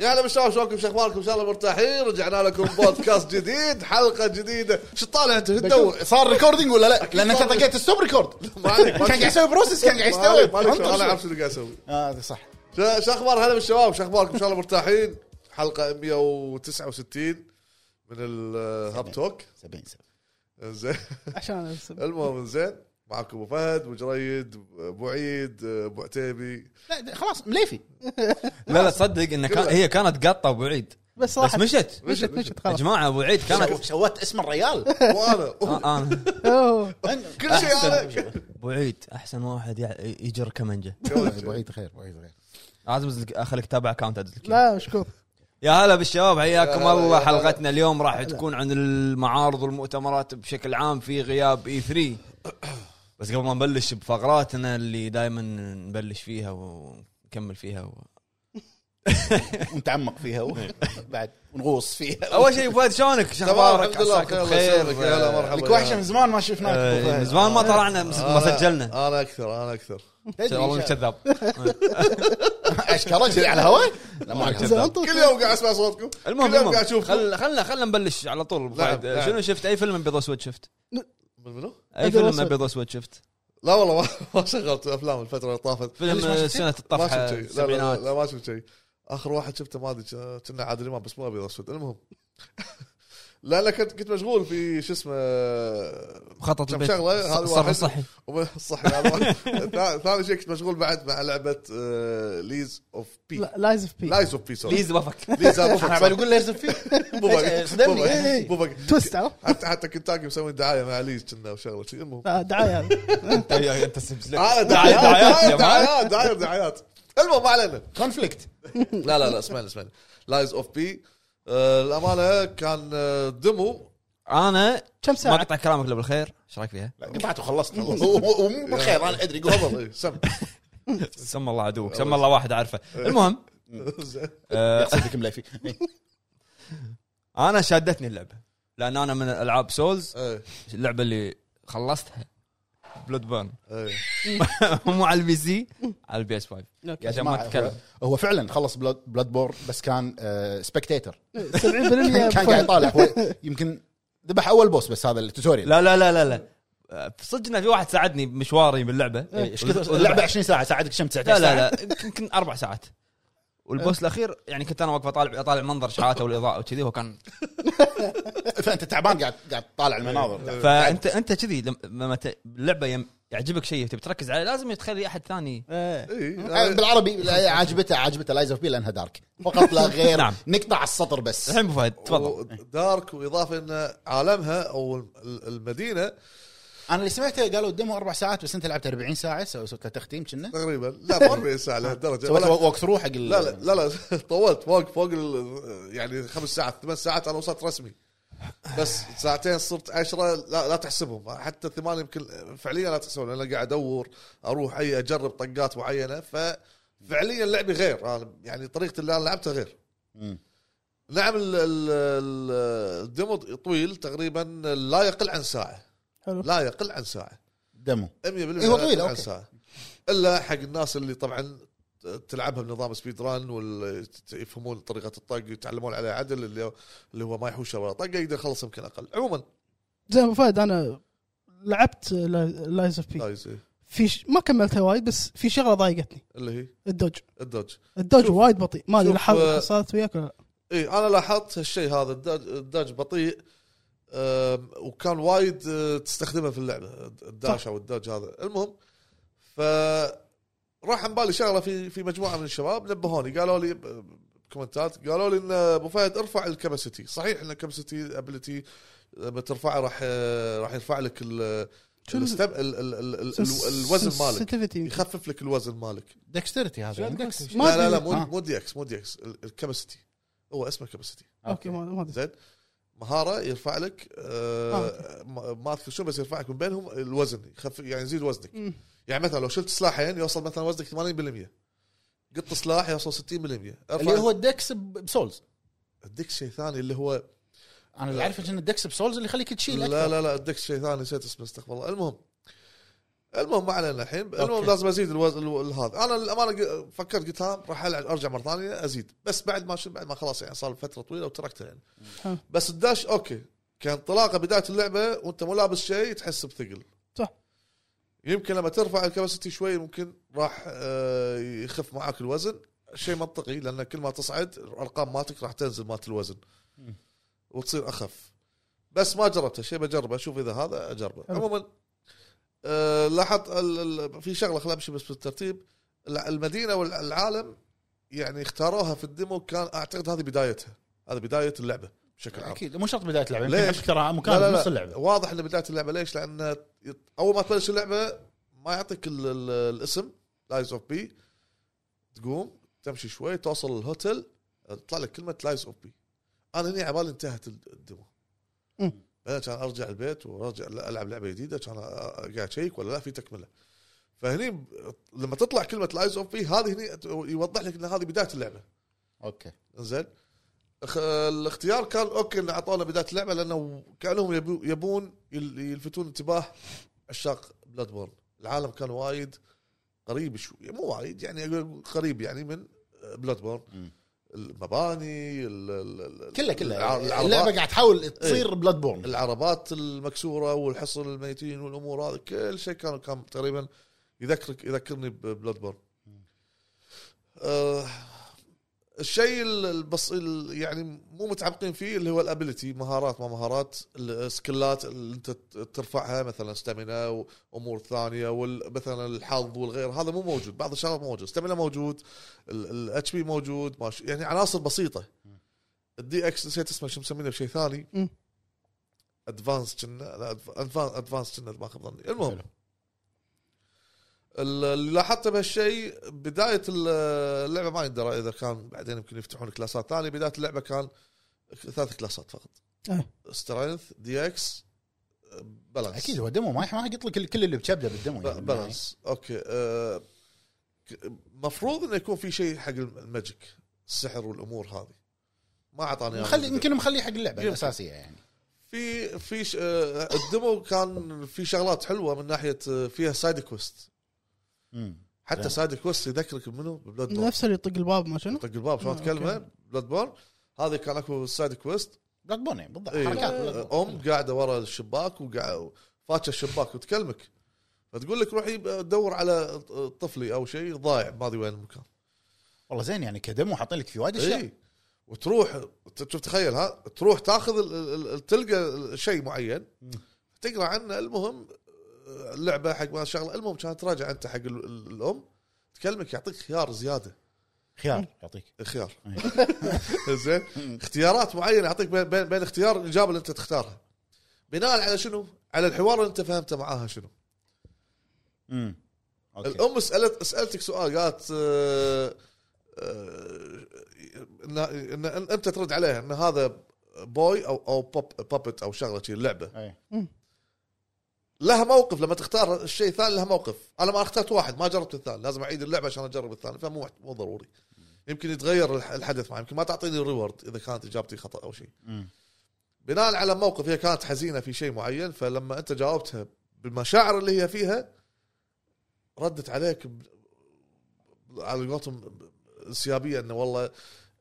هلا بالشباب شلونكم شو اخباركم ان شاء الله مرتاحين رجعنا لكم بودكاست جديد حلقه جديده شو طالع انت شو تدور صار ريكوردينج ولا لا؟ لان انت طقيت الستوب ريكورد ما عليك ما كان قاعد عليك. يسوي بروسس كان قاعد ما عليك، ما عليك، يستوعب انا انطر اعرف شنو قاعد اسوي شوي. اه هذا صح شو- شو اخبار هلا بالشباب شو اخباركم ان شاء الله مرتاحين حلقه 169 من الهاب توك 70 70 زين عشان المهم زين معكم ابو فهد ابو جريد ابو عيد ابو عتيبي لا ده خلاص مليفي لا لا تصدق انه كان هي كانت قطه ابو عيد بس بس راحت مشت مشت مشت يا خلاص جماعه ابو عيد كانت سويت اسم الريال وانا آه، انا أوه. كل شيء انا ابو عيد احسن واحد يع- يجر كمنجه بعيد خير بعيد خير لازم أدز لك- اخليك تابع اكونت ادز لك لا مشكور يا هلا بالشباب حياكم يا هلا، يا الله هلا. حلقتنا اليوم راح تكون عن المعارض والمؤتمرات بشكل عام في غياب اي 3 بس قبل ما نبلش بفقراتنا اللي دائما نبلش فيها ونكمل فيها و... ونتعمق فيها و- بعد ونغوص فيها اول شيء فهد شلونك؟ شو تمام اخبارك؟ الحمد لله عساك بخير الله يسلمك يا هلا بخير مرحبا لك يا وحشه من زمان ما شفناك طيب. أبو آه، فهد. من زمان ما طلعنا مس- ما أنا- سجلنا انا اكثر انا اكثر تدري والله انك شا- كذاب اشكره جري على الهواء لا ما كذاب. أعرف. زين انطر كل يوم قاعد اسمع صوتكم المهم كل يوم المهم قاعد اشوفكم خل- خلنا خلنا نبلش على طول أبو نعم، فهد. نعم. شنو شفت اي فيلم ابيض واسود شفت؟ من منو؟ اي أبيض فيلم وأسود. ابيض واسود شفت؟ لا والله ما- ما شغلت افلام الفتره اللي طافت ليش ما فيلم شفت؟ سنه ما الطفحه شفت شيء لا, لا, لا, السبعينات لا ما شفت شيء اخر واحد شفته ما ادري ك- كنا عادل امام بس مو ابيض اسود المهم لا لا كنت كنت مشغول في شو اسمه مخطط كم البيت شغلة، هذا ص- واحد. صرف صحي وب- صح هذا واحد. ثا- ثاني شيء كنت مشغول بعد مع آه، لعبه ليز اوف بي لايز اوف بي لايز اوف بي سوري بليز بفك ليز اوف انا عبالي اقول لا يرسم فيه فجأة صدمني. إيه. بوبك توست عرفت؟ حتى حتى كنتاكي مسوي دعايه مع ليز كنا وشغله شيء المهم آه، دعايه هذا أيوة، انت سمسلك آه، دعايات دعايات دعايات يا مان. دعايات دعايات دعايات المهم ما علينا كونفليكت لا لا لا اسمعني اسمعني لايز اوف بي الامانه آه، كان آه، ديمو انا كم ما ساعه؟ قطع كلامك الا بالخير ايش رايك فيها؟ لا، قطعت وخلصت ومو بالخير انا ادري قول. قبل إيه، سم سمى الله عدوك سمى الله واحد اعرفه المهم زين. آه، يقصدك مليفي انا شادتني اللعبه لان انا من العاب سولز إيه، اللعبه اللي خلصتها بلود بيرن إيه. مو على البي سي على البي اس 5 عشان ما تتكلم هو فعلا خلص بلاد بلاد بور بس كان سبكتيتر 70% كان قاعد يطالع هو يمكن ذبح اول بوس بس هذا التوتوريال لا لا لا لا لا آه، صدق إن في واحد ساعدني بمشواري باللعبه ايش كثر اللعبه 20 ساعه ساعدك كم 19 لا ساعه لا لا يمكن اربع ساعات والبوس الاخير يعني كنت انا واقف اطالع اطالع منظر شعاته والاضاءه وكذي هو كان فانت تعبان قاعد قاعد تطالع المناظر فانت انت كذي لم- لما ت- اللعبه يم- يعجبك شيء تبي تركز عليه لازم تخلي احد ثاني آه، إيه. بالعربي لا، عاجبته عاجبته لايز اوف بي لانها دارك فقط لا غير نعم. نقطع على السطر بس الحين ابو فهد تفضل ودارك واضافه ان عالمها او ال- المدينه انا اللي سمعته قالوا الديمو اربع ساعات بس انت لعبت 40 ساعه سو- سويت له تختيم كنا تقريبا لا ما 40 ساعه لهالدرجه سويت ولا- ووك ثرو حق ال- لا لا لا لا طولت فوق فوق ال- يعني خمس ساعات ثمان ساعات انا وصلت رسمي بس ساعتين صرت عشرة لا, لا تحسبهم حتى الثمان يمكن فعليا لا تحسبهم لان قاعد ادور اروح اي اجرب طقات معينه ففعليا لعبي غير انا يعني طريقه اللي انا لعبتها غير مم. نعم ال- ال- ال- الديمو طويل تقريبا لا يقل عن ساعه حلو. لا يقل عن ساعه ديمو 100% إيه هو طويل، عن أوكي. ساعه الا حق الناس اللي طبعا تلعبها بنظام سبيد ران وال- يفهمون طريقه الطق يتعلمون عليها عدل اللي اللي هو ما يحوشه ولا طقه يقدر يخلص يمكن اقل عموما زين ابو فهد انا لعبت لايز اوف بي نايز إيه. في ش... ما كملتها وايد بس في شغله ضايقتني اللي هي الدوج الدوج الدوج شوف- وايد بطيء ما ادري شوف، آه، لاحظت صارت وياك ولا لا. اي انا لاحظت هالشيء هذا الدوج, الدوج بطيء أم، وكان وايد أه، تستخدمه في اللعبه الداش صح. او الدوج هذا المهم ف راح عن بالي شغله في في مجموعه من الشباب نبهوني قالوا لي ب- بكومنتات قالوا لي ان ابو فهد ارفع الكباسيتي صحيح ان الكباسيتي ابيلتي لما ترفعه راح أه، راح يرفع لك ال- شو ال- الستب- ال- ال- ال- ال- الوزن مالك sensitivity. يخفف لك الوزن مالك دكسترتي هذا عندك ما لا لا لا أدري. مو آه. مو دي اكس مو دي اكس الكباسيتي هو اسمه كباسيتي اوكي ما ما ادري زين مهاره يرفع لك آه ما- ما اذكر شو بس يرفعك من بينهم الوزن يخف يعني يزيد وزنك مم. يعني مثلا لو شلت سلاحين يوصل مثلا وزنك 80% قط سلاح يوصل 60% اللي هو الدكس ب- بسولز اديك شيء ثاني اللي هو انا اللي اعرفه ان الدكس بسولز اللي يخليك تشيل لا اكثر لا لا اديك شيء ثاني نسيت اسمه استغفر الله المهم المهم ما علينا الحين المهم أوكي. لازم ازيد الوز... الو- الهذا انا للامانه ق- فكرت قلت ها راح العب ارجع مره ثانيه ازيد بس بعد ما شو بعد ما خلاص يعني صار فتره طويله وتركته يعني حلو. بس الداش اوكي كان طلاقه بدايه اللعبه وانت مو لابس شيء تحس بثقل صح. يمكن لما ترفع الكباسيتي شوي ممكن راح آه، يخف معاك الوزن شيء منطقي لان كل ما تصعد الارقام مالتك راح تنزل مالت الوزن مم. وتصير اخف بس ما جربته شيء بجربه اشوف اذا هذا اجربه حلو. عموما آه، لاحظت ال- ال- في شغله خلينا نمشي بس بالترتيب الع- المدينه والعالم يعني اختاروها في الديمو كان اعتقد هذه بدايتها هذه بدايه اللعبه بشكل عام اكيد مو شرط بدايه اللعبه ليش؟ يمكن حتى ترى مكان نص اللعبه واضح ان بدايه اللعبه ليش؟ لان يط- اول ما تبلش اللعبه ما يعطيك ال ال الاسم لايز اوف بي تقوم تمشي شوي توصل الهوتل تطلع لك كلمه لايز اوف بي انا هني على بالي انتهت ال- الديمو مم. انا كان ارجع البيت وارجع ل- العب لعبه جديده كان أ- أ- قاعد شيك ولا لا في تكمله فهني ب- لما تطلع كلمه لايز اوف بي هذه هني يوضح لك ان هذه بدايه اللعبه اوكي زين اخ- الاختيار كان اوكي انه اعطونا بدايه اللعبه لانه كانهم يبو- يبون يل- يلفتون انتباه عشاق بلاد بورن العالم كان وايد قريب شوي مو وايد يعني أقول قريب يعني من بلاد بورن مم. المباني ال- ال- ال- كله كله الع- اللعبه العربات قاعد تحاول إيه. تصير بلاد بورن العربات المكسوره والحصن الميتين والامور هذه كل شيء كان كان تقريبا يذكرك يذكرني ببلاد بورن آه، الشيء ال- البص ال- يعني مو متعمقين فيه اللي هو الابيلتي مهارات ما مهارات السكلات اللي انت ت- ترفعها مثلا ستامينا وامور ثانيه ومثلا الحظ والغير هذا مو موجود بعض الشغلات موجود ستامينا موجود الاتش بي موجود ماشي يعني عناصر بسيطه الدي اكس نسيت اسمه شو مسمينه بشيء مم. ثاني ادفانس كنا لا ادفانس ادفانس كنا ما خاب ظني المهم حلو. اللي لاحظته بهالشيء بدايه اللعبه ما يندرى اذا كان بعدين يمكن يفتحون كلاسات ثانيه بدايه اللعبه كان ثلاث كلاسات فقط آه. أه. سترينث دي اكس بالانس اكيد هو ديمو ما يح- ما يقط لك ال- كل اللي بشبده بالديمو يعني. بالانس اوكي آه، ك- مفروض انه يكون في شيء حق الماجيك السحر والامور هذه ما اعطاني إياه يعني مخلي بالديمو. يمكن مخليه حق اللعبه يمكن. الاساسيه يعني في في ش... آه، الدمو كان في شغلات حلوه من ناحيه آه، فيها سايد كويست مم. حتى زين. سايد كويست يذكرك منه ببلاد بورن نفس اللي يطق الباب ما شنو طق الباب شلون آه، تكلمه أوكي. بلاد بورن هذه كان اكو سايد كويست بلاد بورن يعني بالضبط إيه، حركات آه، بلاد بورن. ام قاعده ورا الشباك وقاعد فاتشه الشباك وتكلمك فتقول لك روحي دور على طفلي او شيء ضايع ما ادري وين المكان والله زين يعني كديمو حاطين لك في وايد اشياء اي إيه. وتروح ت- شوف تخيل ها تروح تاخذ ال- ال- ال- تلقى شيء معين مم. تقرا عنه المهم آه، اللعبه حق ما شغله المهم كانت تراجع انت حق ال- ال- الام تكلمك يعطيك خيار زياده خيار يعطيك خيار إيه. زين اختيارات معينه يعطيك بين بين, بين اختيار الاجابه اللي انت تختارها بناء على شنو؟ على الحوار اللي انت فهمته معاها شنو؟ مم. أوكي. الام سالت سالتك سؤال قالت آه، آه، ان إن- إن انت ترد عليها ان هذا بوي او او بوب بابت او شغله شي اللعبه إيه. لها موقف لما تختار الشيء الثاني لها موقف انا ما اخترت واحد ما جربت الثاني لازم اعيد اللعبه عشان اجرب الثاني فمو مو ضروري يمكن يتغير الح- الحدث معي يمكن ما تعطيني الريورد اذا كانت اجابتي خطا او شيء مم. بناء على موقف هي كانت حزينه في شيء معين فلما انت جاوبتها بالمشاعر اللي هي فيها ردت عليك ب... على قولتهم انسيابيه انه والله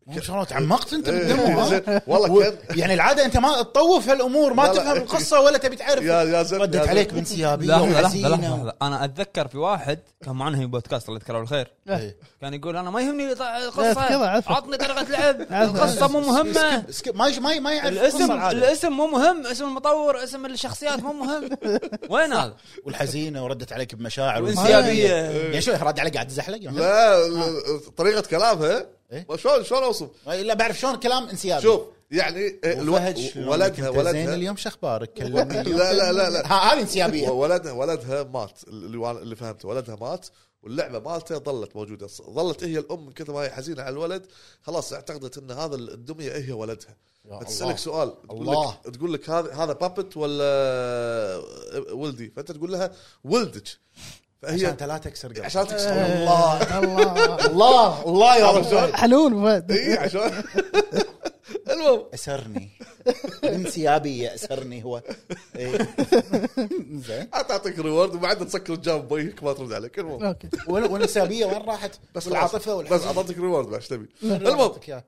مو شلون تعمقت انت بالديمو إيه، ها؟ زين. والله كان يعني العاده انت ما تطوف هالامور ما لا، لا. تفهم القصه ولا تبي تعرف يا يا زين ردت يا زين. عليك بانسيابيه لحظه لحظه وحزينة. لحظه لحظه انا اتذكر في واحد كان معنا في بودكاست الله يذكره بالخير إيه. كان يقول انا ما يهمني ط- كذا القصه عفوا. عطني طريقه لعب عفوا. القصه مو مهمه سكيب- سكيب. ما يش- ما ي- ما يعرف الاسم القصة العادة. الاسم مو مهم اسم المطور اسم الشخصيات مو مهم وين هذا والحزينه وردت عليك بمشاعر وانسيابيه يعني شو رد عليك قاعد تزحلق يعني؟ لا ال- طريقه كلامها إيه؟ شلون شلون اوصف لا بعرف شلون كلام انسيابي شوف يعني الو- وفهد شلون ولدها لك أنت زين ولدها اليوم شو اخبارك؟ كلمني اليوم. لا لا لا لا ها- هذه انسيابيه ولدها ولدها مات اللي اللي فهمته ولدها مات واللعبه مالته ظلت موجوده ظلت هي الام من كثر ما هي حزينه على الولد خلاص اعتقدت ان هذا الدميه هي ولدها يا الله. فتسالك سؤال تقول الله. لك تقول لك هذا هذا بابت ولا إيه، ولدي فانت تقول لها ولدك عشان فهي انت لا تكسر قلبك عشان آه. تكسر الله الله الله الله يا رجال إيه. حلول فهد اي عشان المهم اسرني انسيابي ياسرني هو إيه. زين عاد تعطيك ريورد وبعدين تسكر الجاب بوجهك ما ترد عليك المهم اوكي وال- والانسيابيه وين راحت؟ بس العاطفه والحب. بس اعطيتك ريورد بعد ايش تبي المهم أعطيك إياها.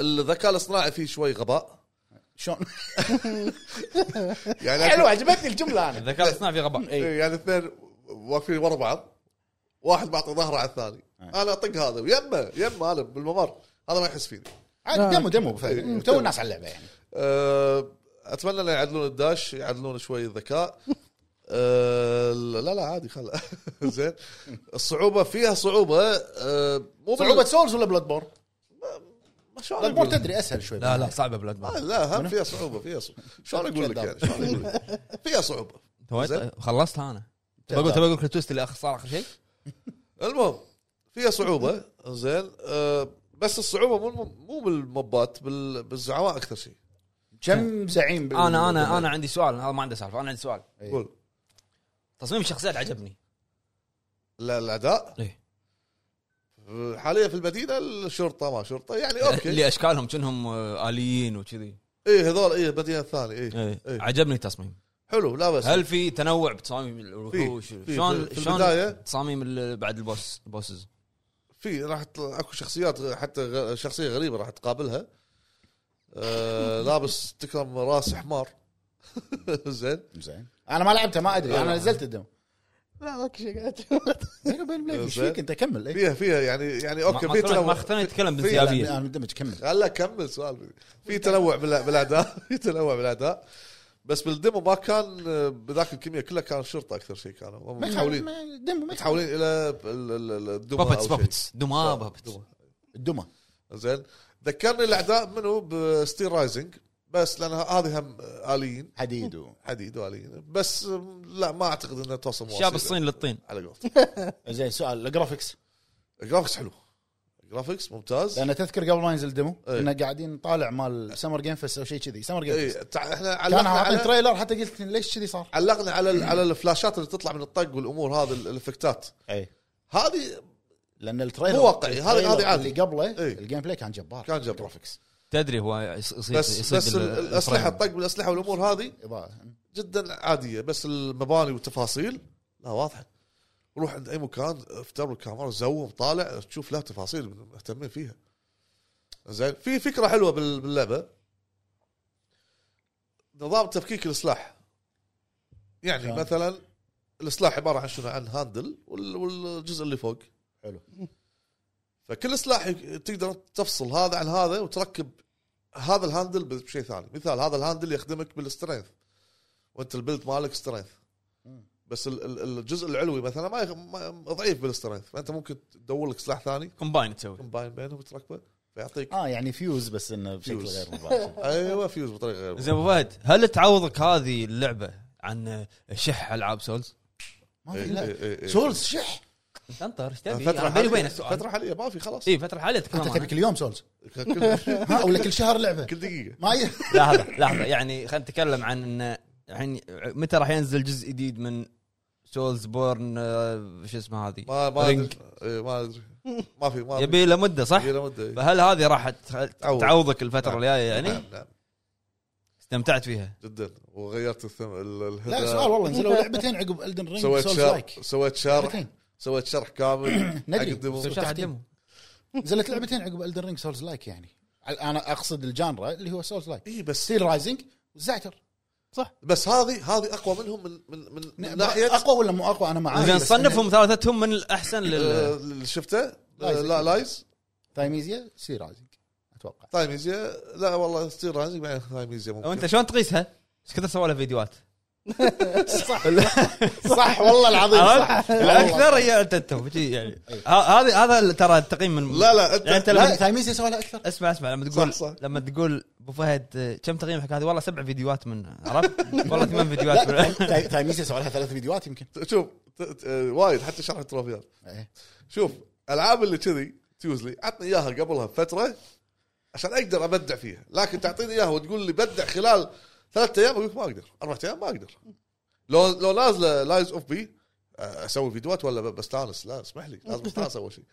الذكاء الاصطناعي فيه شوي غباء شلون يعني حلو عجبتني الجمله انا الذكاء الاصطناعي في غباء إي. يعني الاثنين واقفين ورا بعض واحد معطي ظهره على الثاني انا اطق هذا ويمه يمه انا بالممر هذا ما يحس فيني عاد ديمو ديمو إيه. بالفعل. تو الناس على اللعبه يعني أه، اتمنى انه يعدلون الداش يعدلون شوي الذكاء أه، لا لا عادي خل زين الصعوبه فيها صعوبه أه، مو بال- صعوبه سولز ولا بلاد بورن؟ ما شلون بلاد أقول بورن لك؟ تدري اسهل شوي لا لا صعبه بلاد بورن لا هم فيها صعوبه فيها صعوبه شلون اقول لك يعني شلون اقول لك فيها صعوبه زين. خلصتها انا بقول تبي اقول لك التويست اللي آخر- صار اخر شيء المهم فيها صعوبه زين أه، بس الصعوبه مو مو بالمبات بال- بالزعماء اكثر شيء كم زعيم بال- انا انا انا عندي سؤال هذا ما عنده سالفه انا عندي سؤال إي. قول تصميم الشخصيات عجبني لا الاداء إيه. حاليا في المدينه الشرطه ما شرطه يعني اوكي اللي اشكالهم كأنهم آه، اليين وكذي ايه هذول ايه المدينه الثانيه ايه إيه. إيه. عجبني التصميم حلو لا بس هل في تنوع بتصاميم الوحوش في- في- شلون في شلون البداية. تصاميم ال- بعد البوس بوسز في راح تطلع- اكو شخصيات غ- حتى غ- شخصيه غريبه راح تقابلها آه لابس تكرم راس حمار زين إيه. زين انا ما لعبتها ما ادري انا نزلت الدم لا ماكو شيء قاعد بيني وبين بلاك ايش زين. فيك انت كمل إيه. فيها فيها يعني يعني اوكي ما- في ما خلوني- ما خلوني اتكلم في- لا، بانسيابيه انا مندمج كمل خلا كمل سؤال في تنوع بال- بالاداء في تنوع بالاداء بس بالديمو ما كان آه، بذاك الكميه كلها كان شرطه اكثر شيء كانوا هم متحولين دم متحولين متحولين الى ال- ال- ال- الدمى أو بابتس شيء. بابتس دماء بابتس الدمى زين ذكرني الاعداء منو بستيل رايزنج بس لان هذه هم اليين حديد و... حديد واليين بس لا ما اعتقد انها توصل شاب مواصيل. الصين للطين على قولت زين سؤال الجرافكس الجرافكس حلو الجرافكس ممتاز لان تذكر قبل ما ينزل ديمو إيه. كنا قاعدين نطالع مال سمر جيم فيست او شيء كذي سمر جيم إيه، فيست تع- احنا كان علقنا عاطين على تريلر حتى قلت ليش كذي صار؟ علقنا على ال- على الفلاشات اللي تطلع من الطق والامور هذه ال- الافكتات اي هذه لان التريلر إيه. مو واقعي، هذا- التريلر هذا عادي. اللي قبله إيه. الجيم بلاي كان جبار كان جبار. جرافكس تدري هو يص- يصيد بس يصيد بس ال- ال- الاسلحه الفريم. الطق والاسلحه والامور هذه اضاءه جدا عاديه بس المباني والتفاصيل لا واضحه روح عند اي مكان افتر الكاميرا زوم طالع تشوف لها تفاصيل مهتمين فيها زين في فكره حلوه بال- باللعبه نظام تفكيك السلاح يعني شلون؟ مثلا السلاح عباره عن شنو عن هاندل وال- والجزء اللي فوق حلو فكل سلاح يك- تقدر تفصل هذا عن هذا وتركب هذا الهاندل بشيء ثاني مثال هذا الهاندل يخدمك بالسترينث وانت البلد مالك سترينث مم. بس ال- ال- الجزء العلوي مثلا ما, يخ... ما ضعيف بالسترينث فانت ممكن تدور لك سلاح ثاني كومباين تسوي كومباين بينهم وتركبه فيعطيك اه يعني فيوز بس انه بشكل فيوز. غير مباشر ايوه فيوز بطريقه غير زين ابو فهد هل تعوضك هذه اللعبه عن شح العاب سولز؟ ما في إيه، لا إيه، إيه، إيه. سولز شح انطر ايش تبي؟ فترة أنا بيني إيه، وبين حالية السؤال فترة حالية ما في خلاص اي فتره حاليه اتكلم انت عنها. تبي كل يوم سولز كل- ها ولا كل شهر لعبه كل دقيقة ما ي... لحظه لحظه يعني خلينا نتكلم عن انه الحين متى راح ينزل جزء جديد من سولز بورن آه، شو اسمه هذه؟ ما ما رينج. ادري إيه، ما ادري ما في ما يبي له مده صح؟ يبي له مدة، إيه. فهل هذه راح تخ- تعوض. تعوضك الفتره نعم. الجايه يعني؟ نعم نعم استمتعت فيها جدا وغيرت الثم... ال- الهدى لا سؤال والله نزلوا لعبتين عقب الدن رينج سويت سولز شرح لايك سويت شرح لعبتين سويت شرح كامل ندري. أقدمه. سويت شرح. شرح تحديد. الدمو. نزلت لعبتين عقب الدن رينج سولز لايك يعني انا اقصد الجانرا اللي هو سولز لايك اي بس ستيل رايزنج وزعتر بس هذه هذه اقوى منهم من من من, نعم، من ناحيه اقوى ولا مو اقوى انا معاك زين بس صنفهم ثلاثتهم من الاحسن لل آه، اللي شفته آه، لايز. لا لايز إن تايميزيا ستيل رايزنج اتوقع تايميزيا لا والله ستيل رايزنج بعدين تايميزيا ممكن وانت شلون تقيسها؟ ايش كثر سووا لها فيديوهات؟ صح والله العظيم عرفت؟ صح الاكثر هي التتو يعني ه- هذه هذا ترى التقييم من لا لا انت يعني انت لا لما تايميزيا سوى لها اكثر اسمع اسمع لما تقول صح، صح. لما تقول ابو فهد آه، كم تقييم حق هذه والله سبع فيديوهات من عرفت؟ والله ثمان لا فيديوهات من- تاي- تاي- تايميزيا سوى لها ثلاث فيديوهات يمكن شوف ت- ت- آه، وايد حتى شرح التروفيات إيه. شوف العاب اللي كذي تيوزلي عطني اياها قبلها بفتره عشان اقدر ابدع فيها لكن تعطيني اياها وتقول لي بدع خلال ثلاثة ايام اقول لك ما اقدر اربع ايام ما اقدر لو لو آه، نازله لايز اوف بي اسوي فيديوهات ولا ب- بستانس لا اسمح لي لازم استانس اول شيء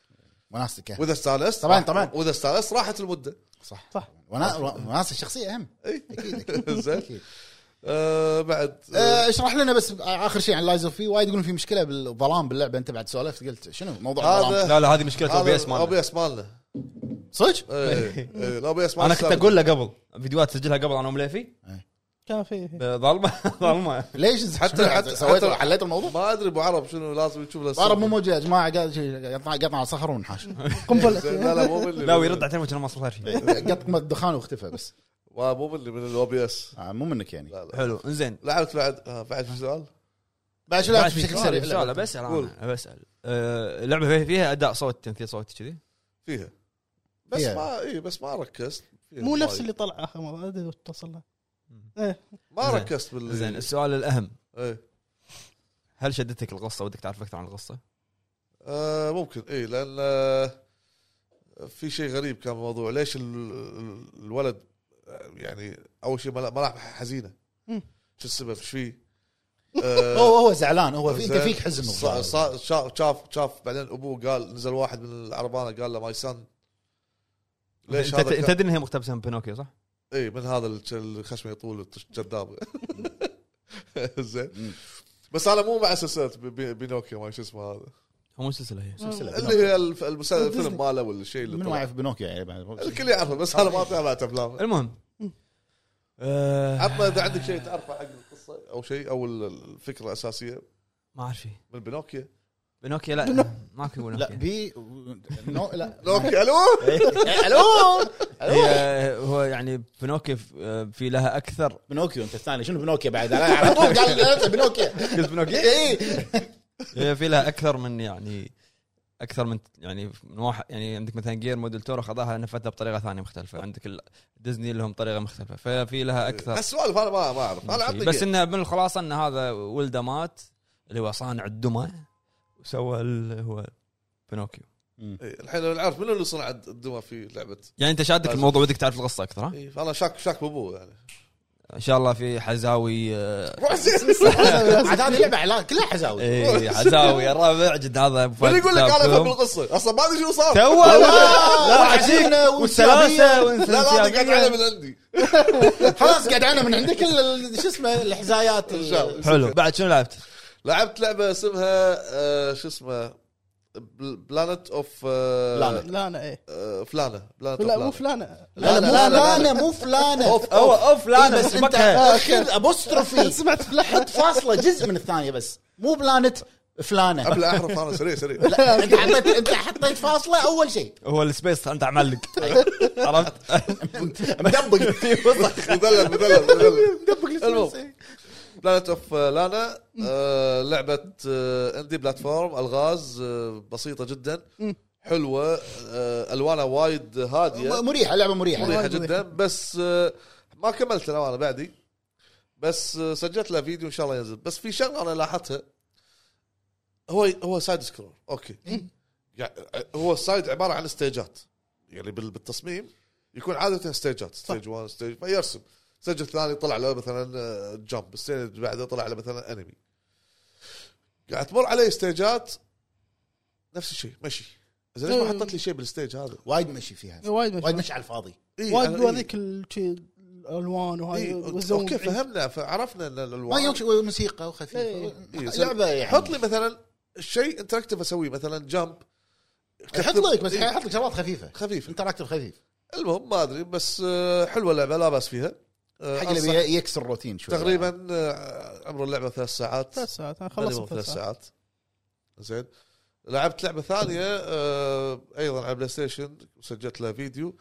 وناستك يعني. واذا استانست طبعاً، طبعاً. واذا استانست راحت المده صح صح. ونا... وناس الشخصيه اهم اي اكيد اكيد زين. أكيد. آه بعد آه آه، اشرح لنا بس اخر شيء عن لايز اوف في وايد يقولون في مشكله بالظلام باللعبه انت بعد سولفت قلت شنو موضوع هذا- الظلام لا لا هذه مشكله او بي اس او بي اس مالنا صدق؟ إيه، الاو بي اس انا كنت اقول له قبل فيديوهات سجلها قبل انا ومليفي كان في ظلمه ظلمه ليش حتى- حتى حتى- حتى سويت حتى- حليت الموضوع؟ ما ادري ابو عرب شنو لازم نشوف له السر. عرب مو موجود يا جماعه قاعد شي- قطع قطع صخر ونحاش زين، لا قنبله لا مو باللي لا ويرد على التليفون كأنه ما صار شيء قطمة دخان واختفى بس ما- مو باللي من الاو بي اس آه، مو منك يعني لا لا حلو انزين لعبت بعد آه، بعد في سؤال بعد شو بعد لعبت في بشكل سؤال- سريع في سؤال لعبت. بسال قول. انا بسال آه، اللعبه فيها- فيها اداء صوت تمثيل صوتي إيه. كذي فيها بس فيها. ما اي بس ما ركزت فيها مو وايد. نفس اللي طلع اخر مره ادري وش توصل له إيه. ما زين. ركزت بال زين السؤال الاهم إيه. هل شدتك القصه ودك تعرف اكثر عن القصه؟ آه ممكن اي لان آه في شيء غريب كان الموضوع ليش ال- ال- الولد آه، يعني اول شيء ملا- ملامح حزينه مم. شو السبب ايش فيه؟ هو هو زعلان هو في انت زين. فيك حزن صا- وغضب. صا- شاف شاف شاف بعدين ابوه قال نزل واحد من العربانه قال له ماي سن ليش أنت- هذا انت كان- تدري انها مقتبسه من بينوكيو صح؟ اي من هذا الج- الخشم يطول التش- الجذاب زين مم. بس انا مو مع سلسله بي- بي- بينوكيو ما شو اسمه هذا هو مو سلسله هي سلسلة اللي بنوكيو. هي الف- المسل- الفيلم ديزني. ماله ولا الشيء اللي من طلع. واعي في بنوكيا يعني بعد. الكل يعرفه بس انا ما تابعت افلامه المهم آه، عطنا اذا عندك شيء تعرفه حق القصه او شيء او ال- الفكره الاساسيه ما اعرف شيء من بنوكيا بينوكيو لا ماكو لا بينوكيو بي نو لا نوكيا الو إيه، الو هي هو يعني بينوكيو ف- آه، في لها اكثر بنوكيو انت الثاني شنو بنوكيا بعد انا على طول إيه. قال قلت بنوكيا قلت بينوكيو اي هي في لها اكثر من يعني اكثر من يعني من واحد يعني عندك مثلا جير موديل تورو خذاها نفذها بطريقه ثانيه مختلفه عندك ال- ديزني لهم طريقه مختلفه ففي لها اكثر هالسوالف انا ما ما اعرف انا عطني إيه، بس جيم. انه من الخلاصه ان هذا ولده مات اللي هو صانع الدمى وسوى اللي هو بينوكيو إيه، الحين لو نعرف منو اللي صنع الد- الدمى في لعبه يعني انت شادك لازم. الموضوع ودك تعرف القصه اكثر ها؟ آه. إيه، فانا شاك شاك بابوه يعني ان شاء الله في حزاوي آه، روح زين. عاد هذه لعبه علاج كلها حزاوي ايه حزاوي الرابع جد هذا أبو من فهد يقول لك انا كتابكم. افهم القصه اصلا ما ادري شو صار تو آه، لا لا وعجينة والسلاسه لا والانسيابية. اقعد على من عندي خلاص قاعد انا من عندك ال- ال- شو اسمه الحزايات إن شاء الله. حلو بعد شنو لعبت؟ لعبت لعبه اسمها آه، شو اسمه بلانت اوف Planet. فلانا ايه فلانه بلانت لا مو اوف فلانه لا فلانا لا لا فلانه مو فلانه اوف هو اوف اوف لا لا إيه، انا بس انت سبقها اخذ ابوستروفي سمعت فلانا حط فاصله جزء من الثانيه بس مو بلانت فلانه قبل احرف انا سريع سريع لا، انت حطيت انت حطيت فاصله اول شيء هو السبيس انت معلق إيه. عرفت؟ مدبق مدلل مدلل مدلل مدبق المهم. بلانت اوف لانا آه، لعبه آه، اندي بلاتفورم الغاز آه، بسيطه جدا حلوه آه، الوانها وايد هاديه م- مريحه لعبه مريحه مريحه وايد جدا بس آه، ما كملت انا وانا بعدي بس آه، سجلت له فيديو ان شاء الله ينزل بس في شغله انا لاحظتها هو هو سايد سكرول اوكي إيه. يعني هو السايد عباره عن ستيجات يعني بال- بالتصميم يكون عاده ستيجات ستيج 1 ستيج فيرسم الستيج الثاني طلع له مثلا آه، جمب الستيج اللي بعده طلع له مثلا انمي قاعد تمر علي ستيجات نفس الشيء مشي زين ليش ما إيه. حطت لي شيء بالستيج هذا؟ وايد مشي فيها وايد وايد مشهور. مشي على الفاضي إيه، وايد أنا- يوريك ال- شي الالوان وهاي إيه، والزوم اوكي فهمنا فعرفنا ان ما الالوان يوم شوي موسيقى وخفيفه إيه. إيه، زين. لعبه يعني حط لي مثلا شيء انتراكتيف اسويه مثلا جامب حط لك بس حط لك شغلات خفيفه إيه، خفيف انتراكتيف خفيف المهم ما ادري بس آه، حلوه اللعبه لا باس فيها آه، حق اللي أنصح- بي- يكسر الروتين شوي تقريبا آه، عمر اللعبه ثلاث ساعات ثلاث ساعات انا خلصت خلصت ثلاث ثلاث ساعات ساعات زين لعبت لعبه ثانيه آه، ايضا على بلاي ستيشن سجلت لها فيديو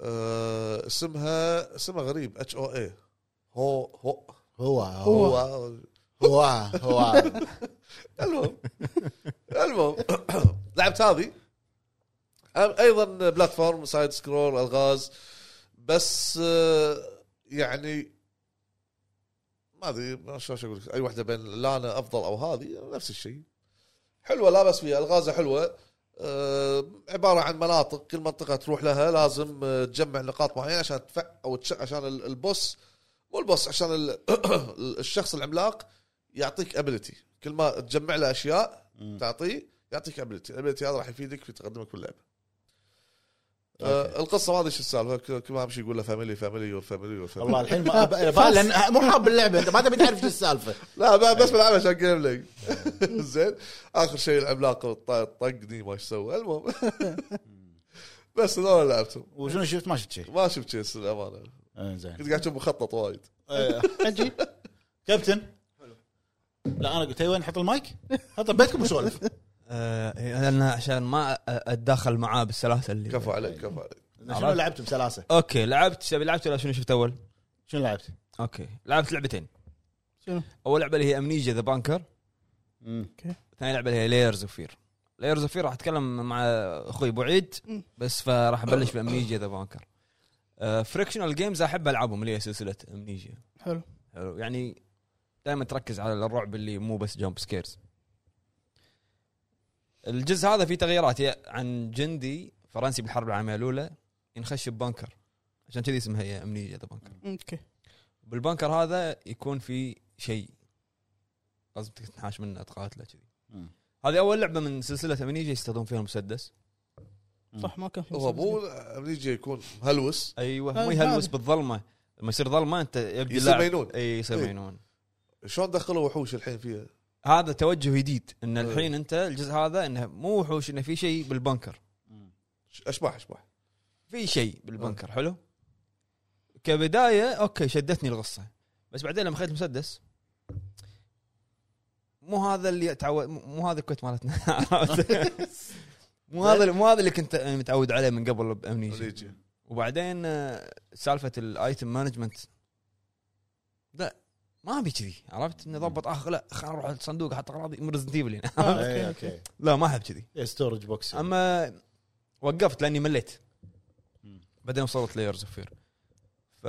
آه، اسمها اسمها غريب اتش او اي هو هو هو هو هو هو هو المهم المهم لعبت هذه أم- ايضا بلاتفورم سايد سكرول الغاز بس آه، يعني ما ادري ما- شو شو اقول لك اي واحده بين لانا افضل او هذه نفس الشيء حلوه لا بس فيها الغازه حلوه آه، عباره عن مناطق كل منطقه تروح لها لازم آه، تجمع نقاط معينه عشان تفع او تش... عشان ال- البوس مو البوس عشان ال... الشخص العملاق يعطيك ابيلتي كل ما تجمع له اشياء تعطيه يعطيك ابيلتي الابيلتي هذا راح يفيدك في تقدمك باللعبه آه القصه ما ادري ايش السالفه كل- كل ما امشي يقول له فاميلي فاميلي يور فاميلي يور والله فاميلي الحين ما أبقى- لان مو حاب اللعبه انت ما تبي تعرف شو السالفه لا ب- بس بلعبها عشان جيم بلاي زين اخر شيء العملاق الط- طقني ما ايش سوى المهم بس هذول لعبتهم وشنو شفت ما شفت شيء آه، ما شفت شيء للامانه زين كنت قاعد اشوف مخطط وايد آه، عجيب كابتن لا انا قلت اي وين نحط المايك؟ حطه بيتكم وسولف آه انا عشان ما أ- اتدخل معاه بالسلاسه اللي كفو عليك كفو عليك شنو لعبت بسلاسه؟ اوكي لعبت شبي لعبت ولا شنو شفت اول؟ شنو لعبت؟ اوكي لعبت لعبتين شنو؟ اول لعبه اللي هي امنيجا ذا بانكر ثاني لعبه اللي هي لايرز اوف فير لايرز اوف فير راح اتكلم مع اخوي بعيد مم. بس فراح ابلش بامنيجا ذا بانكر آه، فريكشنال جيمز احب العبهم اللي هي سلسله امنيجا حلو حلو يعني دائما تركز على الرعب اللي مو بس جامب سكيرز الجزء هذا فيه تغييرات يا- عن جندي فرنسي بالحرب العالميه الاولى ينخش ببنكر عشان كذي اسمها هي امنيجا ذا بانكر اوكي بالبنكر هذا يكون في شيء لازم تتنحاش منه تقاتله كذي مم. هذه اول لعبه من سلسله امنيجا يستخدم فيها المسدس صح ما كان في هو مسلسل. مو امريجي يكون مهلوس ايوه أيوة. هذه- مو يهلوس هذه. بالظلمه لما يصير ظلمه انت يبدي يصير اللاعب- مجنون. اي يصير إي. مجنون شلون دخلوا وحوش الحين فيها؟ هذا توجه جديد ان أيوة. الحين انت الجزء هذا انه مو وحوش انه في شيء بالبنكر ش- اشباح اشباح في شيء بالبنكر حلو كبدايه اوكي شدتني القصه بس بعدين لما اخذت مسدس مو هذا اللي تعود مو- مو هذا الكويت مالتنا مو هذا مو هذا اللي كنت متعود عليه من قبل بامنيجا امريجي وبعدين آه، سالفه الايتم مانجمنت لا ما ابي كذي عرفت اني ضبط اخ لا خلينا نروح الصندوق احط اغراضي من ريزدنت ايفل هنا. آه، إيه، اوكي اوكي اوكي لا ما احب كذي إيه، ستورج بوكس اما وقفت لاني مليت مم. بعدين وصلت ليرز اوف فير ف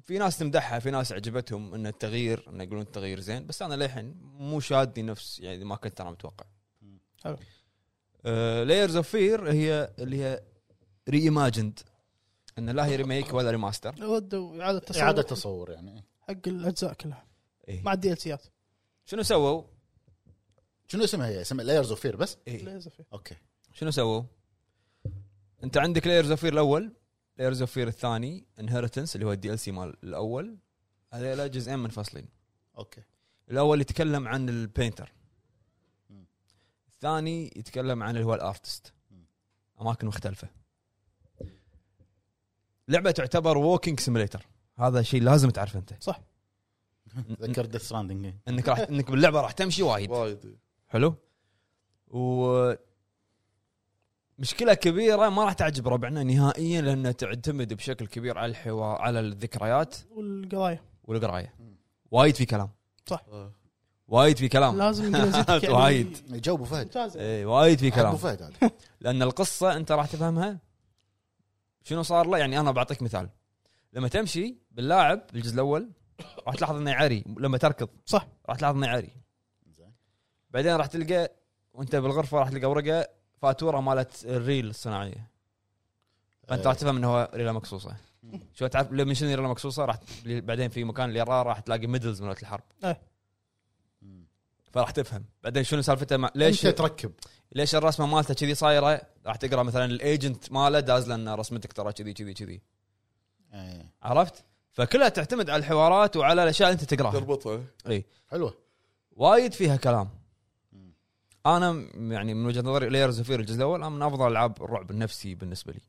في ناس تمدحها في ناس عجبتهم ان التغيير ان يقولون التغيير زين بس انا للحين مو شادني نفس يعني ما كنت انا متوقع أه، حلو. لايرز اوف فير هي اللي هي ري ايماجند ان لا هي ريميك ولا ريماستر ودوا اعاده تصوير اعاده تصور يعني حق الاجزاء كلها إيه. مع الدي ال سيات شنو سووا؟ شنو اسمها هي؟ اسمها لايرز اوف فير بس؟ إيه. لا يزف. اوكي شنو سووا؟ انت عندك لايرز اوف فير الاول لايرز اوف فير الثاني انهرتنس اللي هو الدي ال سي مال الاول هذول جزئين منفصلين اوكي الاول يتكلم عن البينتر مم. الثاني يتكلم عن اللي هو الارتست مم. اماكن مختلفه لعبه تعتبر ووكينج سيميليتر هذا شيء لازم تعرفه انت صح. ذكرت ديث ستراندنج انك راح انك باللعبه راح تمشي وايد وايد حلو و مشكلة كبيرة ما راح تعجب ربعنا نهائيا لانها تعتمد بشكل كبير على الحوار على الذكريات والقضايا والقراية. مم. وايد في كلام، آه. وايد في كلام. لازم انجليزيتك يعني آه. وايد. جو ابو فهد ممتازه اي وايد في ابو كلام فهد هذا لان القصة انت راح تفهمها شنو صار له يعني انا بعطيك مثال. لما تمشي باللاعب بالجزء الاول راح تلاحظ انه يعري لما تركض صح. راح تلاحظ انه يعري. زين. بعدين راح تلقى وانت بالغرفة راح تلقى ورقة فاتورة مالت الريل الصناعية. انت راح تفهم انه هو ريله مقصوصه إيه. مم. شو تعرف لما شنو ريله مقصوصه راح ت- بعدين في مكان اللي يراه راح تلاقي ميدلز مالت الحرب مم. فراح تفهم بعدين شنو سالفته مع ليش ليش تركب؟ ليش الرسمه مالته كذي صايره راح تقرا مثلا الايجنت ماله داز لان رسمتك ترى كذي كذي كذي إيه. عرفت؟ فكلها تعتمد على الحوارات وعلى الاشياء اللي انت تقراها تربطها حلوه وايد فيها كلام مم. انا م- يعني من وجهه نظري ليرز اوف الجزء الاول أنا من افضل العاب الرعب النفسي بالنسبه لي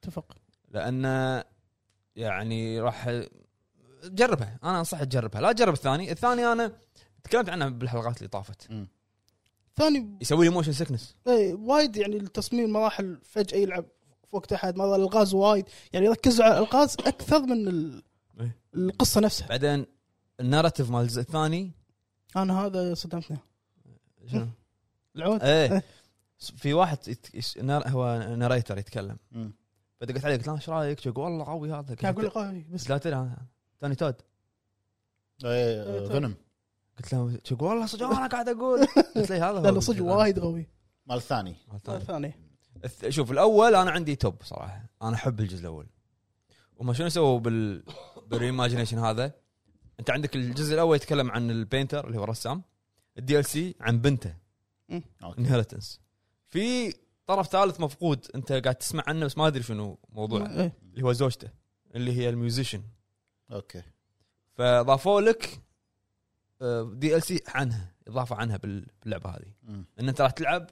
اتفق لان يعني راح جربها انا انصحك تجربها لا تجرب الثاني الثاني انا تكلمت عنها بالحلقات اللي طافت ثاني يسوي لي موشن سكنس اي وايد يعني التصميم مراحل فجاه يلعب في وقت احد ما ظل الغاز وايد يعني ركزوا على الالغاز اكثر من ال... إيه. القصه نفسها بعدين الناراتيف مال الجزء الثاني انا هذا صدمتني شنو؟ العود ايه في واحد يت... يش- نار... هو ناريتر يتكلم مم. فدقت عليه قلت له ايش رايك؟ شو يقول والله قوي هذا قاعد اقول قلت قوي بس لا تدري توني تود ايه فينوم قلت له شو يقول والله صدق انا قاعد اقول قلت له هذا هو. لا لا طيب. صدق وايد قوي مال الثاني الثاني. ثاني الث- شوف الاول انا عندي توب صراحه انا احب الجزء الاول وما شنو سووا بال بالريماجينيشن هذا انت عندك الجزء الاول يتكلم عن البينتر اللي هو الرسام الدي ال سي عن بنته مم. اوكي انهيرتنس في طرف ثالث مفقود انت قاعد تسمع عنه بس ما ادري شنو موضوعه إيه. اللي هو زوجته اللي هي الميوزيشن اوكي فضافوا لك آه، دي ال سي عنها اضافه عنها بال- باللعبه هذه مم. ان انت راح تلعب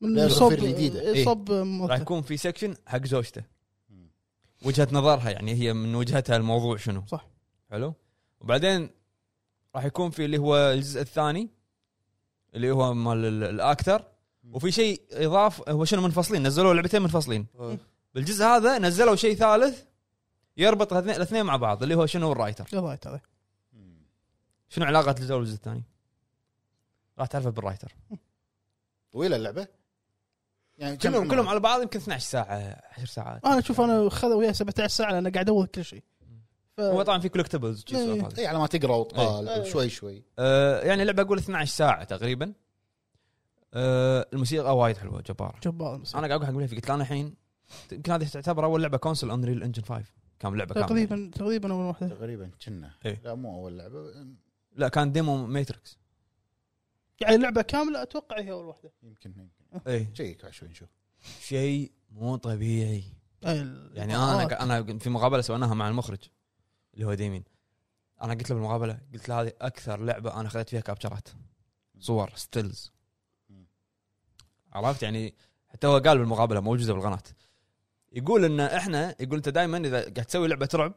من لا، صب الغفير الجديدة. إيه. إيه، صب موت. راح يكون في سكشن حق زوجته مم. وجهه نظرها يعني هي من وجهتها الموضوع شنو صح. حلو وبعدين راح يكون في اللي هو الجزء الثاني اللي هو مال ال- الاكتر وفي شيء اضاف هو شنو منفصلين نزلوا لعبتين منفصلين أه. آه. بالجزء هذا نزلوا شيء ثالث يربط هذين- الاثنين مع بعض اللي هو شنو الرايتر يلا يا ترى. مم. شنو علاقه الجزء الاول والجزء الثاني راح تعرفه بالرايتر طويله اللعبه يعني كم كلهم عمرها؟ كلهم على بعض يمكن 12 ساعه 10 ساعات انا اشوف انا خذ وياه 17 ساعه لان قاعد ادور كل شيء ف... هو طبعا في كولكتبلز إيه. اي على ما تقرا وتطالع إيه. شوي شوي يعني اللعبه اقول 12 ساعه تقريبا آه، الموسيقى وايد حلوه جبار جبار انا قاعد اقول لك قلت لها انا الحين يمكن هذه تعتبر اول لعبه كونسل انريل انجن 5 كان لعبه كاملة. تقريبا تقريبا اول واحده تقريبا كنا إيه. لا مو اول لعبه لا كان ديمو ماتريكس يعني لعبه كامله اتوقع هي اول واحده يمكن يمكن أه. اي شيك على شوي نشوف إيه، شيء مو طبيعي أي ال- يعني انا آه. انا في مقابله سويناها مع المخرج اللي هو ديمين انا قلت له بالمقابله قلت له هذه اكثر لعبه انا خذت فيها كابتشرات صور ستيلز مم. عرفت يعني حتى هو قال بالمقابله موجوده بالقناه يقول ان احنا يقول انت دائما اذا قاعد تسوي لعبه رعب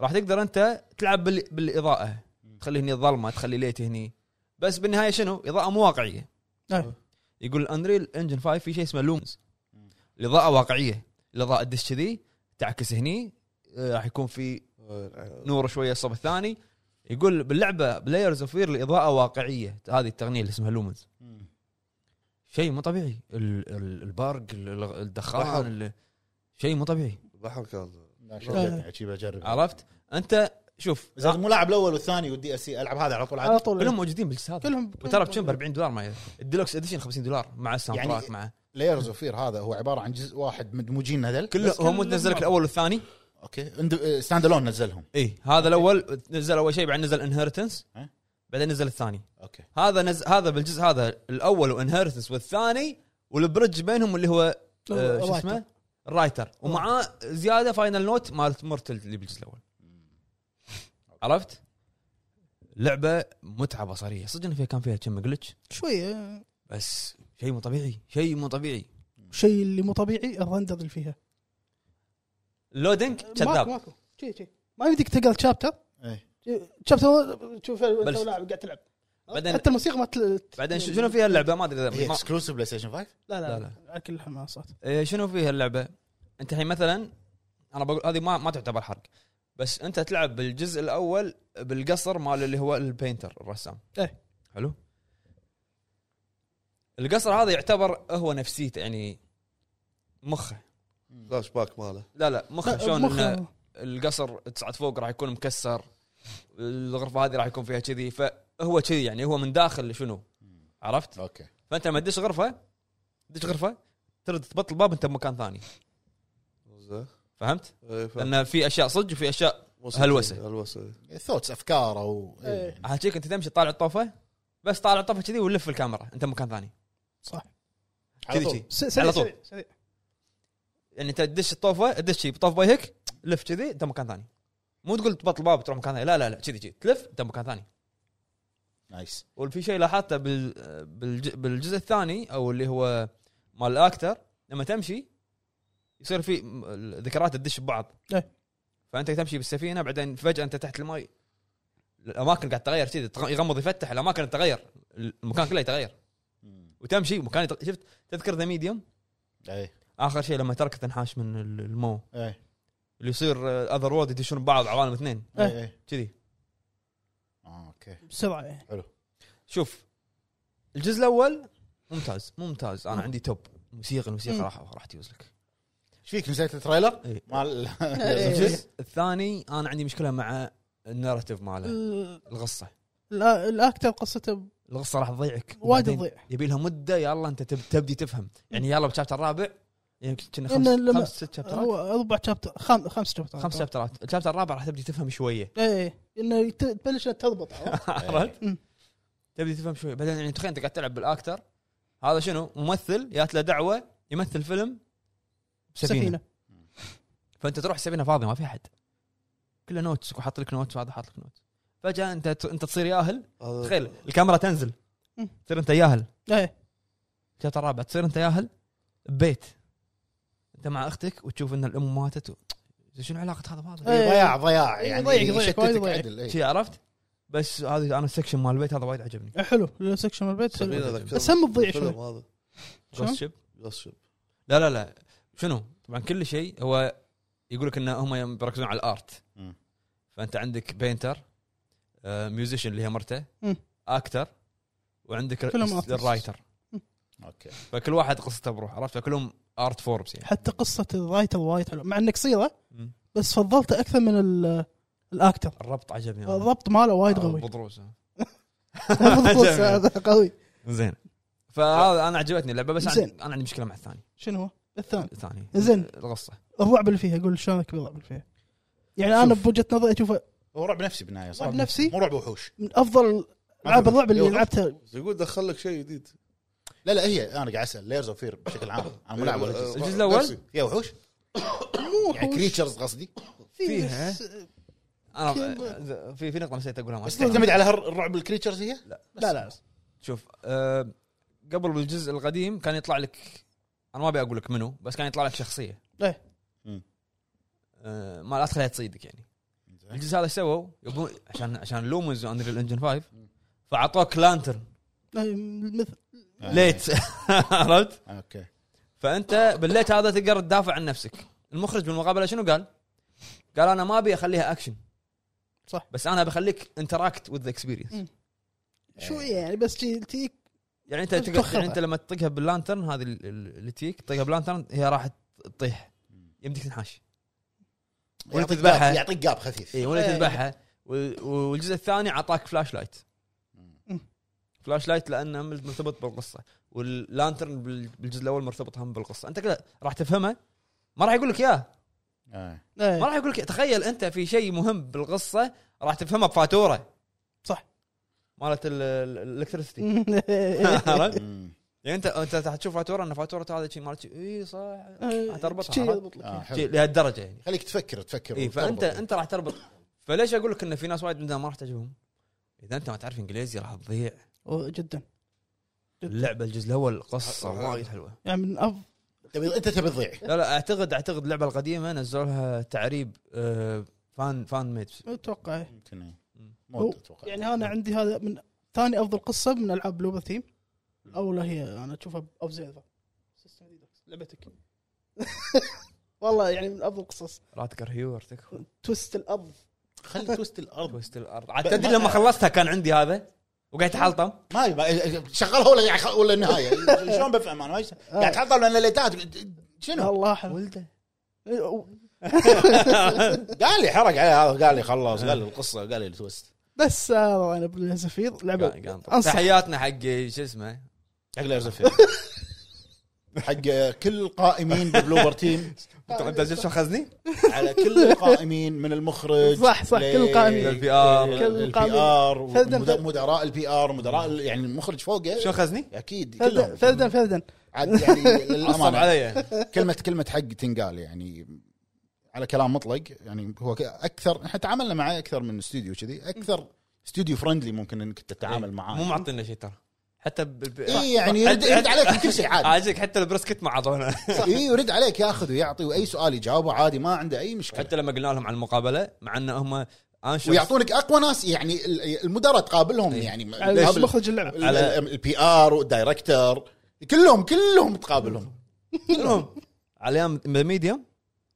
راح تقدر انت تلعب بال... بالاضاءه مم. تخلي هني ظلمه تخلي ليت هني بس بالنهايه شنو؟ اضاءه مو واقعيه أي. يقول انريل انجن 5 في شيء اسمه لومز مم. الاضاءه واقعيه الاضاءه تدش كذي تعكس هني آه، راح يكون في أه. نور شويه الصوب الثاني يقول باللعبه بلايرز اوف فير الاضاءه واقعيه هذه التقنيه اللي اسمها لومنز مم. شيء مو طبيعي ال- ال- البرق ال- بحر. الدخان ال- شيء مو طبيعي بحر كان لا شجعتني عجيب اجرب آه. عرفت انت شوف بس مو لاعب الاول والثاني والدي اس العب هذا على طول على عادي طول كلهم موجودين بالجزء هذا كلهم وترى بكم ب 40 دولار ما الديلوكس اديشن 50 دولار مع الساوند يعني- تراك مع لايرز اوف فير هذا هو عباره عن جزء واحد مدموجين هذول كله بس هم كل نزل لك مرة. الاول والثاني اوكي ستاند الون نزلهم اي إيه، هذا الاول نزل اول شيء بعدين نزل انهيرتنس ها؟ بعدين نزل الثاني اوكي هذا نز... هذا بالجزء هذا الاول وانهيرتنس والثاني والبرج بينهم اللي هو آه، شو اسمه الرايتر ومعاه زياده فاينل نوت مالت مورتل اللي بالجزء الاول عرفت؟ لعبه متعه بصريه صدق إن فيها كان فيها كم جلتش شويه بس شيء مو طبيعي شيء مو طبيعي الشيء اللي مو طبيعي الرندر اللي فيها لودنج ماكو كذاب ماكو شي شي ما يمديك تقرا تشابتر إيه. تشابتر تشوف انت بلش. ولاعب قاعد تلعب بعدين- حتى الموسيقى ما تل... بعدين ش- شنو فيها اللعبه ما ادري هي إذا- ما- اكسكلوسيف بلاي ستيشن 5 لا لا، لا, لا. لا. على كل الحماسات إيه، شنو فيها اللعبه؟ انت الحين مثلا انا بقول هذه ما ما تعتبر حرق بس انت تلعب بالجزء الاول بالقصر مال اللي هو البينتر الرسام. إيه. حلو؟ القصر هذا يعتبر هو نفسيته يعني مخه فلاش باك ماله لا لا مخه شلون مخه- إنه القصر تصعد فوق راح يكون مكسر الغرفه هذه راح يكون فيها كذي فهو كذي يعني هو من داخل شنو؟ عرفت؟ اوكي فانت لما تدش غرفه تدش غرفه ترد تبطل باب انت بمكان ثاني زين فهمت؟ إيه، فاهم. طيب. لان في اشياء صدق وفي اشياء مو هلوسة. صدقني، هلوسه ثوتس افكار او إيه. هالشيك انت تمشي طالع الطوفه بس طالع الطوفه كذي ولف الكاميرا انت مكان ثاني صح على كذي طول. كذي س- سريع على طول. سريع سريع يعني انت تدش الطوفه تدش شي بطوف بايهك لف كذي انت مكان ثاني مو تقول تبطل باب تروح مكان ثاني لا لا لا كذي كذي تلف انت مكان ثاني نايس وفي شيء لاحظته بال... بالج... بالجزء الثاني او اللي هو مال الاكتر لما تمشي يصير في م- الذكريات تدش ببعض إيه. فانت تمشي بالسفينه بعدين فجاه انت تحت الماي الاماكن قاعد تتغير كذي تغ- يغمض يفتح الاماكن تتغير المكان كله يتغير وتمشي مكان يتغ... شفت تذكر ذا ميديوم اي اخر شيء لما ترك تنحاش من ال- المو اي اللي يصير اذر وورد يدشون ببعض عوالم اثنين إيه. اي إي. كذي إيه. آه، اوكي بسرعه يعني شوف الجزء الاول ممتاز ممتاز انا عندي توب موسيقى الموسيقى مم. راح راح تجوز لك ايش فيك نسيت التريلر؟ إيه. مال إيه. الجزء الثاني انا عندي مشكله مع الناراتيف ماله ال- القصه ال- الاكتر قصته القصه راح تضيعك وايد وبعدين تضيع. يبي لها مده يلا انت تب- تبدي تفهم يعني يلا بالشابتر الرابع يعني كنا خمس إن لما- خمس ست شابترات هو اربع شابتر خام خمس إيه، شابترات خمس شابترات الشابتر الرابع راح تبدي تفهم شويه ايه انه يت- تبلش إنها تضبط عرفت؟ عرفت؟ مم. تبي تفهم شوي بعدين يعني تخيل انت قاعد تلعب بالاكتر هذا شنو ممثل جات له دعوه يمثل فيلم سفينه, سفينة. سفينه فانت تروح سفينه فاضيه ما في احد كله نوتس وحاط لك نوتس وهذا حاط لك نوتس فجاه انت انت تصير ياهل تخيل الكاميرا تنزل مم. تصير انت ياهل ايه الشوط الرابع تصير انت ياهل ببيت انت مع اختك وتشوف ان الام ماتت و... شنو علاقه هذا بهذا؟ إيه. ضياع ضياع إيه، يعني ضيق- ضيق، وايد يشتتك ضيق. عدل إيه. شي عرفت؟ بس هذه انا السكشن مال البيت هذا وايد عجبني حلو السكشن مال البيت حلو. سفينه ذكرني بس هم تضيع فيلم شوي هذا شلون؟ Ghost Ship. Ghost Ship. لا لا لا شنو؟ طبعا كل شيء هو يقول لك ان هم بيركزون على الارت مم. فانت عندك بينتر آه، ميوزيشن اللي هي مرته مم. اكتر وعندك فيلم artist. الرايتر اوكي فكل واحد قصته بروح عرفت فكلهم ارت فورمز يعني حتى قصه الرايتر وايد حلو مع انه قصيره مم. بس فضلته اكثر من ال- الاكتر الربط عجبني أنا. الضبط ماله وايد آه، قوي بضروس الضبط جميل. هذا قوي زين فهذا انا عجبتني اللعبه بس عندي زين. انا عندي مشكله مع الثاني شنو هو؟ الثاني الثاني زين. القصه الرعب اللي فيها قول شلونك بالرعب اللي فيها يعني انا شوف. بوجهه نظري اشوفه هو رعب نفسي بالنهايه صح رعب نفسي مو رعب وحوش من افضل العاب الرعب اللي أيوة، يوم. يعني لعبتها يقول دخل لك شيء جديد لا لا هي انا قاعد اسال ليرز اوف فير بشكل عام انا مو لاعب ولا جزء. الجزء الأول؟ أه، نفسي. فيها وحوش مو يعني وحوش. كريتشرز قصدي فيها. بس- انا كم- في في نقطه نسيت اقولها ما بس أدري. تعتمد على هر- الرعب الكريتشرز هي؟ لا لا شوف آه، قبل بالجزء القديم كان يطلع لك انا ما ابي اقول لك منو بس كان يطلع لك شخصيه إيه. مم. آه، ما لا تخليها تصيدك يعني الجزء هذا ايش سووا؟ يبون عشان عشان لومز انريل انجن 5 فاعطوك لانترن لا، مثل آه. ليت عرفت؟ اوكي فانت بالليت هذا تقدر تدافع عن نفسك المخرج بالمقابله شنو قال قال انا ما ابي اخليها اكشن صح. بس انا بخليك انتراكت وذ اكسبيرينس مم. إيه. شويه يعني بس شي تجيك يعني انت تقدر تخربها. يعني انت لما تطقها باللانترن هذه ال- ال- اللي تيك تطقها باللانترن هي راح تطيح يمديك تنحاش ولا يعطيك تذبحها. قاب- يعطيك قاب خفيف اي ولا إيه. تذبحها يعني وال- والجزء الثاني اعطاك فلاش لايت مم. فلاش لايت لانه مرتبط بالقصه واللانترن بال- بالجزء الاول مرتبط هم بالقصه انت كذا راح تفهمه ما راح يقول لك اياه آه. ما إيه. راح يقول لك تخيل انت في شيء مهم بالقصه راح تفهمه بفاتوره صح. إيه. مالت الالكتريسيتي عرفت؟ مم. يعني انت انت راح تشوف فاتوره ان فاتوره هذا شيء مالت شي- اي صح هتربطها، شي عرفت؟ يربط لك. آه، حلو شي لهالدرجه يعني خليك تفكر تفكر إيه، اي فانت وتربط. انت إيه، راح تربط يعني. فليش اقول لك ان في ناس وايد منها ما راح تعجبهم؟ اذا انت ما تعرف انجليزي راح تضيع أوه، جدا اللعبه الجزء الاول قصه آه. وايد حلوه يعني من افضل تبي انت تبي تضيع لا لا اعتقد اعتقد اللعبه القديمه نزلوا لها تعريب آه، فان فان ميد اتوقع إيه. يمكن إيه. مم. مو هو- اتوقع يعني انا عندي هذا من ثاني افضل قصه من العاب لوبا ثيم الاولى هي انا اشوفها اوف زيرفا لعبتك والله يعني من افضل القصص راتكر هيور تكفى توست الارض خلي توست الارض وسط الارض عاد تدري لما خلصتها كان عندي هذا وقعدت حلطم ما يبا- شغلها ولا يعني خ- ولا النهايه شلون بفهم انا ما يس- آه. قاعد تحضر لان ليتات شنو الله حلو ولده قال لي حرق عليه هذا قال لي خلص آه. قال لي القصه قال لي التوست بس آه، انا بالزفير لعبه قا- قا- انصح تحياتنا حق شو اسمه حق ليرز اوف حق كل القائمين ببلوبر تيم انت انت شفت شو اخذني؟ على كل القائمين من المخرج صح، صح، كل القائمين. للبي آر. كل كل البي القائمين. ار فلدن- ومدراء البي ار ومدراء ال- يعني المخرج فوقه شو اخذني؟ اكيد فلدن كلهم فلدن فلدن عاد يعني عصب للامانه علي كلمه كلمه حق تنقال يعني على كلام مطلق يعني هو ك- اكثر احنا تعاملنا معاه اكثر من استوديو كذي اكثر استوديو فرندلي ممكن انك تتعامل إيه. مو معاه معطينا شيء ترى حتى ب... ب... اي يعني يرد, يرد عليك كل شيء عادي عاجبك حتى البرسكت ما عطونا اي يرد عليك ياخذ ويعطي واي سؤال يجاوبه عادي ما عنده اي مشكله حتى لما قلنا لهم عن المقابله مع ان هم انشر ويعطونك اقوى ناس يعني ال- المدراء تقابلهم يعني على قبل- مخرج اللعبه على- على البي ار والدايركتر كلهم كلهم تقابلهم كلهم على ايام ميديوم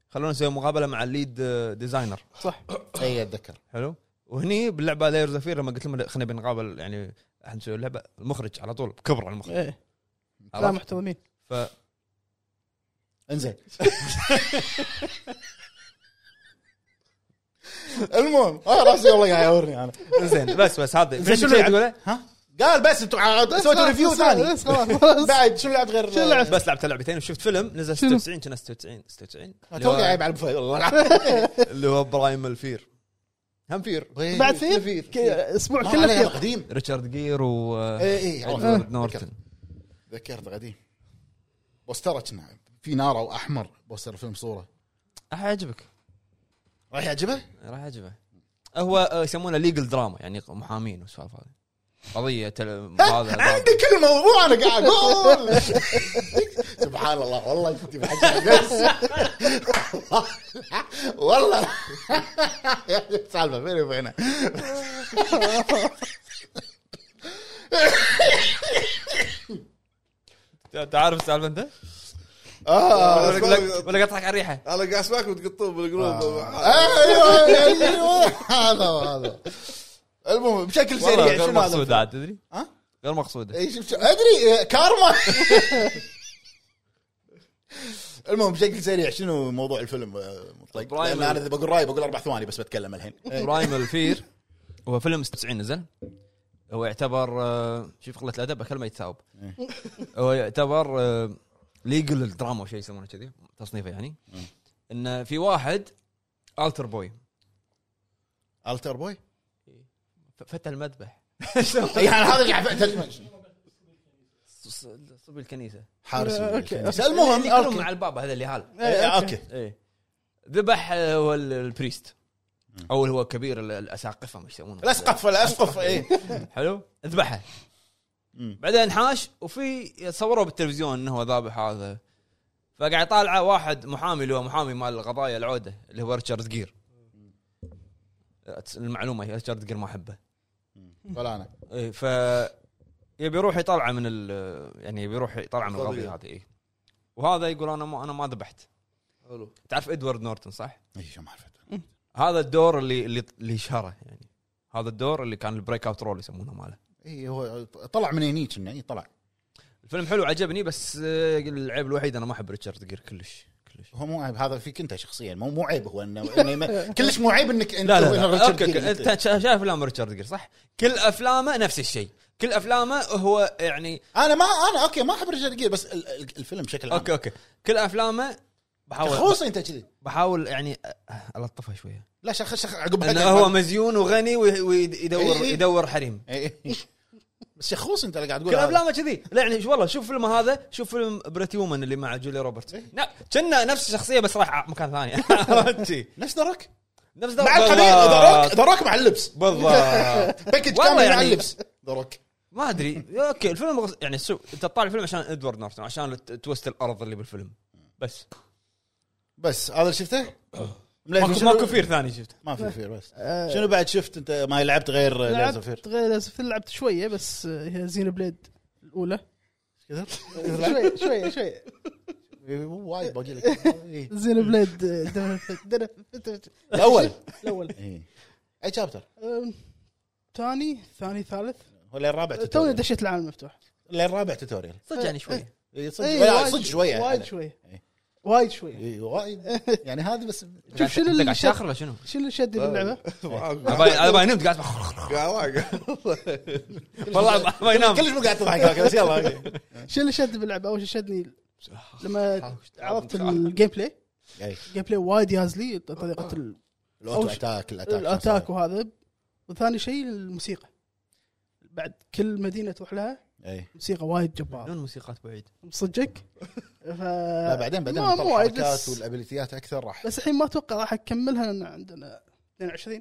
خلونا نسوي مقابله مع الليد آه، ديزاينر صح اي اتذكر حلو وهني باللعبه لاير زفير لما قلت لهم لا، خلينا بنقابل يعني احنا نسوي اللعبه المخرج على طول كبر على المخرج إيه. لا عرفت؟ محترمين ف انزين المهم اه راسي والله قاعد يعورني انا زين بس بس هذا زين، شنو شنو تقوله؟ ها قال بس آه، انتم عاد سويتوا ريفيو بس- ثاني بس خلاص خلاص. بعد شنو لعبت غير شنو لعبت؟ بس لعبت لعبتين وشفت فيلم نزل شنو؟ 96 كنا 96 96 اللي اتوقع هو- عيب على ابو فهد والله العظيم. اللي هو برايم الفير هم فير بعد فيه؟ ثير ك- اسبوع ما كله عليه، ثير قديم ريتشارد جير و اي اي آه. عرفت. نورتن إيه، يعني ذكرت قديم بوستره كنا في نار او احمر بوستر فيلم صوره راح يعجبك راح يعجبه؟ راح يعجبه هو آه، يسمونه ليجل دراما يعني محامين والسوالف هذه قضيه تل... إيه، هذا عندي كلمه وانا قاعد اقول سبحان الله والله جبتي بحجم نفسي. والله سالفه بيني وبينه تعرف السالفه أه، انت؟ آه، أنا ولا قاعد- ولا قاعد اضحك على الريحه انا قاعد اسمعك وتقطون بالقلوب ايوه ايوه هذا هو، هذا هو. المهم بشكل والله سريع غير شنو هذا مقصوده عاد تدري؟ ها؟ إيه. غير مقصوده اي شفت ادري آه، كارما المهم بشكل سريع شنو موضوع الفيلم آه، مطلق برايم لان انا اذا بقول رايي بقول اربع ثواني بس بتكلم الحين برايمال فير هو فيلم 96 نزل هو يعتبر آه، شوف قله الادب اكلمه يتثاوب إيه. هو يعتبر آه، ليجل دراما وشيء يسمونه كذي تصنيفه يعني إيه. انه في واحد التر بوي التر بوي ف- فتى المذبح يعني هذا قاعد ترجمه ص- صبي الكنيسه حارس آه، أوكي. الكنيسة. اللي المهم يكلم أوكي. مع البابا هذا اللي هال آه، إيه، اوكي ايه ذبح آه، هو ال- البريست او اللي هو كبير ال- الاساقفه ما يسمونه الاسقف الاسقف اي حلو ذبحه بعدين حاش وفي صوروا بالتلفزيون انه هو ذابح هذا فقاعد طالعه واحد محامي اللي هو محامي مال القضايا العوده اللي هو ريتشارد جير المعلومه هي ريتشارد جير ما احبه ولا انا إيه، ف يبي يروح يطلعه من ال يعني يبي يروح يطلعه من القضيه القضية. هذه إيه. وهذا يقول انا ما انا ما ذبحت حلو تعرف ادوارد نورتون صح؟ اي شو ما عرفت هذا الدور اللي اللي اللي شهره يعني هذا الدور اللي كان البريك اوت رول يسمونه ماله اي إيه، هو طلع من هني كنا اي طلع الفيلم حلو عجبني بس آه، العيب الوحيد انا ما احب ريتشارد جير كلش كلش هو مو عيب هذا فيك انت شخصيا مو مو عيب هو انه إنه ما- كلش مو عيب انك انت لا لا, لا. ريتشارد اوكي جير أوكي. أنت. انت شا- شايف افلام ريتشارد جير صح؟ كل افلامه نفس الشيء كل افلامه هو يعني انا ما انا اوكي ما احب ريتشارد جير بس ال- ال- الفيلم بشكل عام اوكي اوكي كل افلامه بحاول شخوص انت كذي بحاول يعني آه، الطفها شويه لا شخ شخ عقب انه هو مزيون وغني وي- ويدور إي إي. يدور حريم إي، إي. إيه، بس شخوص انت اللي قاعد تقول كل هذا. افلامه كذي لا يعني شو- والله شوف فيلم هذا شوف فيلم بريت هيومن اللي مع جولي روبرتس لا كنا نفس الشخصيه بس راح ع- مكان ثاني عرفت شي؟ نفس دراك نفس مع القبيل دراك بالضبط. دراك مع اللبس بالضبط باكج والله كامل مع يعني- اللبس دراك ما ادري اوكي الفيلم غص... يعني سو... انت تطالع الفيلم عشان ادوارد نورتون عشان الت- توست الارض اللي بالفيلم بس بس هذا اللي شفته؟ إيه، ماكو ماكو فير ثاني شفته ما في فير بس آه، شنو بعد شفت انت ما لعبت غير ليزر فير لعبت غير لازم فير لعبت شويه بس آه، هي زين بليد الاولى كذا؟ إيه، شويه شويه شويه مو وايد باقي لك إيه. إي. زين بليد آه، دنا- دنا- دنا- الاول الاول إي. اي شابتر آم، ثاني ثاني ثالث ولا الرابع توني توتوريال دشيت العالم المفتوح ولا الرابع توتوريال صدق يعني شويه إي، إيه، صدق إي، ولا- إيه، وايد- صدق شويه وايد يعني. شويه إي. وايد شويه إي، وايد يعني هذه بس شوف شنو أنت اللي قاعد شد تاخر ولا شنو؟ شنو اللي شد باللعبه؟ أنا باين- انا باين نمت قاعد والله باين كلش نام مو قاعد تضحك لكن بس يلا أوكي. شنو اللي شد باللعبه؟ اول شيء شدني لما عرفت الجيم بلاي إي. الجيم بلاي وايد يهز لي طريقه ال- الاوتو أوش- اتاك الاتاك الاتاك وهذا وثاني شيء الموسيقى بعد كل مدينه تروح لها اي موسيقى وايد شلون جباره موسيقات بعيد مصدقك ف لا بعدين بعدين ما- مو طلع وايد الحركات بس, والابيليتيات اكثر راح بس الحين ما اتوقع راح اكملها لان عندنا 22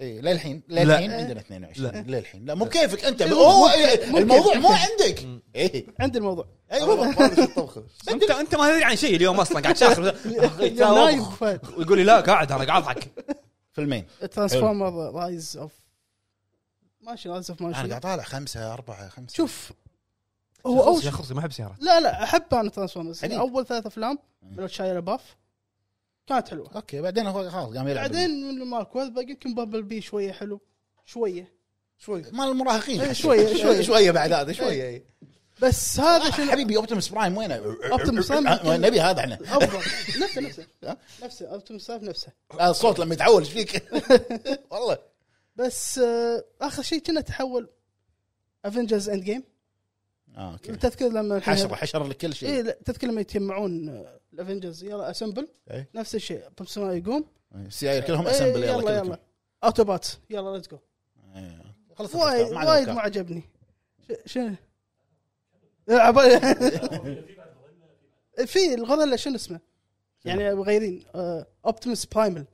اي إيه، للحين للحين لا. إيه، عندنا 22 لا. للحين لا مو بكيفك انت مو- هو مو كيف- مو آه. الموضوع كيف. مو عندك إيه. اي عند الموضوع اي بالضبط انت انت ما تدري عن شيء اليوم اصلا قاعد تاخر نايم فهد. ويقول لي لا قاعد انا قاعد اضحك فيلمين ترانسفورمر رايز اوف ماشي رايز اوف انا قاعد ماشي طالع خمسه اربعه خمسه شوف هو اول شخصي- شيء شخصي ما احب سيارات لا لا احب انا ترانسفورمرز عجيب. اول ثلاث افلام من شايله باف كانت حلوه اوكي بعدين هو خلاص قام يلعب بعدين من ماكو هذا باقي يمكن بابل بي شويه حلو شويه شوي مال المراهقين إيه، شوية- شوية. شويه بعد هذا شويه إي. بس هذا آه، شنو حبيبي اوبتيمس برايم وينه؟ Optimus Prime آه، يمكن- نبي هذا احنا افضل نفسه نفسه ها؟ نفسه اوبتيمس سايف نفسه آه، الصوت لما يتعول ايش فيك؟ والله بس آه، اخر شيء كنا تحول افنجرز اند جيم اه اوكي تذكر لما حشر حشر لك كل اي شيء لا تذكر لما يتجمعون آه، الافنجرز يلا اسمبل إيه. نفس الشيء بوب سمايل يقوم السيايير كلهم إيه، اسمبل يلا كلكم. يلا اوتوبات يلا ليتس جو إيه. خلص وايد ما عليه وايد أفكار. ما عجبني ش- شنو؟ إيه، عبالي في الغوريلا شنو اسمه؟ يعني مغيرين اوبتيمس برايمل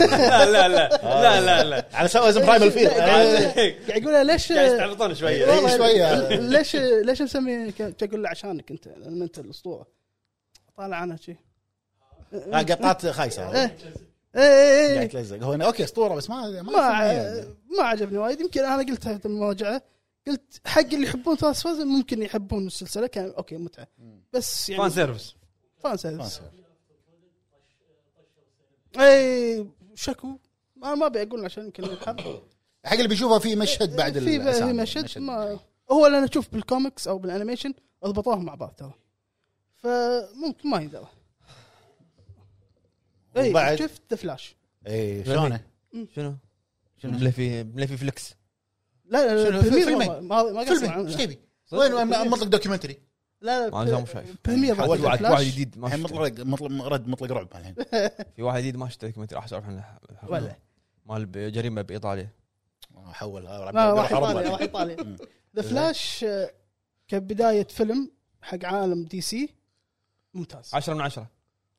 لا لا لا لا لا لا على سوى اسم برايمال فيل إيه. قاعد قاعد يقولها ليش يستعبطون شويه والله إيه، شوية. ليش ليش مسمي كنت اقول له عشانك انت لان انت الاسطوره طالع انا شي آه، قطات خايسه ايه ايه قاعد ايه تلزق هو أنا- اوكي اسطوره بس ما ما ما يسميها. ع- ما عجبني وايد يمكن انا قلتها في المراجعه قلت حق اللي يحبون فاست فاز ممكن يحبون السلسله كان اوكي متعه بس يعني فان سيرفس فان ما سيرفس يصير. اي إيه، شكو ما ما ابي اقول عشان يمكن الحرب حق اللي بيشوفه في مشهد بعد إيه، في بقى- في الأسامي. مشهد ما هو اللي انا اشوف بالكوميكس او بالانيميشن اضبطوهم مع بعض ترى فممكن ما يندرى اي وبعد؟ شفت ذا فلاش اي شلونه؟ شنو؟ شنو؟ ملفي ملفي فليكس لا لا شنو؟ لا بريمير فيلمين. ما ما ما قصر فيلم عنه. ايش تبي؟ صدق؟ وين وين مطلق دوكيومنتري لا ما أنا لا مو شايف بريمير حاولت ما واحد واحد فلاش جديد ما الحين شفته. مطلق مطلق رد مطلق رعب الحين في واحد جديد ما شفته دوكيومنتري راح اسولف عنه ولا مال ب- جريمه بايطاليا آه، حول آه، لا بيروح راح أوروبا. ايطاليا راح ايطاليا ذا فلاش آه، كبدايه فيلم حق عالم دي سي ممتاز 10 من 10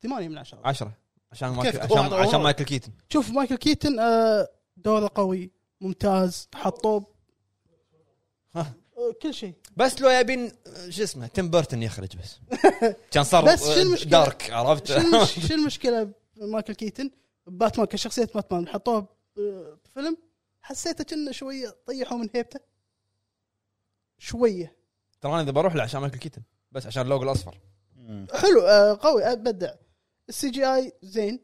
ثمانية من عشرة 10 عشان مايكل كيف؟ عشان, واحد- واحد. عشان مايكل كيتن شوف مايكل كيتن آه، دوره قوي ممتاز حطوه ب- ها. آه، كل شيء بس لو يبين شو اسمه تيم بيرتون يخرج بس كان صار بس شو المشكلة؟ دارك عرفت شو المش- شو المشكله بمايكل كيتن باتمان كشخصيه باتمان حطوه ب- بفيلم حسيته كأنه شويه طيحوا من هيبته شويه ترى انا اذا بروح له عشان مايكل كيتن بس عشان اللوجو الاصفر مم. حلو آه، قوي ابدع السي جي اي زين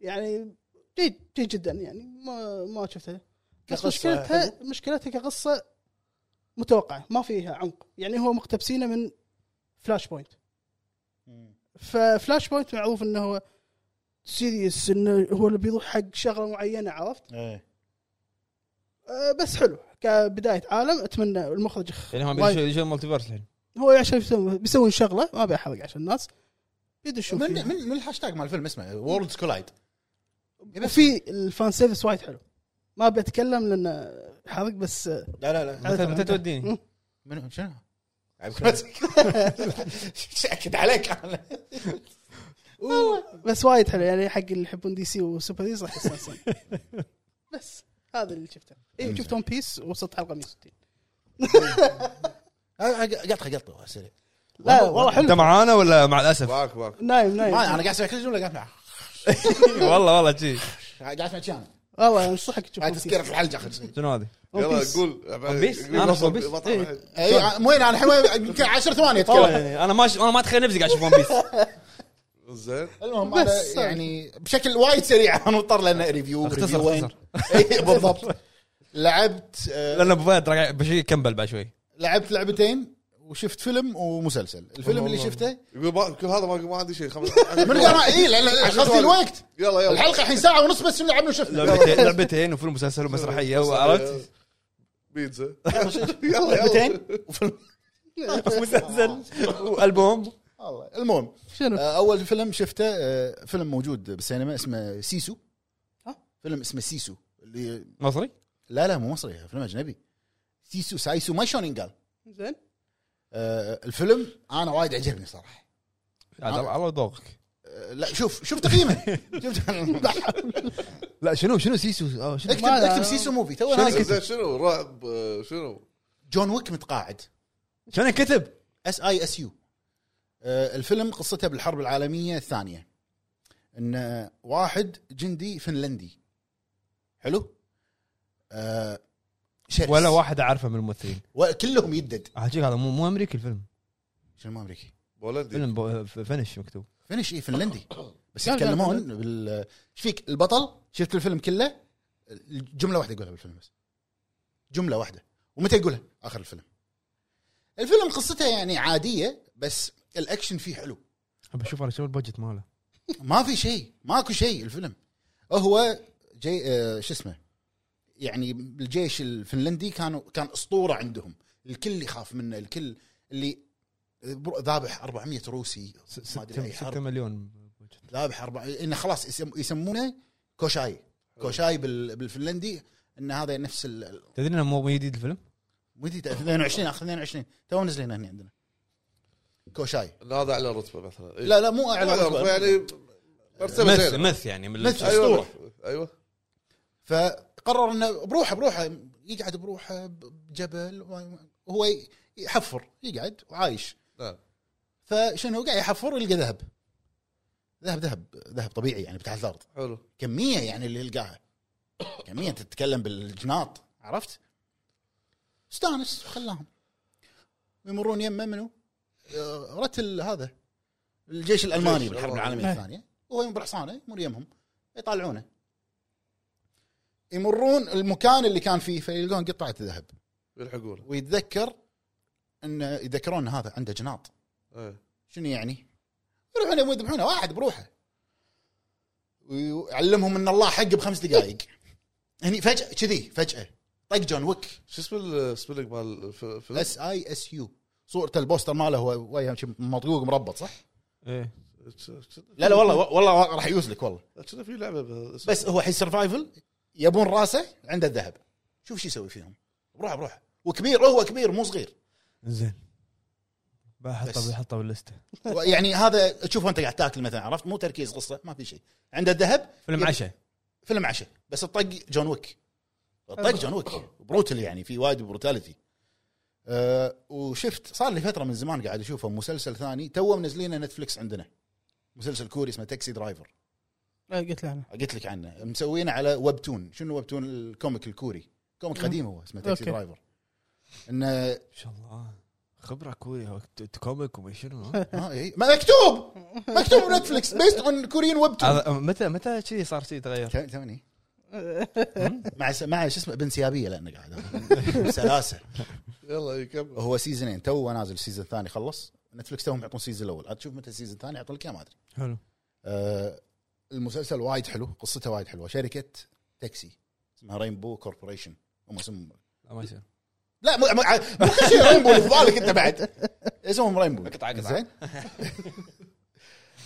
يعني جيد جيد جدا يعني ما ما شفته بس كقصة مشكلتها مشكلتها كقصه متوقعه ما فيها عمق يعني هو مقتبسينه من فلاش بوينت ففلاش بوينت معروف انه هو سيريس انه هو اللي بيروح حق شغله معينه عرفت إيه. أه بس حلو كبدايه عالم اتمنى المخرج يخ- يعني هم وايد- يجون المالتيفيرس الحين هو عشان يسوون- بيسوون شغله ما بحرق عشان الناس يدشون من فيها من من الهاشتاج مال الفيلم اسمه وورلد كولايد وفي الفان سيرفيس وايد حلو ما بتكلم لان حرق بس آه، لا لا لا متى عرفت- متى توديني؟ منو شنو؟ عيب كلمتك. شاكد عليك انا بس وايد حلو يعني حق اللي يحبون دي سي وسوبر هيروز راح يستانسون بس هذا اللي شفته اي شفت ون بيس وصلت حلقه 160 أنا قطعه قطه سريع لا والله حلو انت معانا ولا مع الاسف؟ معك معك نايم ما انا نايم قاعد اسوي كل جمله قاعد اسمع والله والله شي قاعد اسمع شيء والله انصحك تشوف انا One Piece. تذكره في الحلقه اخر شيء شنو هذه؟ يلا One Piece. قول بيس؟ قول أنا بطل- بيس؟ بطل إيه. الحين. اي آه، وين انا الحين يمكن 10 ثواني اتكلم انا ما ش- انا ما اتخيل نفسي قاعد اشوف ون بيس زين المهم بس. انا يعني بشكل وايد سريع انا مضطر لان ريفيو اختصر، ريفيوين. اختصر. إي، إيه، بالضبط لعبت آه، لان ابو فهد ترى قاعد- بشي كمبل بعد شوي لعبت لعبتين وشفت فيلم ومسلسل الفيلم اللي والله. شفته يقول ما- كل هذا ما ما عندي شيء خمس من إيه، قبل اي لان عشان قصدي سؤال. الوقت يلا يلا الحلقه الحين ساعه ونص بس لعبنا وشفنا لعبتين لعبتين وفيلم مسلسل ومسرحيه وعرفت بيتزا يلا يلا لعبتين وفيلم مسلسل والبوم والله المهم شنو؟ آه، اول فيلم شفته آه، فيلم موجود بالسينما اسمه سيسو ها؟ فيلم اسمه سيسو اللي مصري؟ لا لا مو مصري فيلم اجنبي سيسو سايسو ما شلون ينقال زين آه، الفيلم انا وايد عجبني صراحه عاد الله الله ذوقك آه، لا شوف شوف تقييمه شوف لا شنو شنو سيسو آه، شنو اكتب اكتب سيسو موفي تو نازل. زين شنو رعب آه، شنو جون ويك متقاعد شنو كتب؟ اس اي اس يو آه، الفيلم قصته بالحرب العالميه الثانيه ان آه، واحد جندي فنلندي حلو آه، شرس ولا واحد اعرفه من الممثلين و- كلهم يدد احكيك هذا مو مو امريكي الفيلم شنو ما امريكي بولندي فيلم بو- ف- فنش مكتوب فينش اي إيه، فنلندي بس لا، لا، يتكلمون بال ايش فيك البطل شفت الفيلم كله جمله واحده يقولها بالفيلم بس جمله واحده ومتى يقولها اخر الفيلم الفيلم قصته يعني عاديه بس الاكشن فيه حلو ابى اشوف انا شنو البادجت ماله ما في شيء ماكو شيء الفيلم هو جي آه، شو اسمه يعني الجيش الفنلندي كانوا كان اسطوره عندهم الكل يخاف منه الكل اللي بر- ذابح 400 روسي س- ما أدري أي ستة حرب. ستة مليون budget. ذابح أربعة إنه خلاص يسم... يسمونه كوشاي كوشاي بال- بالفنلندي ان هذا نفس ال- تدري انه مو مو جديد الفيلم؟ مدي 22 اخر 22 تو نزلين هنا عندنا كوشاي إن هذا على رتبه مثلا إيه. لا لا مو اعلى على رتبه رتبة. يعني مرتبه مث زينه مث يعني من مث. ال- ايوه أسطورة. ايوه فقرر انه بروحه بروحه يقعد بروحه بجبل هو يحفر يقعد وعايش نعم فشنو قاعد يحفر يلقى ذهب ذهب ذهب ذهب طبيعي يعني بتاع الارض حلو كميه يعني اللي يلقاها كميه تتكلم بالجناط عرفت؟ استانس خلاهم يمرون يمه منو؟ آه، رتل هذا الجيش الالماني الجيش بالحرب الألماني. العالميه أي. الثانيه وهو يمر حصانه يمر يمهم يطالعونه يمرون المكان اللي كان فيه فيلقون قطعه ذهب يلحقونه ويتذكر انه يذكرون إن هذا عنده جناط إيه. شنو يعني؟ يروحون يذبحونه واحد بروحه ويعلمهم ان الله حق بخمس دقائق هني فجاه كذي فجاه طق جون ويك شو اسم السبيلنج مال الفيلم؟ اس اي اس يو صورة البوستر ماله هو وياه شي مطقوق مربط صح؟ إيه. لا لا والله والله راح يوز لك والله كنا في لعبه بهذا بس هو حي سرفايفل يبون راسه عنده الذهب شوف شو يسوي فيهم بروح بروح وكبير هو كبير مو صغير زين بحطه بس. بحطه باللسته يعني هذا تشوفه انت قاعد تاكل مثلا عرفت مو تركيز قصه ما في شيء عنده الذهب فيلم يب- عشاء فيلم عشاء بس الطق جون ويك الطق جون ويك بروتل يعني في وايد بروتاليتي أه وشفت صار لي فتره من زمان قاعد اشوفه مسلسل ثاني تو منزلينه نتفلكس عندنا مسلسل كوري اسمه تاكسي درايفر لا قلت له انا قلت لك عنه مسوينه على ويبتون شنو ويبتون الكوميك الكوري كوميك قديم هو اسمه تاكسي أوكي. درايفر انه ما شاء الله خبره كوري كوميك وما شنو ما إيه، ما مكتوب مكتوب نتفلكس بيست اون كوريين ويبتون هذا متى متى كذي صار كذي تغير توني مع س- مع شو اسمه بن سيابيه لانه قاعد سلاسه يلا إيه، يكمل هو سيزونين تو نازل السيزون الثاني خلص نتفلكس توهم يعطون السيزون الاول عاد تشوف متى السيزون الثاني يعطون لك إياه ما ادري حلو أه المسلسل وايد حلو قصته وايد حلوه شركه تاكسي اسمها رينبو كوربوريشن هم اسمهم لا ما يصير لا مو مو مو كل شيء رينبو اللي في بالك انت بعد اسمهم رينبو قطعة- قطعة. زين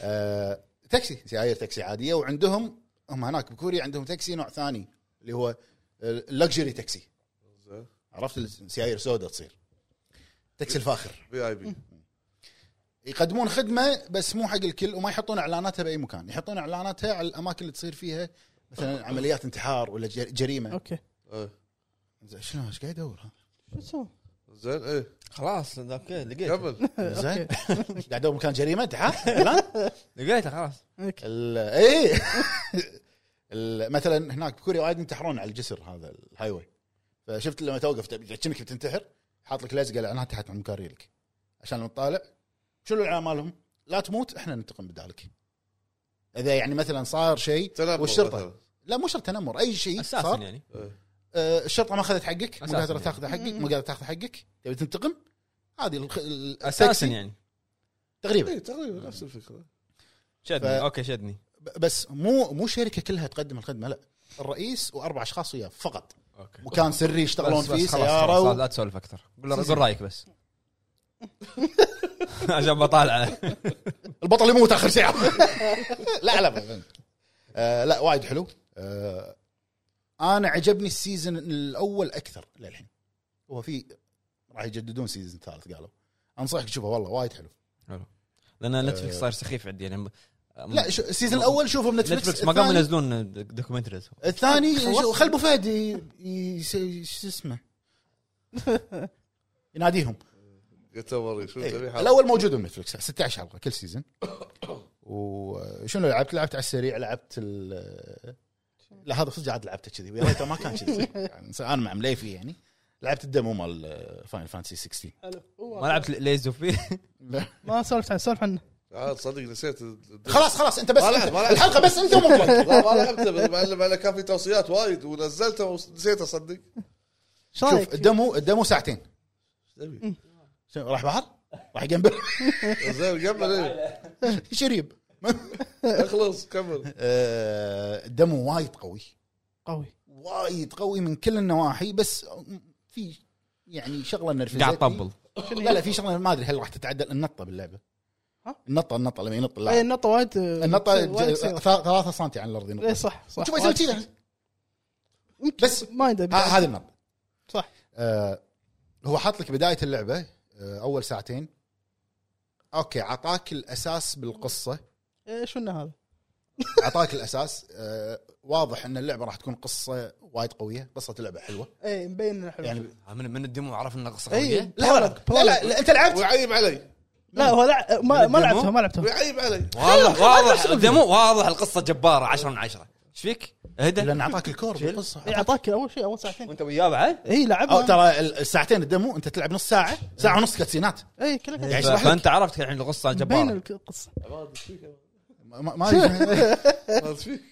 أه تاكسي سيايير تاكسي عاديه وعندهم هم هناك بكوريا عندهم تاكسي نوع ثاني اللي هو اللكجري تاكسي زين عرفت السيايير سوداء تصير تاكسي الفاخر في اي بي يقدمون خدمه بس مو حق الكل وما يحطون اعلاناتها باي مكان، يحطون اعلاناتها على الاماكن اللي تصير فيها مثلا عمليات انتحار ولا جر- جريمه. اوكي إيه. زين، شنو ايش قاعد ادور ها؟ شو تسوي؟ زين ايه خلاص اوكي إيه. لقيت كمل زين قاعد ادور مكان جريمه انتحار اعلان؟ لقيته خلاص اوكي ال- اي ال- مثلا هناك بكوريا وايد ينتحرون على الجسر هذا الهاي واي فشفت لما توقف تبي- كأنك بتنتحر حاط لك لزقه الاعلانات تحت على مكاريلك عشان لما تطالع شنو الاعلان مالهم؟ لا تموت احنا ننتقم بدالك. اذا يعني مثلا صار شيء تنمر والشرطه مثلاً. لا مو شرط تنمر اي شيء اساسا صار يعني إيه. آه، الشرطه ما اخذت حقك مو أساساً قادره يعني. تاخذ حقك مو قادره تاخذ حقك تبي تنتقم هذه الخ- ال- اساسا التاكسي يعني تقريبا ايه تقريبا نفس الفكره شدني ف- اوكي شدني ب- بس مو مو شركه كلها تقدم الخدمه لا الرئيس واربع اشخاص وياه فقط اوكي مكان سري يشتغلون بس- بس فيه خلاص- سياره خلاص و... لا تسولف اكثر قول قول رايك بس عشان بطالع البطل يموت اخر شيء لا لا آه لا وايد حلو آه انا عجبني السيزون الاول اكثر للحين هو في راح يجددون سيزون ثالث قالوا انصحك تشوفه والله وايد حلو لان نتفلكس صار سخيف عندي يعني لا شو السيزون الاول شوفه بنتفلكس نتفلكس ما قاموا ينزلون دوكيومنتريز الثاني شو- خل ابو فهد ي- ي- ي- شو اسمه يناديهم قلت له وري شو إيه. تبي حاضر. الاول موجود بنتفلكس 16 حلقه كل سيزون وشنو لعبت؟ لعبت على السريع لعبت ال لا هذا صدق عاد لعبته كذي ويا ريته ما كان كذي يعني انا مع مليفي يعني لعبت الدمو مال فاينل فانتسي 16 ما لعبت ليز اوف لا. ما سولفت عنه سولف عنه عاد صدق نسيت ال- خلاص خلاص انت بس ما لعبت- ما لعبت. الحلقه بس انت ومطلق لا ما لعبته بس مع إنه- مع إنه كان في توصيات وايد ونزلته ونسيته صدق ايش رايك؟ شوف الدمو الدمو ساعتين شنو، راح بحر؟ راح جنب زين كمل إيه. شريب اخلص كمل آه، الدمو وايد قوي قوي وايد قوي من كل النواحي بس في يعني شغله نرفزتني قاعد طبل لا لا في شغله ما ادري هل راح تتعدل النطه باللعبه ها؟ النطه النطه لما ينط اي اللاعب النطه إيه، وايد النطه وايد إيه. ج- تصير. ثلاثة سم عن الارض اي ينط صح صح شوف يسوي كذا يمكن بس- ما يندري ه- هذا النط صح آه، هو حاط لك بدايه اللعبه آه، اول ساعتين اوكي عطاك الاساس بالقصه إيه، شو انه هذا اعطاك الاساس آه، واضح ان اللعبه راح تكون قصه وايد قويه قصه اللعبه حلوه اي مبين انه حلو يعني إيه، من من الديمو عرف انه قصه اي قويه إيه، لا لا, لا, لا, لا انت لعبت ويعيب علي لا هو لا ما, ما الديمو؟ لعبتها ما لعبتها ويعيب علي واضح واضح الديمو واضح القصه جباره 10 من 10 ايش فيك؟ اهدى لان اعطاك الكور بالقصه إيه، اعطاك اول شيء اول ساعتين إيه، وانت وياه بعد اي أو لعبها ترى ال- الساعتين الدمو انت تلعب نص ساعه ساعه ونص كاتسينات اي كله كله. يعني ف- اشرح لك فانت عرفت الحين القصه مبين جباره القصه ما ما أدري. ايش فيك؟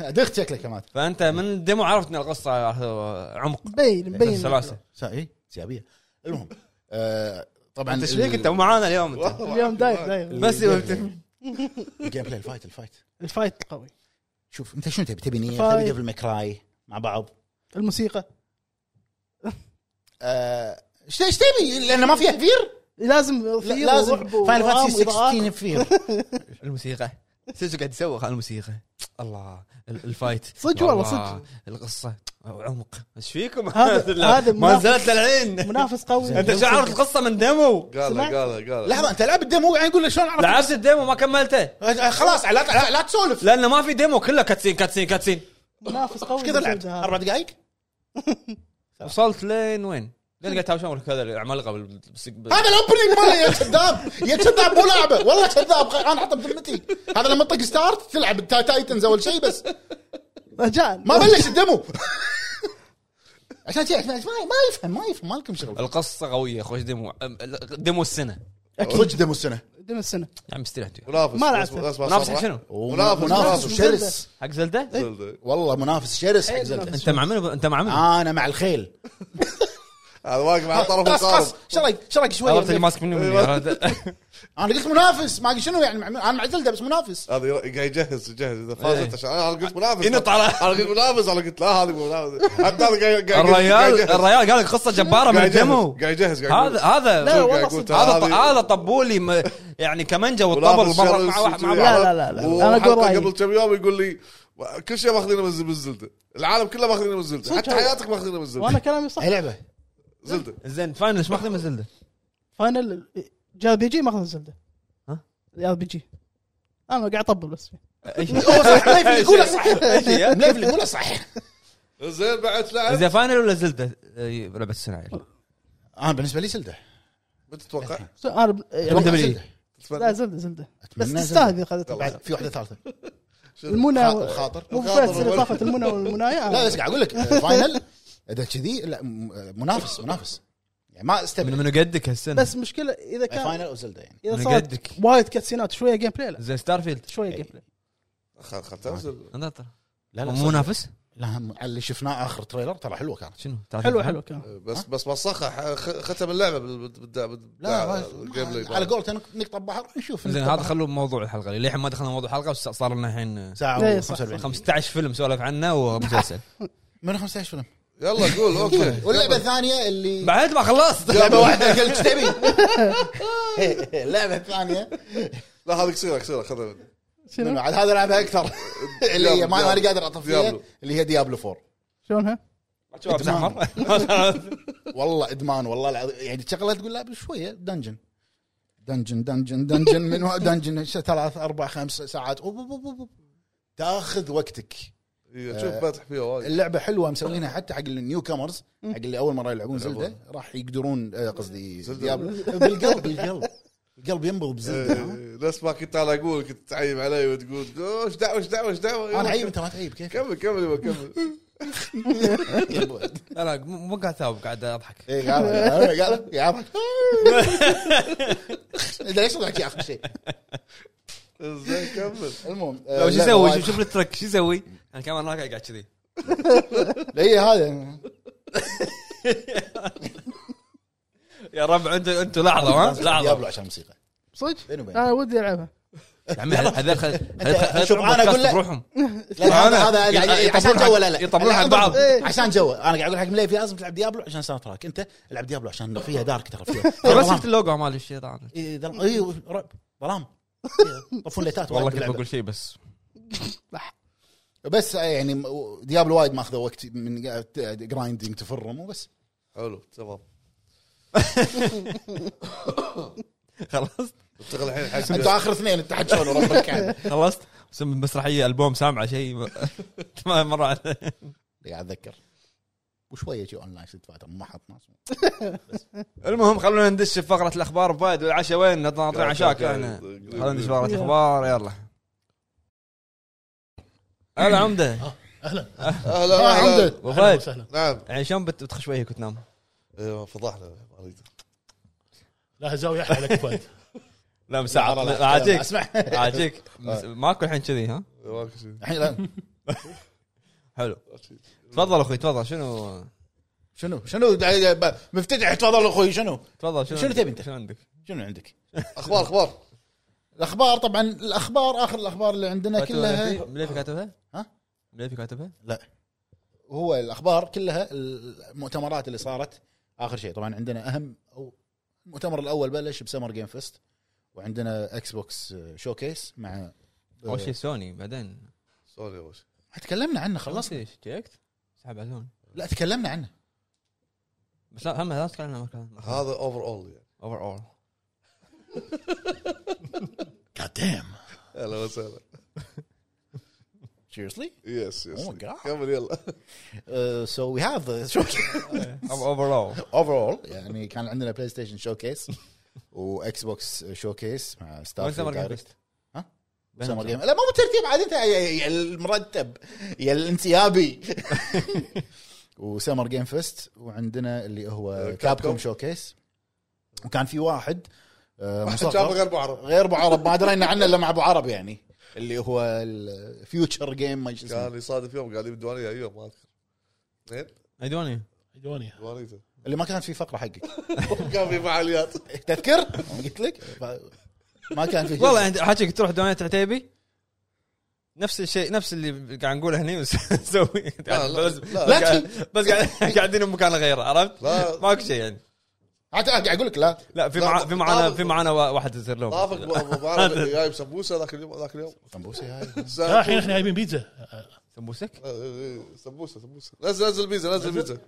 دغت شكلك يا مات فانت من الديمو عرفت ان القصه عمق مبين إيه، مبين سلاسه سا- إيه؟ اي سيابيه المهم آه، طبعا انت ايش فيك ال- انت معانا اليوم انت اليوم دايف دايف بس الجيم بلاي الفايت الفايت الفايت القوي شوف انت شنو تبي تبي نية فايت. تبي ديفل ماكراي مع بعض الموسيقى آه، ايش ايش تبي لان ما فيها فير لازم لا، ثير لازم ورعب فاينل ودراما فانتسي وإضاءات. 16 فير الموسيقى سيسو قاعد يسوي خل الموسيقى الله ال- الفايت صدق والله، الله، صدق. القصه عمق ايش فيكم هذا- هذا ما منافس. نزلت للعين منافس قوي انت شو عرفت القصه من ديمو قال سمعت؟ قال قال لحظه انت لعب الديمو يعني قول لي شلون عرفت لعبت الديمو ما كملته آه، خلاص لا لا- لا تسولف لانه ما في ديمو كله كاتسين كاتسين كاتسين منافس قوي ايش كذا لعبت هذا. اربع دقائق وصلت لين وين؟ لين قاعد تهاوشون كذا العمالقه بال- بالسق- بال- هذا الاوبننج ماله يا كذاب يا كذاب مو لعبه والله كذاب خ- انا حاطه بذمتي هذا لما تطق ستارت تلعب التا- تايتنز اول شيء بس رجاء ما بلش الدمو عشان كذا ما ما يفهم ما يفهم ما لكم شغل القصه قويه خوش ديمو أم- ديمو السنه صدق دمو السنه دم السنه يا عم استريح انت منافس ما لعبت. بس- بس ما منافس صرح. حق شنو؟ منافس. منافس وشرس حق زلده؟ زلدة. والله منافس شرس حق زلدة. انت مع منو انت مع منو؟ انا مع الخيل هذا واقف على طرف قص قص القارب شرق شرق شوي عرفت اللي ماسك مني إيه. ومني. انا قلت منافس ما أدري شنو يعني مع- انا مع زلده بس منافس هذا يرا- قاعد يجهز يجهز اذا فازت إيه. عشان انا قلت منافس ينط على- انا قلت منافس انا قلت لا هذا مو منافس حتى هذا قاعد قاعد- قاعد الريال يجهز. الريال قال لك قصه جباره من قاعد يجهز الديمو قاعد يجهز قاعد هذا يجهز. لا، هذا قاعد والله يقول صدق. تعال هذا هذه- هذا طبولي م- يعني كمنجه والطبل منافس مره شرس مع واحد مع وكذي. بعض لا، لا، لا، لا. وهو أنا أقول حلقة رأيي. قبل كم يوم يقول لي كل شيء ماخذينه من من الزلده العالم كله ماخذينه من الزلده صدق حتى هذا. حياتك ماخذينه من وانا الزلده كلامي صح هي لعبه زلده زين فاينل ايش ماخذين من زلده؟ فاينل جي ار بي جي ماخذ زلده ها؟ الار بي جي انا قاعد اطبل بس هو صح مليف اللي يقوله صح مليف اللي يقوله صح زين بعد تلعب اذا فاينل ولا زلده؟ إيه، لعبه السنه يعني. انا بالنسبه لي زلده متى تتوقع؟ بس انا ب- يعني بالنسبة لي. زلدة. لا تتمنى زلده زلده بس أتمنى تستاهل زلدة. اذا اخذتها بعد في واحده ثالثه المنى خاطر- و- خاطر. مو خاطر بس اللي ولا- طافت المنى والمنايا لا بس قاعد اقول لك آه، فاينل اذا كذي لا م- آه، منافس منافس يعني ما من استبعد من قدك هالسنه بس مشكله اذا آه، فاينل كان او زلده يعني اذا من صارت قدك. وايد كاتسينات شويه جيم بلاي لا زين ستارفيلد شويه جيم بلاي خل خل تنزل انت إيه. لا مو صدق. منافس؟ لا هم- اللي شفناه اخر تريلر ترى حلوه كانت شنو؟ حلوه حلوه كان بس بس وسخها خ- ختم اللعبه بال- بال- بال- لا آه، ما- الجيم بلاي على قولته نقطه بحر نشوف زين نقطة هذا بحر. خلوه موضوع الحلقه ليه الحين ما دخلنا موضوع الحلقه بس صار لنا الحين إيه، ساعه صح، و45 15 فيلم سولف عنه ومسلسل من 15 فيلم يلا قول اوكي واللعبه الثانيه اللي بعد ما خلصت لعبه واحده قلت ايش تبي؟ اللعبه الثانيه لا هذه قصيره قصيره خذها مني. منو شنو عاد هذا لعبها اكثر اللي هي ما انا قادر اطفيها ديابلو. اللي هي ديابلو 4 شلونها؟ زحمر والله ادمان والله العظيم يعني شغله تقول لا شويه دنجن دنجن دنجن دنجن من وقت دنجن ش- ثلاث اربع خمس ساعات أوب أوب أوب أوب. تاخذ وقتك إيه، شوف فاتح فيها وايد اللعبه حلوه مسوينها حتى حق النيو كامرز حق اللي اول مره يلعبون زلده راح يقدرون آه، قصدي زلدة. ديابلو بالقلب بالقلب القلب ينبض نعم. بزلده ها؟ إيه، نفس ما كنت انا اقول كنت تعيب علي وتقول ايش دعوه ايش دعوه ايش دعوه انا عيب انت ما تعيب كيف؟ كمل كمل يبا، كمل ينبض. لا مو قاعد ثاوب قاعد اضحك اي قاعد قاعد- قاعد قاعد انت ليش وضعك يا اخر شيء؟ زين كمل المهم آه، لو شو يسوي شوف- شوف الترك شو يسوي؟ انا كمان انا قاعد كذي اي إيه، هذا يا رب عنده انتم لحظه ها ديابلو لحظه عشان موسيقى صدق؟ بيني وبينك. آه. انا ودي العبها يا عمي هذول خل شوف، أنا أقول لك- بروحهم لا لا، أنا- هذا هذا يطبلون عشان حق- جو لا لا يطبلون حق لا، بعض. إيه. عشان جو انا قاعد اقول حق مليفي لازم تلعب ديابلو عشان ساوند تراك انت العب ديابلو عشان لو فيها دارك ترى فيها بس ظلام. شفت اللوجو مال الشيطان إي، ظلام. اي رعب ظلام طفون ليتات والله وايد كنت باللعبة. بقول شيء بس بس يعني م- ديابلو وايد ماخذه وقت من جرايندنج تفرم وبس حلو تمام خلصت انتقل الحين حق انتوا اخر اثنين انت حد شلون ربك يعني خلصت بس مسرحيه البوم سامعه شيء ما مر علي. يعني اتذكر وشويه شي اون لاين ست فايتر ما حط ناس المهم خلونا ندش في فقره الاخبار فايد والعشاء وين ناطرين عشاك انا خلونا ندش فقره يلا. الاخبار يلا هلا عمده اهلا اهلا آه، اهلا عمدة. أبو اهلا فهد. وسهلا نعم يعني شلون بت- بتخش وجهك وتنام؟ إيه، فضحنا ما أريد. لا هزاوي احلى لك فهد لا بس لا، لا، لا، عاجيك اسمع عاجيك بس ماكو الحين كذي ها؟ إيه، ماكو شيء. الحين لا. حلو تفضل اخوي تفضل شنو شنو شنو دا- دا- مفتتح تفضل اخوي شنو تفضل شنو شنو تبي أنت؟ شنو عندك؟ شنو عندك اخبار اخبار الاخبار طبعا الاخبار اخر الاخبار اللي عندنا كاتبها كلها مليفي- مليفي كاتبها؟ ها؟ مليفي كاتبها؟ لا هو الاخبار كلها المؤتمرات اللي صارت اخر شيء طبعا عندنا اهم او المؤتمر الاول بلش بسمر جيم فيست وعندنا اكس بوكس شوكيس مع اول شيء سوني بعدين سوري وش تكلمنا عنه خلصنا ايش جيكت؟ سحب على سوني لا تكلمنا عنه بس لا هم لا تتكلم عن هذا اوفر اول يعني اوفر اول جاد دام اهلا وسهلا سيريسلي يس Oh يس my God. Uh, كمل يلا سو وي هاف شوكيس اوفر اول اوفرول يعني كان عندنا بلاي ستيشن شوكيس واكس بوكس شوكيس مع وين ستار سمر جيم فيست؟ ها؟ وين سمر جيم لا مو بالترتيب عادي انت يا- يا المرتب يا الانسيابي وسمر جيم فيست وعندنا اللي هو كاب كابكوم كوم. شوكيس وكان في واحد آه، واحد مصغر. شافه غير بعرف غير ابو عرب ما درينا عنه الا مع ابو عرب يعني اللي هو الفيوتشر جيم ما شو اسمه كان يصادف يوم قاعدين بالديوانيه ايوه ما اذكر زين ايدوني عدواني آه، ديوانيته اللي ما كانت في فقره حقك كان في فعاليات تذكر؟ قلت لك ف- ما كان في والله انت حاجيك تروح دونيت عتيبي نفس الشيء نفس اللي قاعد نقوله هني بس نسوي لا، يعني لا، بس لا. بس قاعد- بس قاعد- قاعدين بمكان غير عرفت؟ لا. ماكو شيء يعني عاد قاعد اقول لك لا لا في لا، مع... بس- في معانا لا، في معانا وا- واحد يصير لهم طافك ابو عرب جايب سمبوسه ذاك اليوم ذاك اليوم سمبوسه هاي لا الحين آه، احنا جايبين بيتزا آه، آه، سمبوسك إيه، سمبوسه سمبوسه نزل نزل بيتزا نزل إيه، بيتزا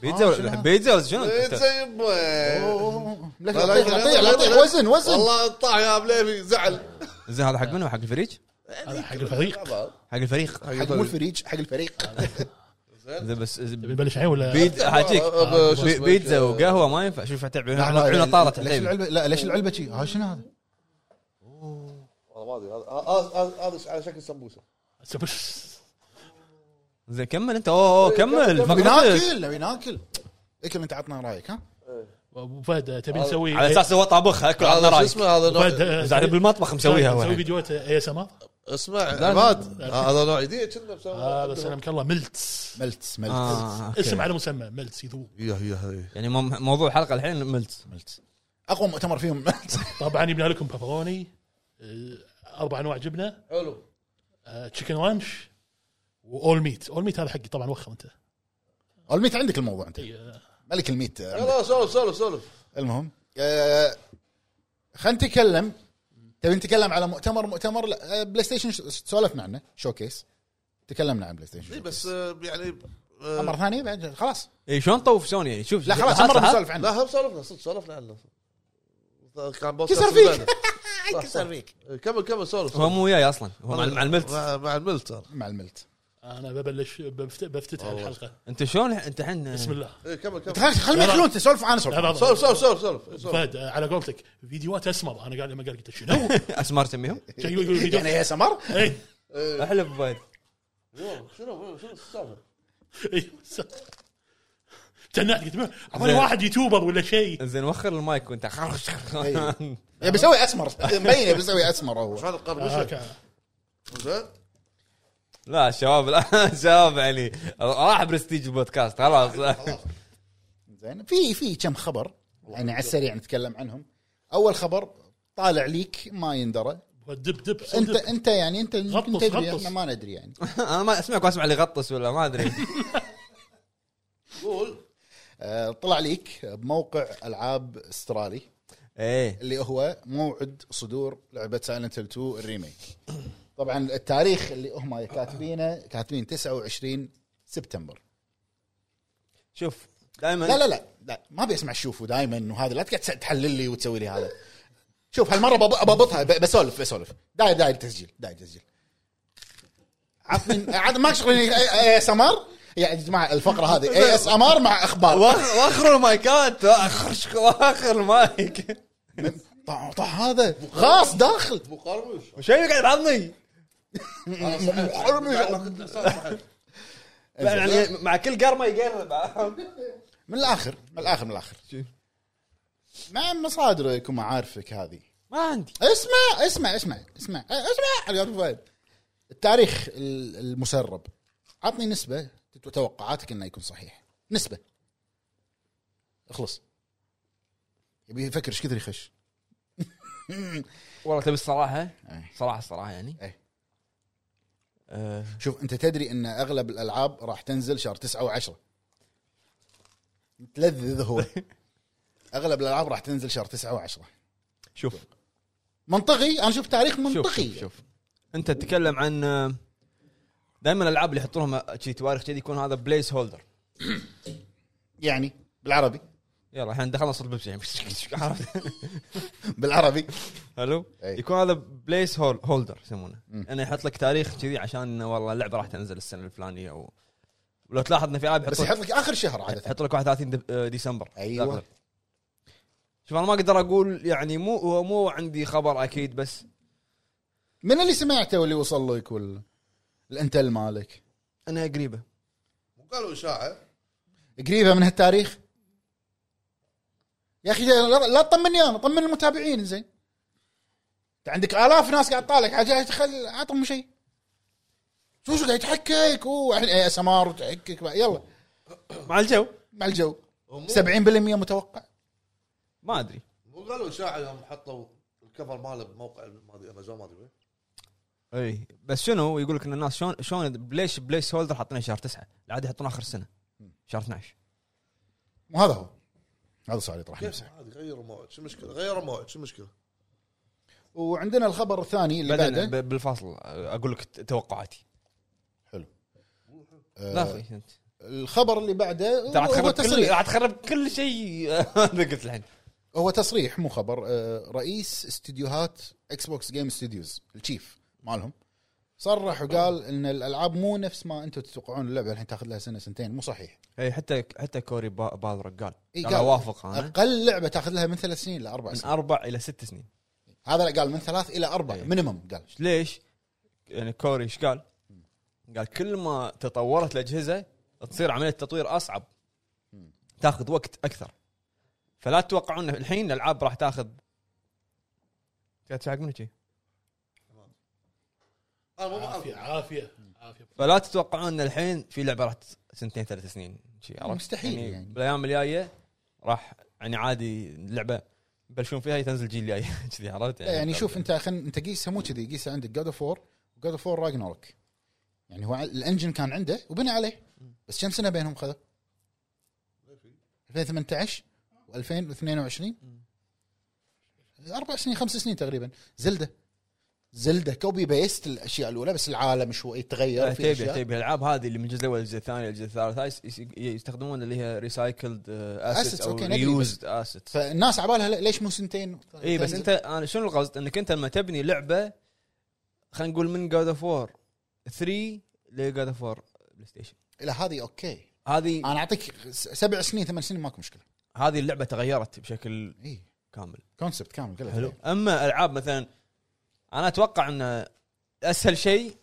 بيتزا شنو هذا؟ ولا بيتزا ولا شنو؟ آه، بيتزا يبا لا لا، لا، لا لا، طيح لا، لا لا، طيح لا. وزن وزن والله طاع يا بليفي زعل زين هذا حق منو حق الفريق؟ هذا حق الفريق حق الفريق حق مو الفريج حق الفريق زين بس تبي نبلش الحين ولا بيت- حاجيك أبا- شو بي- اسمه؟ بيتزا وقهوه ما ينفع شوف تعب لا، لا، عيونه يعني طارت إيه، ليش عتيبي العلبه لا ليش العلبه شي ها شنو هذا؟ والله ما ادري هذا- هذا هذا- هذا على شكل سمبوسه سبش- زين كمل انت اوه أوه، كمل نبي فقرتك. ناكل نبي ناكل اكل انت عطنا رايك ها؟ ابو فهد تبي نسوي آه، على اساس هو طابخها كل عطنا هذا شو رايك اسمه هذا أبو فهد نوع آه، زعل بالمطبخ مسويها هو نسوي الحين. فيديوهات اي اس ام ار اسمع عماد هذا نوع جديد كنا مسوي هذا سلامك الله ملتس ملتس ملتس آه، أوكي. اسم على مسمى ملتس يذوب يا يا يعني مو- موضوع الحلقه الحين ملت ملتس اقوى مؤتمر فيهم ملتس طبعا يبنى لكم بابروني آه، اربع انواع جبنه حلو تشيكن رانش واول ميت اول ميت هذا حقي طبعا وخم انت الميت عندك الموضوع انت إي، آه، ملك الميت يلا سولف سولف سولف المهم آه خلينا نتكلم تبي نتكلم على مؤتمر مؤتمر لا، آه، بلاي ستيشن ش- سولفنا عنه شوكيس تكلمنا عن بلاي ستيشن إي، شوكيس. بس آه، يعني آه، آه، مره ثانيه بعد خلاص اي شلون طوف سوني يعني شوف لا خلاص لاحظ- مره لاحظ. بنسولف عنه لا هم سولفنا صدق سولفنا عنه كان بودكاست كسر فيك زبالة. صح، صح. كسر فيك كمل كمل سولف هو مو وياي اصلا هو طيب. مع- مع الملت مع- مع الملت آه. ترى مع الملت انا ببلش بفت- بفتتح والله. الحلقه انت شلون انت الحين بسم الله إي، كمل كمل خل خل ما يخلون انت سولف انا لا، سولف لا، لا. سولف سولف سولف سولف سولف. فهد آه، على قولتك فيديوهات اسمر انا قاعد لما قال قلت شنو؟ اسمار تسميهم كان يقول- يقول يعني فيديوهات- يا سمر إي، احلف بوايد يلا، شنو شنو السالفه؟ إي. تنعت قلت عمري زين. واحد يوتيوبر ولا شيء زين وخر المايك وانت خرش إيه. يبي يسوي اسمر مبين يبي يسوي اسمر مش هو هذا آه، القرمشه كان- زين لا الشباب لا الشباب يعني راح برستيج البودكاست خلاص زين في في كم خبر يعني على السريع نتكلم عنهم اول خبر طالع ليك ما يندرى دب دب انت صدق. انت يعني انت يمكن غطس، تدري غطس. احنا ما ندري يعني انا ما اسمعك واسمع اللي يغطس ولا ما ادري قول آه، طلع ليك بموقع العاب استرالي ايه اللي هو موعد صدور لعبه سايلنت هيل 2 الريميك طبعا التاريخ اللي هم كاتبينه كاتبين 29 سبتمبر شوف دائما لا لا لا لا ما ابي اسمع شوفوا دائما وهذا لا تقعد تحلل لي وتسوي لي هذا شوف هالمره بب- بضبطها ب- بسولف بسولف داير داير تسجيل داير تسجيل عطني عاد ما إيه، شغل اي اس ام ار يا جماعه الفقره هذه إيه، اي اس ام ار مع اخبار واخ- واخر المايكات واخر ش- واخر المايك طع طع هذا غاص داخل مقاربش وش اللي قاعد يعضني يعني مع كل قرمه يقرب من الاخر من الاخر من الاخر مع مصادرك ومعارفك هذه ما عندي اسمع اسمع اسمع اسمع اسمع يا أبو فهد. التاريخ ال- المسرب عطني نسبة تت- توقعاتك انه يكون صحيح نسبة اخلص يبي يفكر ايش كثر يخش والله تبي الصراحه إيه. صراحه الصراحه يعني إيه. آه، شوف انت تدري ان اغلب الالعاب راح تنزل شهر 9 و10 متلذذ هو اغلب الالعاب راح تنزل شهر 9 و10 شوف منطقي انا شوف تاريخ شوف منطقي شوف, شوف. انت تتكلم عن دائما الالعاب اللي يحطون لهم شي تواريخ كذي يكون هذا بليس هولدر يعني بالعربي يلا الحين دخلنا صوت بيبسي يعني. عرفت؟ بالعربي حلو أي. يكون هذا بليس هول هولدر يسمونه انه يحط لك تاريخ كذي عشان انه والله اللعبه راح تنزل السنه الفلانيه او ولو تلاحظ ان في العاب بس يحط يحط لك لك اخر شهر عاده يحط لك 31 دب- آه، ديسمبر أيوة. داخل. شوف انا ما اقدر اقول يعني مو هو مو عندي خبر اكيد بس من اللي سمعته واللي وصل لك وال الانتل مالك انها قريبه قالوا اشاعه قريبه من هالتاريخ يا اخي لا لا تطمني انا طمن المتابعين زين انت عندك الاف ناس قاعد تطالع عاد خل اعطهم شيء شو شو قاعد يتحكك اوه اي اس ام ار وتحكك بقى. يلا مع الجو مع الجو هم 70% متوقع ما ادري مو قالوا اشاعه يوم حطوا الكفر ماله بموقع ما ادري امازون ما ادري وين. اي بس شنو يقول لك ان الناس شلون شلون ليش بليس هولدر حاطينه شهر تسعه؟ العاده يحطونه اخر السنه شهر 12 مو هذا هو هذا سؤالي طرح كيف نفسه عادي غيروا موعد شو المشكله غيروا موعد شو المشكله وعندنا الخبر الثاني اللي بعدين بعده ب- بالفاصل اقول لك ت- توقعاتي آه، لا اخي انت الخبر اللي بعده أنت راح هو- هو تخرب كل تصريح راح تخرب كل شيء انا قلت الحين هو تصريح مو خبر آه، رئيس استديوهات اكس بوكس جيم ستوديوز الشيف مالهم صرح وقال ان الالعاب مو نفس ما انتم تتوقعون اللعبه الحين تاخذ لها سنه سنتين مو صحيح اي إيه، حتى حتى كوري با- بالرق قال إي قال اوافق انا اقل لعبه تاخذ لها من ثلاث سنين لاربع من سنين اربع الى ست سنين هذا لا قال من ثلاث الى اربع إيه. مينيمم قال ليش؟ يعني كوري ايش قال؟ قال كل ما تطورت الاجهزه تصير عمليه التطوير اصعب تاخذ وقت اكثر فلا تتوقعون إن الحين الالعاب راح تاخذ قاعد تشعق منك شي. انا مو عافيه عارف عافيه عافيه فلا تتوقعون ان الحين في لعبه راح ت- سنتين ثلاث سنين شي عرفت؟ مستحيل يعني. بالايام الجايه راح يعني عادي اللعبه يبلشون فيها تنزل الجيل الجاي كذي عرفت؟ لا يعني شوف انت خل انت قيسها مو كذي قيسها عندك جاد اوف وور وجاد اوف وور راجنورك يعني هو ع- الانجن كان عنده وبنى عليه بس كم سنه بينهم خذوا؟ 2018 و2022 اربع سنين خمس سنين تقريبا زلده زلده كوبي بيست الاشياء الاولى بس العالم شوي تغير في يعني تبي اشياء تبي الالعاب هذه اللي من الجزء الاول الجزء الثاني الجزء الثالث هاي يس- يس- يستخدمون اللي هي آه، ريسايكلد Assets، اسيتس او أوكي، ندري، بس- ريوزد اسيتس فالناس عبالها لا- ليش مو سنتين اي إيه، بس انت انا شنو القصد انك انت لما تبني لعبه خلينا نقول من جاد اوف وور 3 لجاد اوف وور بلاي ستيشن لا هذه اوكي هذه انا اعطيك س- سبع سنين ثمان سنين ماكو مشكله هذه اللعبه تغيرت بشكل اي كامل كونسبت كامل كله حلو اما العاب مثلا انا اتوقع ان اسهل شيء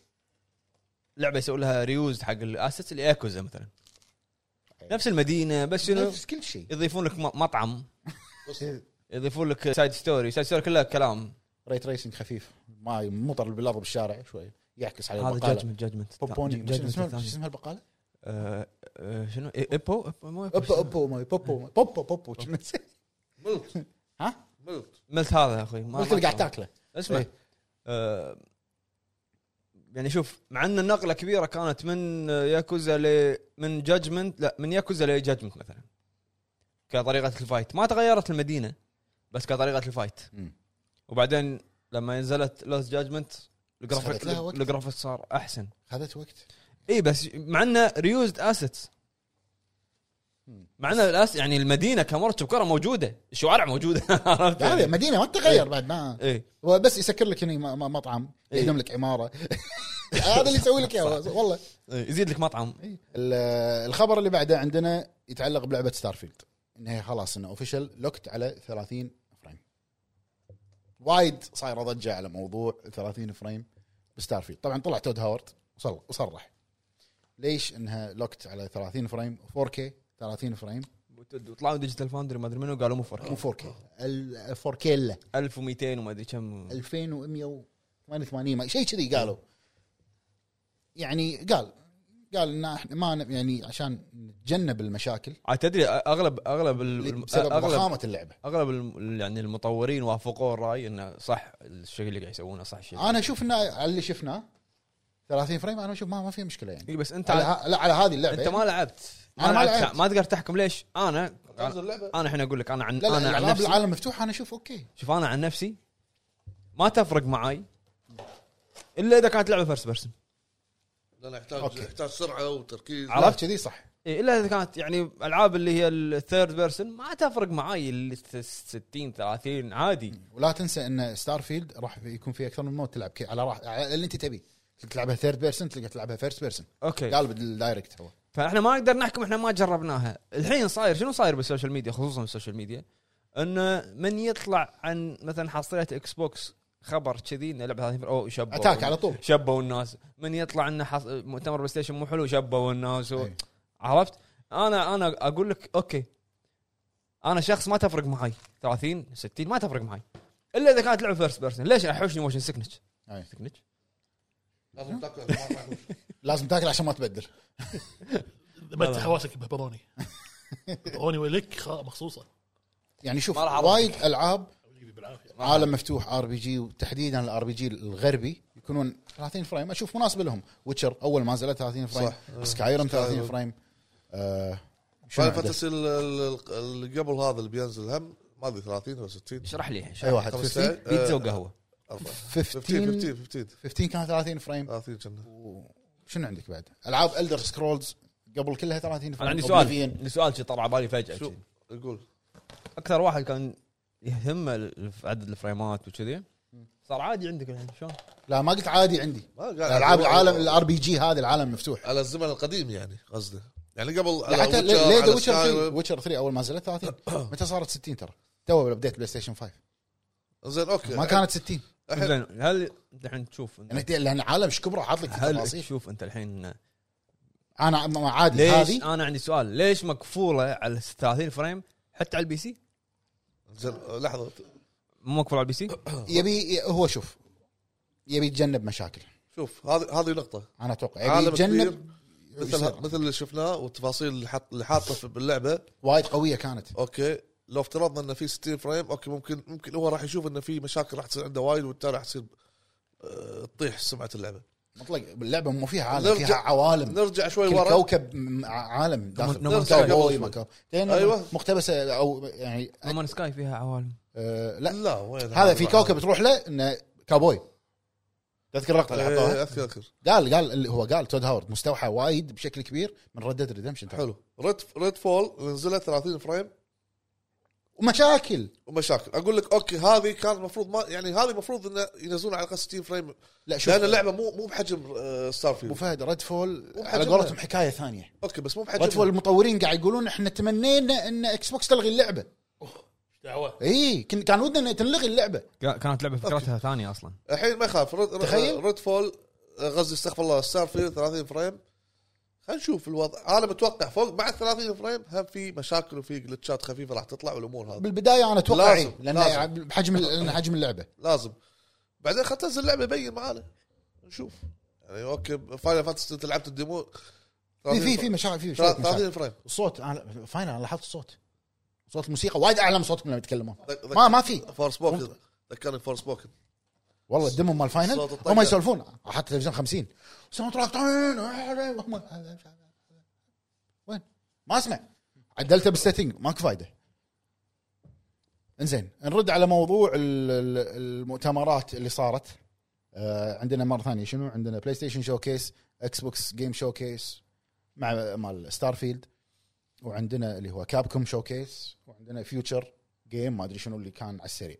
لعبه يسوي لها ريوز حق الاسيتس اللي ايكوزا مثلا نفس المدينه بس شنو نفس كل شيء يضيفون لك م- مطعم يضيفون لك سايد ستوري سايد ستوري كلها كلام ريت ريسنج خفيف ما مطر بالارض بالشارع شوي يعكس على هذا البقاله جادجمنت جادجمنت بوبوني شو اسمها شو اسمها البقاله؟ آه، شنو إي- ايبو إيبو- مو إيبو، اوبو شنو؟ اوبو ما- بوبو ما- بوبو بوبو شنو اسمه؟ ملت ها؟ ملت ملت هذا يا اخوي ما- قلت ما- اللي قاعد تاكله اسمع إيه. آه، يعني شوف مع ان النقله كبيره كانت من ياكوزا ل من جادجمنت لا من ياكوزا لجادجمنت مثلا كطريقه الفايت ما تغيرت المدينه بس كطريقه الفايت مم. وبعدين لما نزلت لوس جادجمنت الجرافيك أخذت لها وقت. الجرافيك صار احسن خذت وقت اي بس مع انه ريوزد اسيتس مع ان الأس... يعني المدينه كمرت بكره موجوده الشوارع موجوده عرفت لا، يعني؟ إيه. هذه مدينه ما تتغير بعد ما اي هو بس يسكر لك هنا م- م- مطعم إيه. يهدم لك عماره هذا اللي يسوي لك اياه والله إي، إيه، يزيد لك مطعم ال- الخبر اللي بعده عندنا يتعلق بلعبه ستارفيلد انها خلاص انه اوفيشال لوكت على 30 فريم وايد صايره ضجه على موضوع 30 فريم بستارفيلد طبعا طلع تود هاورد وصل- وصرح ليش انها لوكت على 30 فريم 4K 30 فريم وطلعوا ديجيتال فاوندري ما ادري منو قالوا مو مو فرق 4K ال 4K لا 1200 وما ادري كم 2188 ما- شيء كذي قالوا يعني قال قال ان احنا ما ن- يعني عشان نتجنب المشاكل عاد آه، تدري اغلب اغلب ال- اللي الم- بسبب اغلب ضخامه اللعبه اغلب الم- يعني المطورين وافقوا الراي انه صح الشيء اللي قاعد يسوونه صح الشيء انا اشوف انه على اللي شفناه 30 فريم انا اشوف ما, ما في مشكله يعني إي إيه، بس انت على على ه- لا على هذه اللعبه انت ما لعبت ما أنا ما لعبت لعبت. ما تقدر تحكم ليش انا تنزل اللعبه انا الحين اقول لك انا عن لا لا انا عن الالعاب نفسي العالم مفتوح انا اشوف اوكي شوف انا عن نفسي ما تفرق معاي الا اذا كانت لعبه فيرست بيرسون لان يحتاج أوكي. يحتاج سرعه وتركيز عرفت. عرفت كذي صح إيه الا اذا كانت يعني العاب اللي هي الثيرد بيرسون ما تفرق معاي ال 60 30 عادي ولا تنسى ان ستار فيلد راح يكون في اكثر من مود تلعب كي- على راح على اللي انت تبيه تلقى تلعبها ثيرد بيرسون تلقى تلعبها فيرست بيرسون اوكي قال بالدايركت هو فاحنا ما نقدر نحكم احنا ما جربناها الحين صاير شنو صاير بالسوشيال ميديا خصوصا بالسوشيال ميديا انه من يطلع عن مثلا حصريه اكس بوكس خبر كذي انه لعبه 30 او شبوا اتاك على طول شبوا الناس من يطلع انه حص... مؤتمر بلاي ستيشن مو حلو شبوا الناس و... أي. عرفت انا انا اقول لك اوكي انا شخص ما تفرق معي 30 60 ما تفرق معي الا اذا كانت لعبه فيرست بيرسون ليش احوشني موشن سكنج أي. سكنج لازم تاكل ما- ما يحوش. لازم تاكل عشان ما تبدل متى حواسك ببروني ببروني ولك خا- مخصوصه يعني شوف ما راح أعرف. وايد العاب حبيبي بالعافيه عالم مفتوح ار بي جي وتحديدا الار بي جي الغربي يكونون 30 فريم اشوف مناسب لهم ويتشر اول ما نزلت 30 فريم آه. صح. سكايرم 30 Skyrim. فريم آه شنو فاينل عنده؟ فانتسي ال- ال- اللي قبل هذا اللي بينزل هم ما ادري 30 ولا 60 اشرح لي الحين اي واحد 15 15 بيتزا وقهوه 15 15 15 15 كان 30 فريم 30 كنا شنو عندك بعد؟ العاب الدر سكرولز قبل كلها 30 فريم انا عندي سؤال Oblivion. عندي سؤال شي طلع على بالي فجاه شو شي. يقول اكثر واحد كان يهمه ال- عدد الفريمات وكذي صار عادي عندك الحين شلون؟ لا ما قلت عادي عندي ما قاعد- العاب العالم الار بي جي هذا العالم مفتوح على الزمن القديم يعني قصده يعني قبل على حتى Witcher، ليه ليه على ويتشر 3 Skyrim. ويتشر 3 اول ما نزلت 30 متى صارت 60 ترى؟ تو بالابديت بلاي ستيشن 5 زين اوكي ما كانت 60 الحين- زين هل أنت الحين تشوف أنت- لأن- لان العالم ايش كبره حاط لك هل تفاصيل تشوف انت الحين انا م- عادي ليش هذه انا عندي سؤال ليش مقفوله على 30 فريم حتى على البي سي؟ زين لحظه مو مقفوله على البي سي؟ آه. يبي هو شوف يبي يتجنب مشاكل شوف هذه هذه نقطه انا اتوقع يبي عالم كبير يتجنب مثل مثل اللي شفناه والتفاصيل اللي حط اللي حاطه في- باللعبه وايد قويه كانت اوكي لو افترضنا انه في 60 فريم اوكي ممكن ممكن هو راح يشوف انه في مشاكل راح تصير عنده وايد وبالتالي راح تصير آه، تطيح سمعه اللعبه مطلق اللعبه مو فيها عالم نرجع- فيها عوالم نرجع شوي كل ورا كوكب م- عالم داخل نو مان سكاي. كاوبوي ما كاو- لين أيوة. مقتبسه او يعني مان سكاي فيها عوالم آه لا لا وين هذا في كوكب تروح له انه كاوبوي تذكر اللقطه اللي حطوها إيه، اذكر اذكر قال قال اللي هو قال تود هاورد مستوحى وايد بشكل كبير من ردد ريدمشن حلو ريد ريد فول نزلت 30 فريم ومشاكل ومشاكل اقول لك اوكي هذه كان المفروض ما يعني هذه المفروض انه ينزلون على الاقل 60 فريم لا شوف لان اللعبه مو مو بحجم آه، ستار ابو فيلد فهد ريد فول مو على بحجمها. قولتهم حكايه ثانيه اوكي بس مو ريد فول بحجم المطورين قاعد يقولون احنا تمنينا ان اكس بوكس تلغي اللعبه دعوه اي كن- كان ودنا ان تنلغي اللعبه كا- كانت لعبه فكرتها ثانيه اصلا الحين ما يخاف ريد, تخيل. ريد فول غزي آه، استغفر الله ستار فيلد 30 فريم خلينا نشوف الوضع انا متوقع فوق مع ال 30 فريم هم في مشاكل وفي جلتشات خفيفه راح تطلع والامور هذه بالبدايه انا اتوقع لازم، إيه، لان لازم. بحجم ال- لأن حجم اللعبه لازم بعدين خلت تنزل اللعبه يبين معانا نشوف يعني اوكي فاينل فانتسي انت لعبت الديمو في في في مشاكل في شوية 30 مشاكل فريم الصوت انا فاينل أنا لاحظت الصوت صوت الموسيقى وايد اعلى من صوتكم لما يتكلمون ذك- ذك- ما ما في فورس بوكن ذكرني فورس بوكن والله الدمو مال فاينل صوت الطقة. هم يسولفون حتى تلفزيون 50 ساوند تراك هم- وين ما اسمع عدلته بالسيتنج ماكو فايده انزين نرد على موضوع ال- ال- المؤتمرات اللي صارت آه عندنا مره ثانيه شنو عندنا بلاي ستيشن شو كيس اكس بوكس جيم شو كيس مع مال ستار فيلد وعندنا اللي هو كابكوم شو كيس وعندنا فيوتشر جيم ما ادري شنو اللي كان على السريع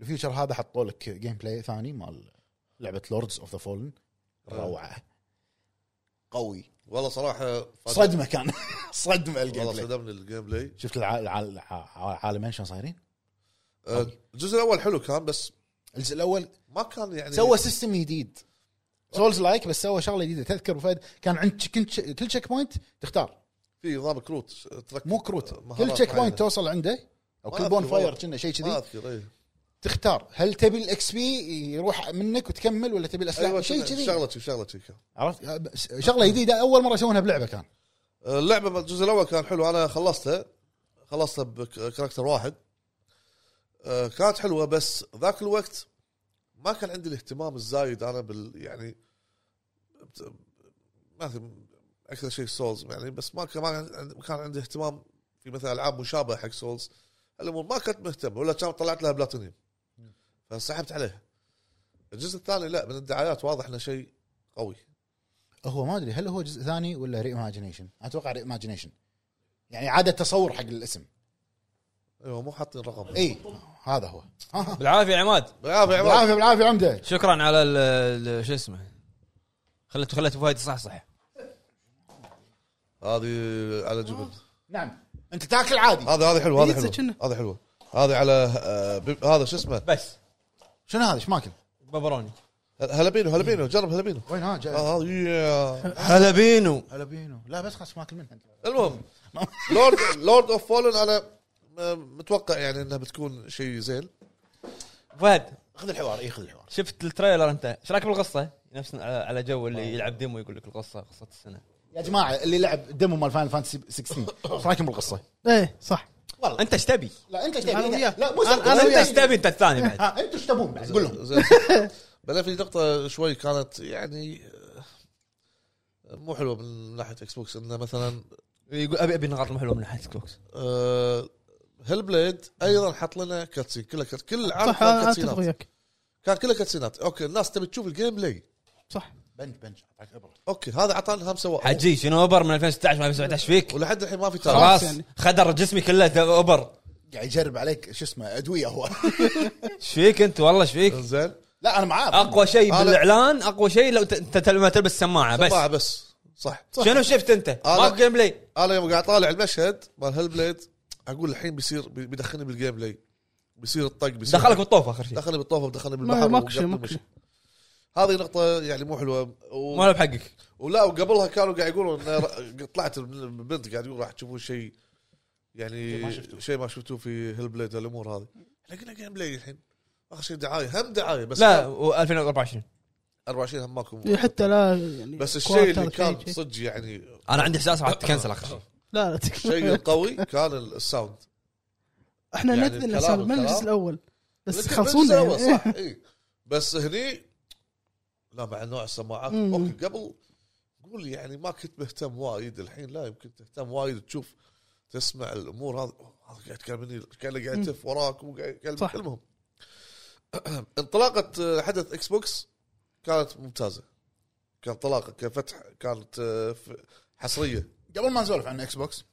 الفيوتشر هذا حطوا لك جيم بلاي ثاني مال لعبه لوردز اوف ذا فولن آه. روعه قوي والله صراحه صدمه كان صدمه الجيم طيب. والله بلاي صدمني الجيم بلاي شفت الع- الع- الع- العالمين شلون صايرين؟ آه، الجزء الاول حلو كان بس الجزء الاول ما كان يعني سوى سيستم جديد سولز لايك بس سوى شغله جديده تذكر أبو فهد كان عند كل ش- كل تشيك بوينت تختار في نظام كروت ش- تركب مو كروت مهارات كل تشيك معينة. بوينت توصل عنده او ما كل أذكر بون فاير والله. كنا شيء ما إيه. كذي اذكر اي تختار هل تبي الاكس بي يروح منك وتكمل ولا تبي أيوة، الاسلحه شيء كذي شغله شغله شي كان. عرفت أه، بس- شغله جديده اول مره يسوونها بلعبه كان اللعبه الجزء الاول كان حلو انا خلصتها خلصتها بكاركتر واحد آه، كانت حلوه بس ذاك الوقت ما كان عندي الاهتمام الزايد انا بال يعني بت- ما أدري، اكثر شيء سولز يعني بس ما كان ما عن- كان عندي اهتمام في مثلا العاب مشابهه حق سولز الامور ما كنت مهتم ولا كان طلعت لها بلاتينيوم فسحبت عليها الجزء الثاني لا من الدعايات واضح انه شيء قوي هو ما ادري هل هو جزء ثاني ولا ريماجينيشن اتوقع ريماجينيشن يعني عاده تصور حق الاسم ايوه مو حاطين رقم اي هذا هو آه. بالعافيه عماد بالعافيه يا عماد. بالعافيه بالعافيه عمده شكرا على ال- ال- شو اسمه خليت خليت فايد صح صح هذه على جبن نعم انت تاكل عادي هذا هذا حلو هذا بيتزا حلو كنا. هذا حلو هذا على آه، بيب- هذا شو اسمه بس شنو هذا ايش ماكل؟ بابروني هل- هلبينو هلبينو جرب هلبينو وين ها جاي آه، هذا يا. هلا بينو هلا بينو لا بس خلاص ماكل منها المهم لورد لورد اوف فولن انا آه، متوقع يعني انها بتكون شيء زين فهد خذ الحوار إيه، اي خذ الحوار شفت التريلر انت ايش رايك بالقصه؟ نفس على- على جو اللي يلعب ديمو يقول لك القصه قصه السنه يا جماعه اللي لعب ديمو مال فاينل فانتسي 16 ايش رايكم بالقصه؟ ايه صح انت ايش تبي؟ لا انت ايش أنا تبي؟ وياه. لا مو أنا- سلطة، أنا لا انت وياه. ايش يعني- تبون انت الثاني بعد؟ ها، انتوا ايش تبون بعد؟ قول لهم زين بلا في نقطة شوي كانت يعني آه، مو حلوة من ناحية اكس بوكس انه مثلا يقول ابي ابي نغرض حلوه من ناحيه كوكس آه، هيل بليد ايضا حط لنا كاتسين كلها كات- كل العالم صح آه، كان انا اتفق كاتسينات وياك كان كلها كاتسينات اوكي الناس تبي تشوف الجيم بلاي صح بنج بنج أعطاك إبرة. اوكي هذا عطانا همسه واحد حجي شنو اوبر من 2016 ما 2017 فيك؟ ولحد الحين ما في تاريخ خلاص يعني. خدر جسمي كله ت- اوبر قاعد يجرب عليك شو اسمه ادويه هو ايش فيك انت والله ايش فيك؟ زين لا انا معاه اقوى شيء أنا- بالاعلان اقوى شيء لو ت- انت تل- ما تلبس سماعه بس بس بس صح شنو شفت انت؟ ماكو جيم بلاي انا يوم قاعد طالع المشهد مال هيل بليد اقول الحين بيصير بي- بيدخلني بالجيم بلاي بيصير الطق بيصير دخلك بالطوف اخر شيء دخلني بالطوفه دخلني ما- بالبحر ماكو شيء، وقط ماكو ومشي. شيء. هذه نقطة يعني مو حلوة و... ما له بحقك ولا وقبلها كانوا قاعد يقولوا ان ر- طلعت من البنت قاعد يقول راح تشوفون شيء يعني شيء ما شفتوه في هيل بليد الامور هذه احنا قلنا جيم بلاي الحين اخر شيء دعاية هم دعاية بس لا و 2024 24 هم ماكو حتى لا يعني بس كوارتر الشيء اللي شيء- كان شيء. صدق يعني انا عندي احساس راح تكنسل اخر شيء لا لا تكفى. الشيء القوي كان الساوند احنا يعني ندري انه الكلام- صار من الكلام. الجزء الاول بس لكن خلصونا بالجو يعني. صح اي بس هني لا مع نوع السماعات مم. اوكي قبل قول يعني ما كنت مهتم وايد الحين لا يمكن تهتم وايد تشوف تسمع الامور هذا أوه، هذا قاعد يكلمني كانه قاعد يتف وراك وقاعد يكلم- صح. يكلمهم انطلاقه آه، حدث اكس بوكس كانت ممتازه كان انطلاقه كفتح كانت آه، ف- حصريه قبل ما نسولف عن اكس بوكس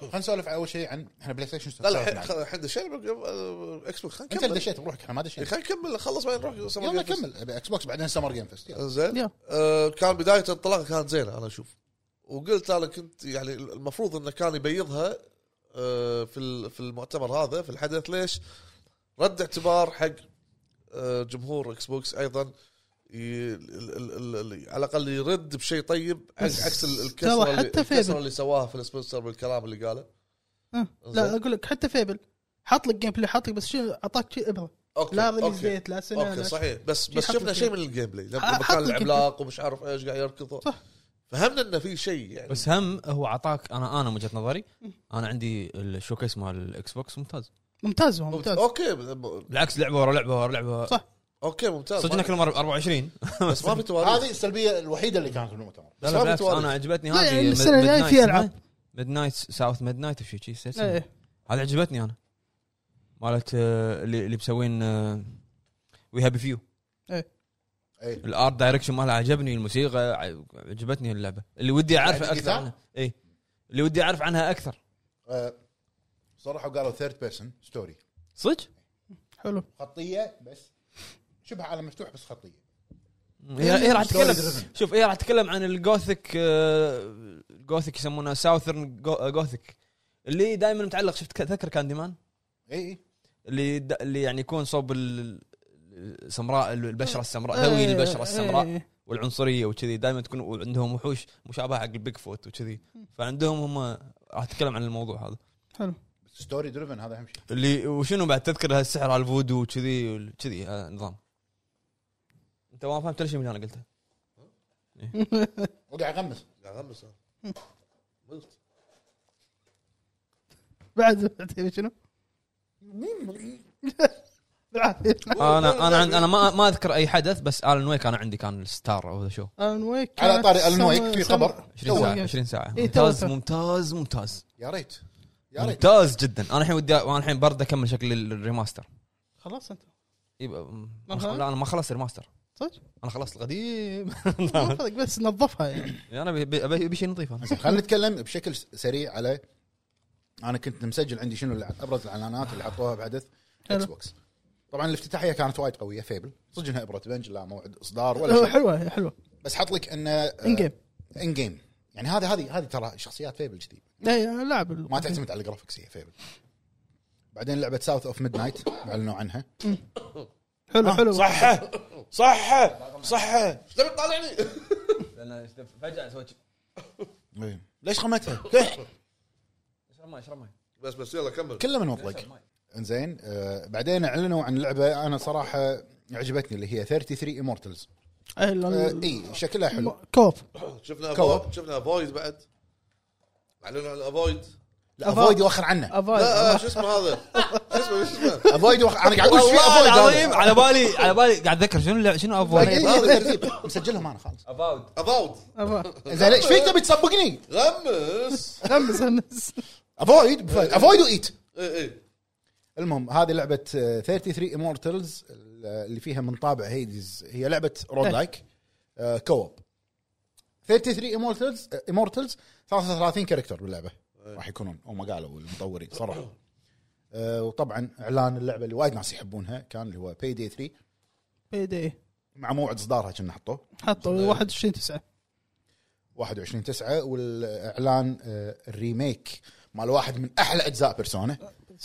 خلينا نسولف اول شيء عن احنا بلاي ستيشن لا لا سولفنا الحين- عنه. خل- الحين دشينا آه، اكس بوكس خلينا انت اللي نكمل دشيت بروحك احنا ما دشيت خلينا نكمل خلص بعدين نروح سمر يلا جيم فيست. كمل أبي اكس بوكس بعدين سمر جيم فيست يلا. زين يلا. آه كان بدايه انطلاقه كانت زينه انا اشوف وقلت انا كنت يعني المفروض انه كان يبيضها آه في ال- في المؤتمر هذا في الحدث ليش؟ رد اعتبار حق آه جمهور اكس بوكس ايضا ي... ال... ال... ال... ال... على الاقل يرد بشيء طيب بس عكس ال- ترى الكسره اللي... حتى فيبل. الكسره اللي سواها في السبونسر بالكلام اللي قاله آه. لا اقول لك حتى فيبل حط لك جيم بلاي حط لك بس شو اعطاك شيء ابره اوكي لا ريليز اوكي ديت لا سنه اوكي لا صحيح بس شي بس حط شفنا لك شيء من الجيم بلاي لما حط كان لك العملاق ومش عارف ايش قاعد يركض صح. فهمنا انه في شيء يعني بس هم هو عطاك انا انا من وجهه نظري انا عندي الشوكيس مال الاكس بوكس ممتاز ممتاز هو ممتاز. ممتاز اوكي م- بالعكس لعبه ورا لعبه ورا لعبه صح. اوكي ممتاز صدق ما- إنها كل مره 24 بس ما في تواريخ هذه السلبيه الوحيده اللي كانت بالمؤتمر لا بس لا ما في بالعكس انا تواريخ عجبتني لا، هذه يعني السنة الجاية في ألعاب. ميد نايت ساوث ميد نايت وشي شي شي اسمها. ايه هذه آه، عجبتني انا مالت آه، اللي اللي مسوين وي هابي فيو اي الارت دايركشن مالها عجبني الموسيقى ع- عجبتني اللعبه اللي ودي اعرف يعني اكثر جيتار؟ عنها اي اللي ودي اعرف عنها اكثر آه، صرحوا قالوا ثيرد بيرسون ستوري صدق حلو خطيه بس شبه عالم مفتوح بس خطيه هي هي إيه، راح Story تتكلم driven. شوف هي راح تتكلم عن الجوثيك آه، الجوثيك يسمونها ساوثرن جوثيك آه، اللي دائما متعلق شفت ك- تذكر كانديمان اي اي اللي د- اللي يعني يكون صوب ال- السمراء البشره السمراء إيه، ذوي البشره السمراء إيه. والعنصريه وكذي دائما تكون عندهم وحوش مشابهه حق البيج فوت وكذي فعندهم هم راح اتكلم عن الموضوع هذا حلو بس ستوري دريفن هذا اهم شيء اللي وشنو بعد تذكر هالسحر على الفودو وكذي وال- كذي هذا نظام انت ما فهمت ولا شيء من اللي انا قلته وقاعد اغمس قاعد اغمس أنا. قلت. بعد تبي شنو؟ بالعافيه انا انا عند انا ما ما اذكر اي حدث بس الن ويك انا عندي كان الستار او ذا شو الون ويك على طاري ألون ويك، في خبر. 20 ساعه تو. 20 ساعه إيه، تو- ممتاز تو. ممتاز ممتاز يا ريت يا ريت ممتاز جدا انا الحين ودي انا الحين برد اكمل شكل الريماستر خلاص انت يبقى م- ما أنا خ- خلصت؟ لا انا ما خلصت الريماستر صدق؟ انا خلصت القديم آه. ما فرق بس نظفها يعني انا أبي- أبي- ابي أبي شيء نظيف انا زين خلينا نتكلم بشكل س- سريع على انا كنت مسجل عندي شنو الع- ابرز الاعلانات اللي حطوها بحدث حلو. اكس بوكس طبعا الافتتاحيه كانت وايد قويه فيبل صدق انها ابره بنج لا موعد اصدار ولا هو شيء حلوه هي حلوه بس حط لك انه ان جيم ان جيم يعني هذه هذه هذه ترى شخصيات فيبل كذي اي أنا لاعب ما تعتمد على الجرافكس هي فيبل بعدين لعبه ساوث اوف ميد نايت اعلنوا عنها آه، حلو حلو صحه صحه صحه ايش تبي تطالعني؟ فجاه سويت ليش خمتها؟ اشرب ماي اشرب ماي بس بس يلا كمل كله من مطلق انزين آه بعدين اعلنوا عن لعبه انا صراحه عجبتني اللي هي 33 امورتلز إيه، لا- آه اي شكلها حلو كوب شفنا كوب. أفويد- شفنا افويد بعد اعلنوا عن افويد لا افويد واخر عنه لا آه، افايد شو اسمه هذا شو اسمه شو اسمه افويد واخر انا قاعد اقول شو والله افويد العظيم على بالي على بالي قاعد اتذكر شنو اللع- شنو افويد هذا؟ ترتيب. إيه، مسجلهم انا خالص إيه، اباوت افاوت زين ايش فيك تبي تسبقني؟ غمس غمس غمس افويد بفايد. افويد وايت اي اي المهم هذه لعبه آه، 33 امورتلز اللي فيها من طابع هيدز هي آه، لعبه رود لايك كوب 33 امورتلز امورتلز 33 كاركتر باللعبه راح يكونون هم قالوا المطورين صراحه آه، وطبعا اعلان اللعبه اللي وايد ناس يحبونها كان اللي هو باي دي 3 اي دي مع موعد اصدارها كنا حطوه إيه، إيه. حطوا 21 9 21 9 والاعلان آه، الريميك مال واحد من احلى اجزاء بيرسونا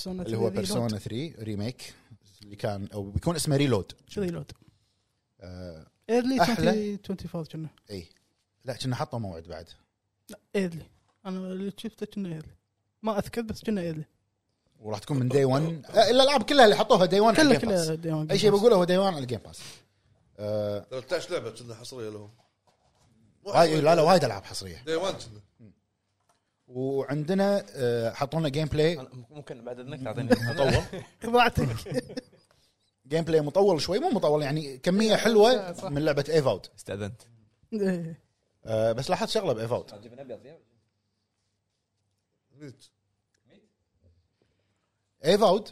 اللي هو بيرسونا 3 ريميك اللي كان او بيكون اسمه ريلود شذي لود آه، ايرلي أحلى. 2024 كنا اي لا كنا حطوا موعد بعد ايرلي انا اللي شفته كنا ايرلي ما اذكر بس كنا ايرلي وراح تكون من دي 1 الالعاب كلها اللي حطوها دي 1 كله كله ديوان اي جيمز. شيء بقوله هو دي 1 على الجيم باس آه 13 لعبه كنا حصريه لهم وايد- لا لا وايد العاب حصريه دي 1 كنا وعندنا آه حطوا لنا جيم بلاي ممكن بعد اذنك تعطيني مطول ضاعتك جيم بلاي مطول شوي مو مطول يعني كميه حلوه من لعبه ايفاود استاذنت إيه. آه بس لاحظت شغله بايفاود ميت ايفاود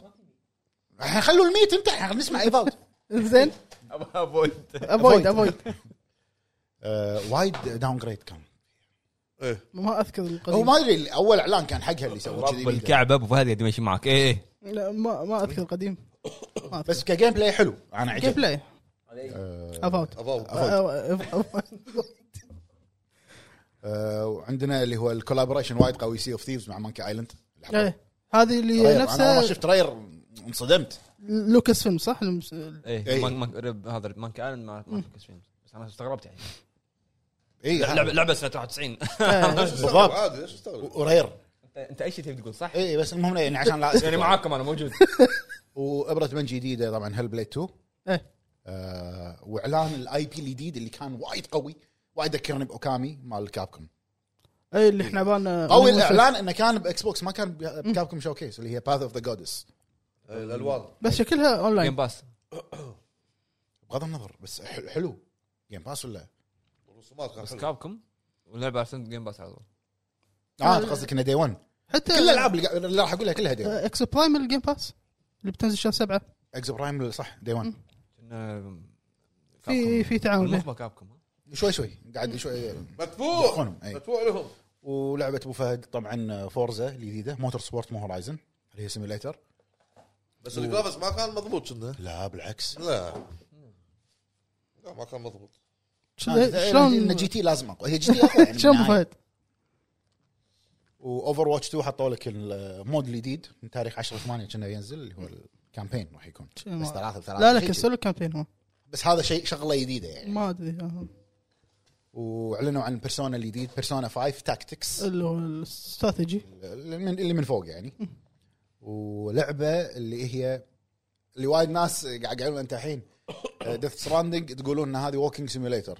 احنا خلوا الميت انت احنا نسمع ايفاود زين افويد افويد افويد آه وايد داون جريد كان ايه ما اذكر هو القديم ما ادري اول اعلان كان حقها اللي سووه رب كذي الكعبه ابو فهد قاعد يمشي معك ايه ايه لا ما ما اذكر القديم ما اذكر بس كجيم بلاي حلو انا كيف عجبني لا افوت افاوت آه وعندنا اللي هو الكولابوريشن وايد قوي سي اوف ثيفز مع مانكي ايلاند ايه هذه اللي انا طيب، والله نفسها شفت تريلر انصدمت لوكاس فيلم صح؟ المس- ايه إيه. مانك- مانك- رب- هذا مانك ايلاند ما ما فكس فيلم بس انا استغربت يعني اي لعبه لعبه سنه 91 إيه. بالضبط. عادي ايش تستغرب ورير أنت- انت اي شيء تبي تقول صح؟ اي بس المهم يعني عشان لا يعني معاكم انا موجود وابره بنج جديده طبعا هل بليد 2 إيه. آه واعلان الاي بي الجديد اللي كان وايد قوي وايد ذكرني باوكامي مال كابكم اي إيه، اللي احنا بالنا قوي الاعلان انه كان باكس بوكس ما كان بكابكم شو كيس اللي هي باث اوف ذا جودس إيه، الالوان بس شكلها جيم اونلاين باس بغض النظر بس حل- حلو جيم باس ولا الرسومات كانت بس حلوة. كابكم واللعبه على سنة جيم باس على طول آه، اه أنت قصدك انه دي 1 حتى كل الالعاب اللي- اللي راح اقولها كلها دي 1 اكس برايم آه. الجيم باس اللي بتنزل شهر سبعه اكس برايم صح دي 1 كنا في في تعاون بين- المخبه كابكم شوي شوي قاعد شوي مدفوع يدخلهم اي مدفوع لهم ولعبه ابو فهد طبعا فورزا الجديده موتور سبورت مو هورايزن اللي هي سيميليتر بس الجرافكس ما كان مضبوط كنا لا بالعكس لا لا ما كان مضبوط أنا- شلون لان آه، جي تي لازم اقوى هي جي تي اقوى يعني شلون ابو بالنهاية. فهد؟ واوفر واتش 2 حطوا لك المود الجديد من تاريخ 10 8 كنا ينزل اللي هو الكامبين راح يكون شنو بس ما- ثلاثة ثلاثة لا لا شيء كسلوا الكامبين هو كذي. بس هذا شيء شغله جديده يعني ما ادري آه. واعلنوا عن بيرسونا الجديد بيرسونا 5 تاكتكس اللي هو الاستراتيجي اللي من, اللي من فوق يعني ولعبه اللي هي اللي وايد ناس قاعد يقولون انت الحين ديث ستراندنج تقولون ان هذه ووكينج سيميوليتر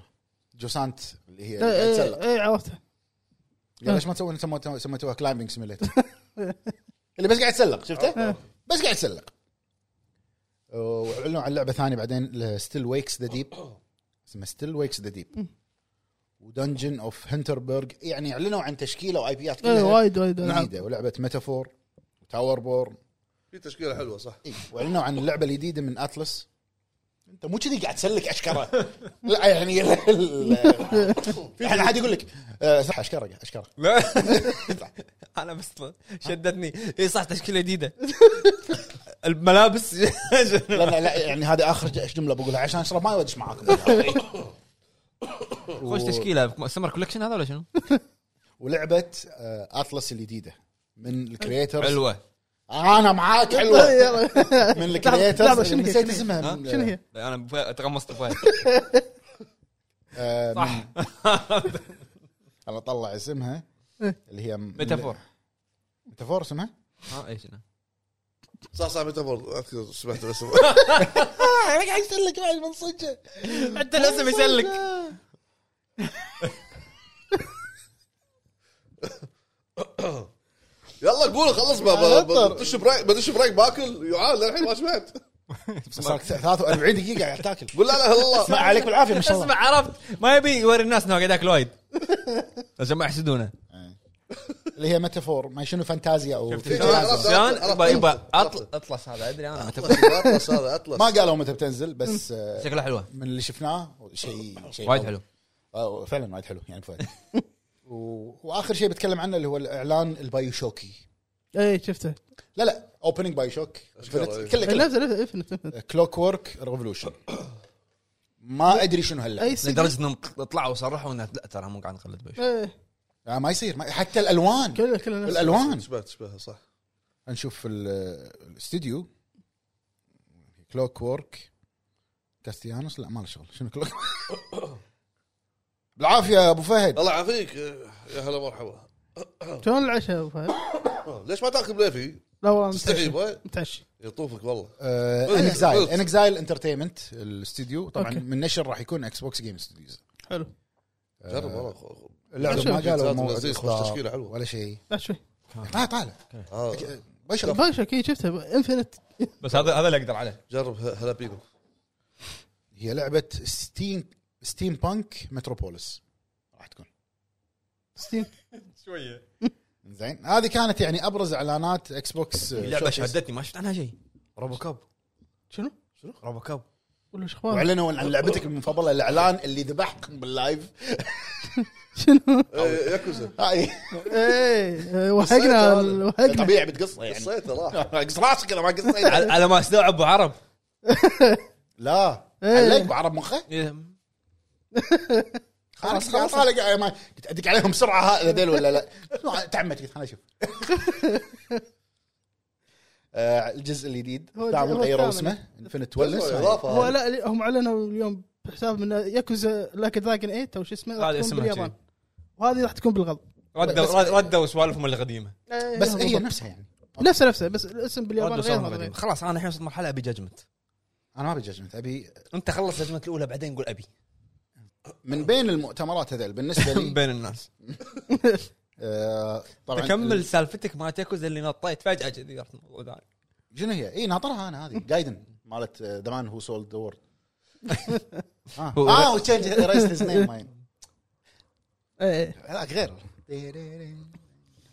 جوسانت اللي هي اللي أه، قاعد تسلق. اي إيه، عرفته آه. قال ليش ما تسوون سموتوها سميتوها كلايمبنج سيميليتر اللي بس قاعد يتسلق شفته؟ آه. بس قاعد يتسلق واعلنوا عن لعبه ثانيه بعدين ستيل ويكس ذا ديب اسمها ستيل ويكس ذا ديب ودنجن اوف هنتربرغ يعني اعلنوا عن تشكيله واي بيات اي كلها إيه، وايد وايد العاب جديده ولعبه ميتافور تاور بورن في تشكيله حلوه صح إيه، واعلنوا عن اللعبه الجديده من اتلس انت مو كذي قاعد تسلك اشكره لا يعني لا لا يعني حد يقول لك آه، صح اشكره اشكره لا انا بس شدتني اي صح تشكيله جديده الملابس لان لا يعني هذه اخر ج- جمله بقولها عشان اشرب ماي وادش معاكم خوش تشكيله سمر كولكشن هذا ولا شنو؟ ولعبه آه، اطلس الجديده من الكريترز حلوه انا معاك حلوه من لحظة، الكريترز شنو هي؟ نسيت شنو هي؟ اسمها من- إيه، شنو هي؟ انا بفا- تغمصت فيها آه، من- صح انا اطلع اسمها إيه. اللي هي من- ميتافور ميتافور اسمها ها اي شنو؟ صح صح ميتافور اذكر سمعت الاسم انا قاعد اسلك بعد من صجه حتى الاسم يسلك يلا قول خلص ما- ما- ما- بدش بريك بدش بريك باكل يعال للحين ما سمعت صار 43 دقيقه قاعد تاكل قول لا اله الا ما الله عليك بالعافيه ما شاء الله اسمع عرفت ما يبي يوري الناس انه قاعد ياكل وايد عشان ما يحسدونه اللي هي ميتافور ما شنو فانتازيا او شفت إيه، عرفت، شلون؟ عرفت، يبا يبا عرفت. أطل- اطلس هذا ادري انا أتفق. اطلس هذا اطلس ما قالوا متى بتنزل بس إيه. آه، شكله حلوه من اللي شفناه شيء شيء وايد حلو آه، فعلا وايد حلو يعني فعلا و... واخر شيء بتكلم عنه اللي هو الاعلان البايو شوكي اي إيه، شفته إيه، لا لا اوبننج بايو شوك أشكال، أي. كله كله نفس نفس انفنت انفنت كلوك وورك ريفولوشن ما ادري شنو هلا اي سيجنال لدرجه انهم طلعوا وصرحوا انه لا ترى مو قاعد نقلد بيش آه، ما يصير ما... حتى الالوان إيه، كله كله نفس الالوان تشبه تشبه صح نشوف ال- الاستديو كلوك وورك كاستيانوس لا ما له شغل شنو كلوك بالعافيه يا ابو فهد الله يعافيك يا هلا مرحبا شلون العشاء يا أبو فهد؟ ليش ما تاكل بليفي؟ لا والله متعشي تستحي متعشي يطوفك والله آه، انكزايل انكزايل انترتينمنت الاستديو طبعا أوكي. من نشر راح يكون اكس بوكس جيم ستوديوز حلو جرب والله خ- خ- اللعبه شوف. ما قالوا جيتات موعد لذيذ، خوش إصدار تشكيلة حلوة. ولا شيء لا شوي لا طالع آه، بشوف بايشك اي شفته انفنت بس هذا هذا اللي اقدر عليه جرب ه- هلابينو هي لعبه ستيم ستيم بانك متروبوليس راح تكون ستيم شويه زين هذه كانت يعني ابرز اعلانات اكس بوكس آه، اللعبه showcase. شدتني ما شفت عنها شيء روبو كاب شنو؟ روبو كاب ولا ايش اخبارك؟ واعلنوا عن لعبتك المفضله الاعلان اللي ذبحكم باللايف شنو؟ إيه، ياكوزا هاي اي إيه، وهقنا وهقنا طبيعي بتقصها يعني قصيته راح قص راسك انا ما قصيت على على ما استوعب ابو عرب لا إيه. عليك بعرب مخه إيه. خلاص خلاص، خلاص عليك ما قلت ادق عليهم بسرعه ها- هذيل ولا لا شنو تعمت قلت خليني اشوف آه، الجزء الجديد هو دعم الجزء غيروا الثامن. اسمه انفنت ويلنس اضافه هو هذه. لا لا، هم اعلنوا اليوم بحساب من ياكوزا لاك دراجون 8 او شو اسمه راح هذه تكون اسمها باليابان وهذه راح تكون بالغلط بس- إيه. ردوا ردوا سوالفهم القديمه إيه، بس هي بالضبط. نفسها يعني نفسه نفسه بس الاسم باليابان ردوا غير سوالفهم هذا غير القديمه خلاص انا الحين وصلت مرحله ابي جاجمنت انا ما بججمنت ابي انت خلص جاجمنت الاولى بعدين قول ابي من بين المؤتمرات هذول بالنسبه لي بين الناس آه، طبعا تكمل سالفتك مالت ياكوزا اللي نطيت فجاه كذي رحت الموضوع ثاني شنو هي؟ اي ناطرها انا هذه جايدن مالت آه، ذا مان هو سولد ذا وورد اه هو- اه وتشينج ريست هيز نيم ماين إيه، إيه. هذاك غير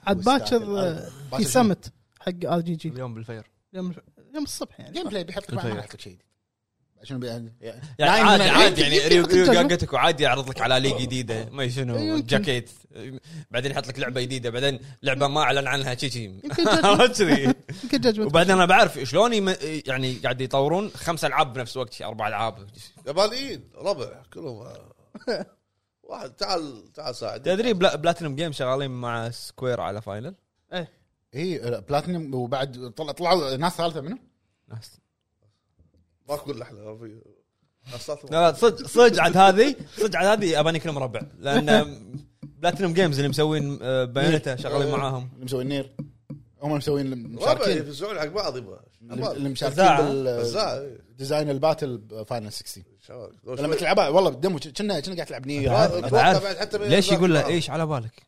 عاد باكر آه، باكر في شنو؟ سمت حق ار جي جي اليوم بالفير يوم يوم الصبح يعني جيم بلاي بيحط لك بعد ما الفير. راح يحط لك شيء شنو بي- يعني نايم عادي من يمكن- عادي يعني يمكن ريو ريو تجرب. جاكيتك عادي يعرض لك على ليج جديده ما شنو أيوة، يمكن. جاكيت بعدين يحط لك لعبه جديده بعدين لعبه ما اعلن عنها شي شي يمكن جاجمنت كذي يمكن جاجمنت وبعدين انا بعرف شلون يم- يعني قاعد يطورون خمس العاب بنفس الوقت شي اربع العاب يابانيين ربع كلهم آه. واحد تعال تعال ساعد تدري بلا بلاتينوم جيم شغالين مع سكوير على فاينل اي بلاتينيوم وبعد طلع طلعوا ناس ثالثه منهم ناس ماكو كل احلى ما في أصلاً لا لا صدق صدق عاد هذه صدق عاد هذه اباني كل مربع لان بلاتينوم جيمز اللي مسوين آه، بايونيتا شغالين معاهم اللي مسوين نير هم مسوين ربع المشاركين يفزعون حق بعض يبا اللي شباب مشاركين فزاعة. فزاعة، بال إي. ديزاين الباتل فاينل 16 إيه، شباب لما تلعبها والله بالدمو كنا كنا قاعد تلعب نير أتوقع بعرف. بعد حتى من ليش يزاكي يقول له معاهم. ايش على بالك؟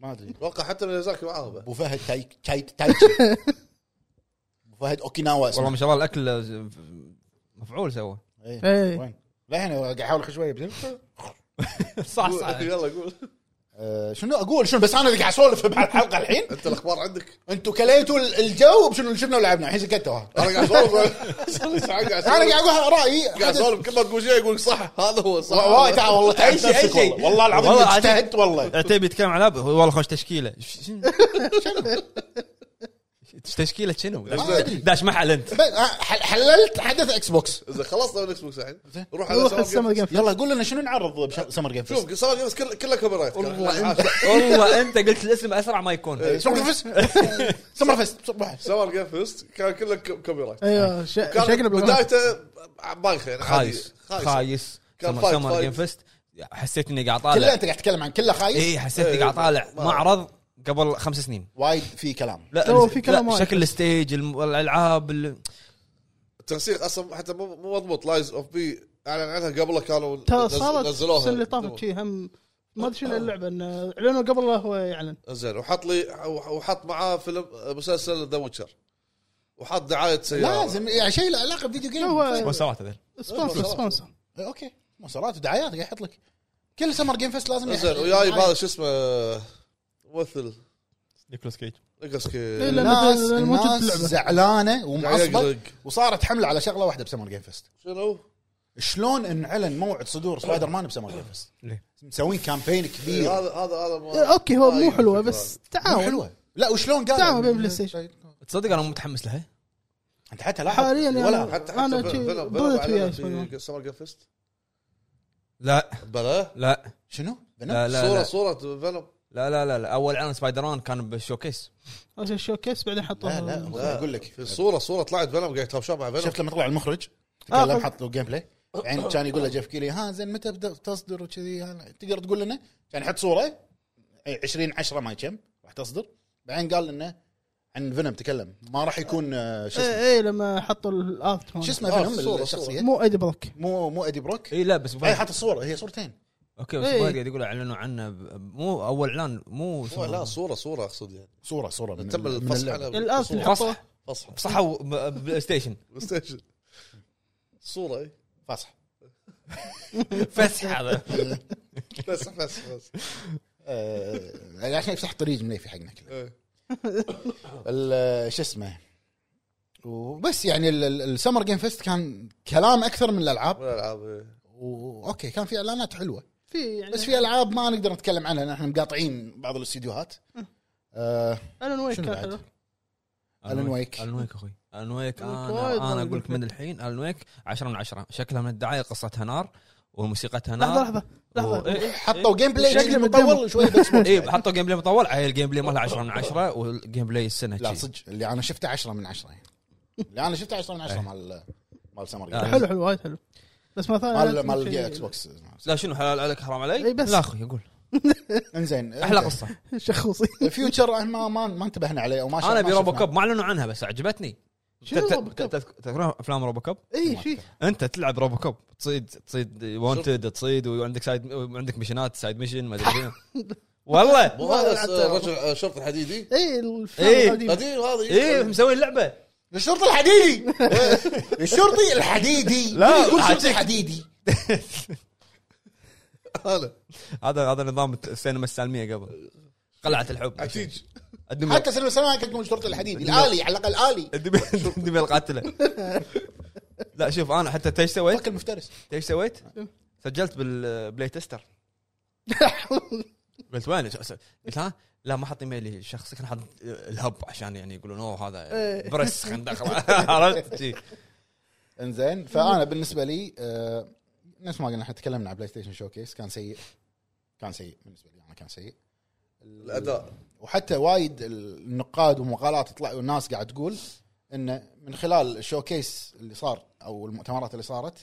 ما ادري اتوقع حتى من يزاكي معاهم بعد. ابو فهد تاي تاي تايتشي ابو فهد اوكيناوا اسمه والله ما شاء الله الاكل آه، مفعول سوى إيه. إيه. وين لا الحين قاعد احاول اخش شويه بجنب. صح يلا قول آه، شنو اقول شنو بس انا اللي قاعد اسولف بهالحلقه الحين انت الاخبار عندك انتوا كليتوا الجو بشنو اللي شفنا ولعبنا الحين سكتوا انا انا قاعد اسولف قاعد اقول رايي قاعد اسولف كل ما تقول شيء يقول صح هذا هو صح والله تعال والله تعب أي شيء، أي نفسك شيء. والله والله العظيم والله والله العظيم. اجتهدت والله عتيبي يتكلم إيه، عن لعبه هو والله خوش تشكيله ش- شنو؟ تشكيله شنو؟ ما أدري. داش محل انت بس، آه، حل- حللت حدث اكس بوكس اذا خلصنا الاكس بوكس الحين روح روح على السمر سمر جيم يلا قول لنا شنو نعرض بسمر جيم فيست شوف سمر جيمز كله كله كوبي والله رايت والله انت قلت الاسم اسرع ما يكون سمر جيم فيست سمر فيست صباح. سمر جيم فيست كان كله كوبي رايت ايوه ش- شكله كان بالغلط. بدايته بايخه يعني عادي. خايس خايس كان سمر فايت، سمر فايت. جيم فيست حسيت اني قاعد كله طالع انت قاعد تتكلم عن كله خايس اي حسيت اني إيه، قاعد طالع ما- معرض قبل خمس سنين وايد في كلام لا, هو لا في كلام وايد. شكل الستيج الم- الالعاب ال- التنسيق اصلا حتى مو مو مضبوط لايز اوف بي اعلن عنها قبله كانوا ترى نز- صارت نزلوها. السنه اللي طافت شي هم ما ادري شنو اللعبه انه اعلنوا قبل لا هو يعلن زين وحط لي وحط معاه فيلم مسلسل ذا ويتشر وحط دعايه سياره لازم يعني شيء له علاقه بفيديو جيم هو- سبونسرات هذيل سبونسر سبونسر إيه، اوكي مواصلات ودعايات قاعد يحط لك كل سمر جيم فيست لازم يعني زين يحط- يعني وياي هذا شو اسمه ممثل نيكولاس كيج نقص إيه، كي لا. الناس لأن الموجود الناس باللعبة. زعلانه يقرق. ومعصبه وصارت حمله على شغله واحده بسمر جيم فيست شنو؟ شلون انعلن موعد صدور سبايدر مان بسمر جيم فيست ليه؟ مسوين كامبين إيه، كبير هذا هذا هذا ما- إيه، اوكي هو ما مو يجي حلوه فكرة بس مو تعاون حلوه لا وشلون قال تعاون بين بلاي ستيشن. تصدق انا مو متحمس لها انت حتى لاحظ حاليا يعني هذا. حتى حتى انا فيلم- شي فيلم- ضلت فيلم وياي علينا سبونسر. في سمر جيم فيست لا بلا لا شنو؟ لا لا صوره لا. صوره فينوم لا لا لا, لا. اول اعلان سبايدر مان كان بالشوكيس عشان الشوكيس بعدين لا لا حطوه هو اقول لك في الصوره صوره طلعت فينوم قاعد يتهاوشون مع فينوم شفت لما طلع المخرج آه، تكلم طبعاً. حط له جيم بلاي يعني كان يقول له جيف كيلي ها زين متى بدأ تصدر وكذي ها، تقدر تقول لنا كان يحط صوره 20 10 ما كم راح تصدر بعدين قال لنا عن فينوم تكلم ما راح يكون آه، شو اسمه اي إيه، لما حطوا الارت مال. شو آه، اسمه إيه؟ فينوم الصورة، الشخصيه مو ايدي بروك مو مو ادي بروك اي لا بس اي حط الصوره هي صورتين اوكي بس إيه. ما قاعد يقول اعلنوا عنه ب- مو اول اعلان مو هو لا صوره صوره اقصد يعني صوره صوره من تم ال- من الفصح اللعبة. على الارت اللي صورة. حطوه فصح فصح فصحوا ب- بلاي ستيشن بلاي ستيشن صوره اي فصح فسح هذا بس بس بس آه، عشان يفتح طريق منيفي حقنا كله إيه. ال- شو اسمه وبس يعني ال- ال- السمر جيم فيست كان كلام اكثر من الالعاب من الالعاب إيه. واوكي كان في اعلانات حلوه في يعني بس في العاب ما نقدر نتكلم عنها لان احنا مقاطعين بعض الاستديوهات آه الن ويك شنو كان بعد؟ حلو ألان ويك. الن ويك اخوي الن ويك ألان انا ويك وايد انا وايد اقول لك من ممتع. الحين الن ويك 10 من 10 شكلها من الدعايه قصتها نار وموسيقتها نار لحظه لحظه لحظه و- حطوا جيم بلاي شكله شكله بالدمو. مطول شوي بس مو- اي حطوا جيم بلاي مطول على الجيم بلاي مالها 10 من 10 والجيم بلاي السنه لا شي. صدق اللي انا شفته 10 من 10 يعني اللي انا شفته 10 من 10 مال مال سمر لا. جيم آه. حلو آه، حلو وايد حلو بس ما ثاني مال مال اكس بوكس لا شنو حلال عليك حرام علي؟ إي بس. لا اخوي اقول انزين احلى قصه شخوصي فيوتشر آه، ما ما ما انتبهنا عليه او ما شفنا- انا ما ابي روبو شفنا. كاب ما اعلنوا عنها بس عجبتني شنو إيه، تت- روبو كاب؟ تت- تذكرون افلام روبو كاب؟ اي شيء انت تلعب روبو كاب تصيد تصيد وانتد تصيد وعندك سايد وعندك مشنات سايد ميشن ما ادري شنو والله مو هذا رجل شرطي حديدي اي إيه. الفيلم القديم. قديم هذا إيه؟ ايه مسوي اللعبه إيه. الشرطي الحديدي إيه. الشرطي الحديدي لا، لا يقول شرطي عجيب. حديدي هذا هذا هذا نظام السينما السالميه قبل قلعه الحب عتيج الدمية حتى سنة سنة كان يقول شرطي الحديدي الالي على الاقل الالي الدمية الدمية القاتله لا شوف انا حتى تدري ايش سويت؟ فك المفترس تدري ايش سويت؟ إيه. سجلت بالبلاي تستر قلت وين س- قلت ها لا ما حاطين ميلي الشخصي كان حاط الهب عشان يعني يقولون اوه هذا إيه. برس خلينا ندخله عرفت شي. انزين فانا بالنسبه لي آه، نفس ما قلنا احنا تكلمنا عن بلاي ستيشن شو كيس كان سيء كان سيء بالنسبه لي انا كان سيء الاداء وحتى وايد النقاد ومقالات طلع والناس قاعد تقول انه من خلال الشوكيس اللي صار او المؤتمرات اللي صارت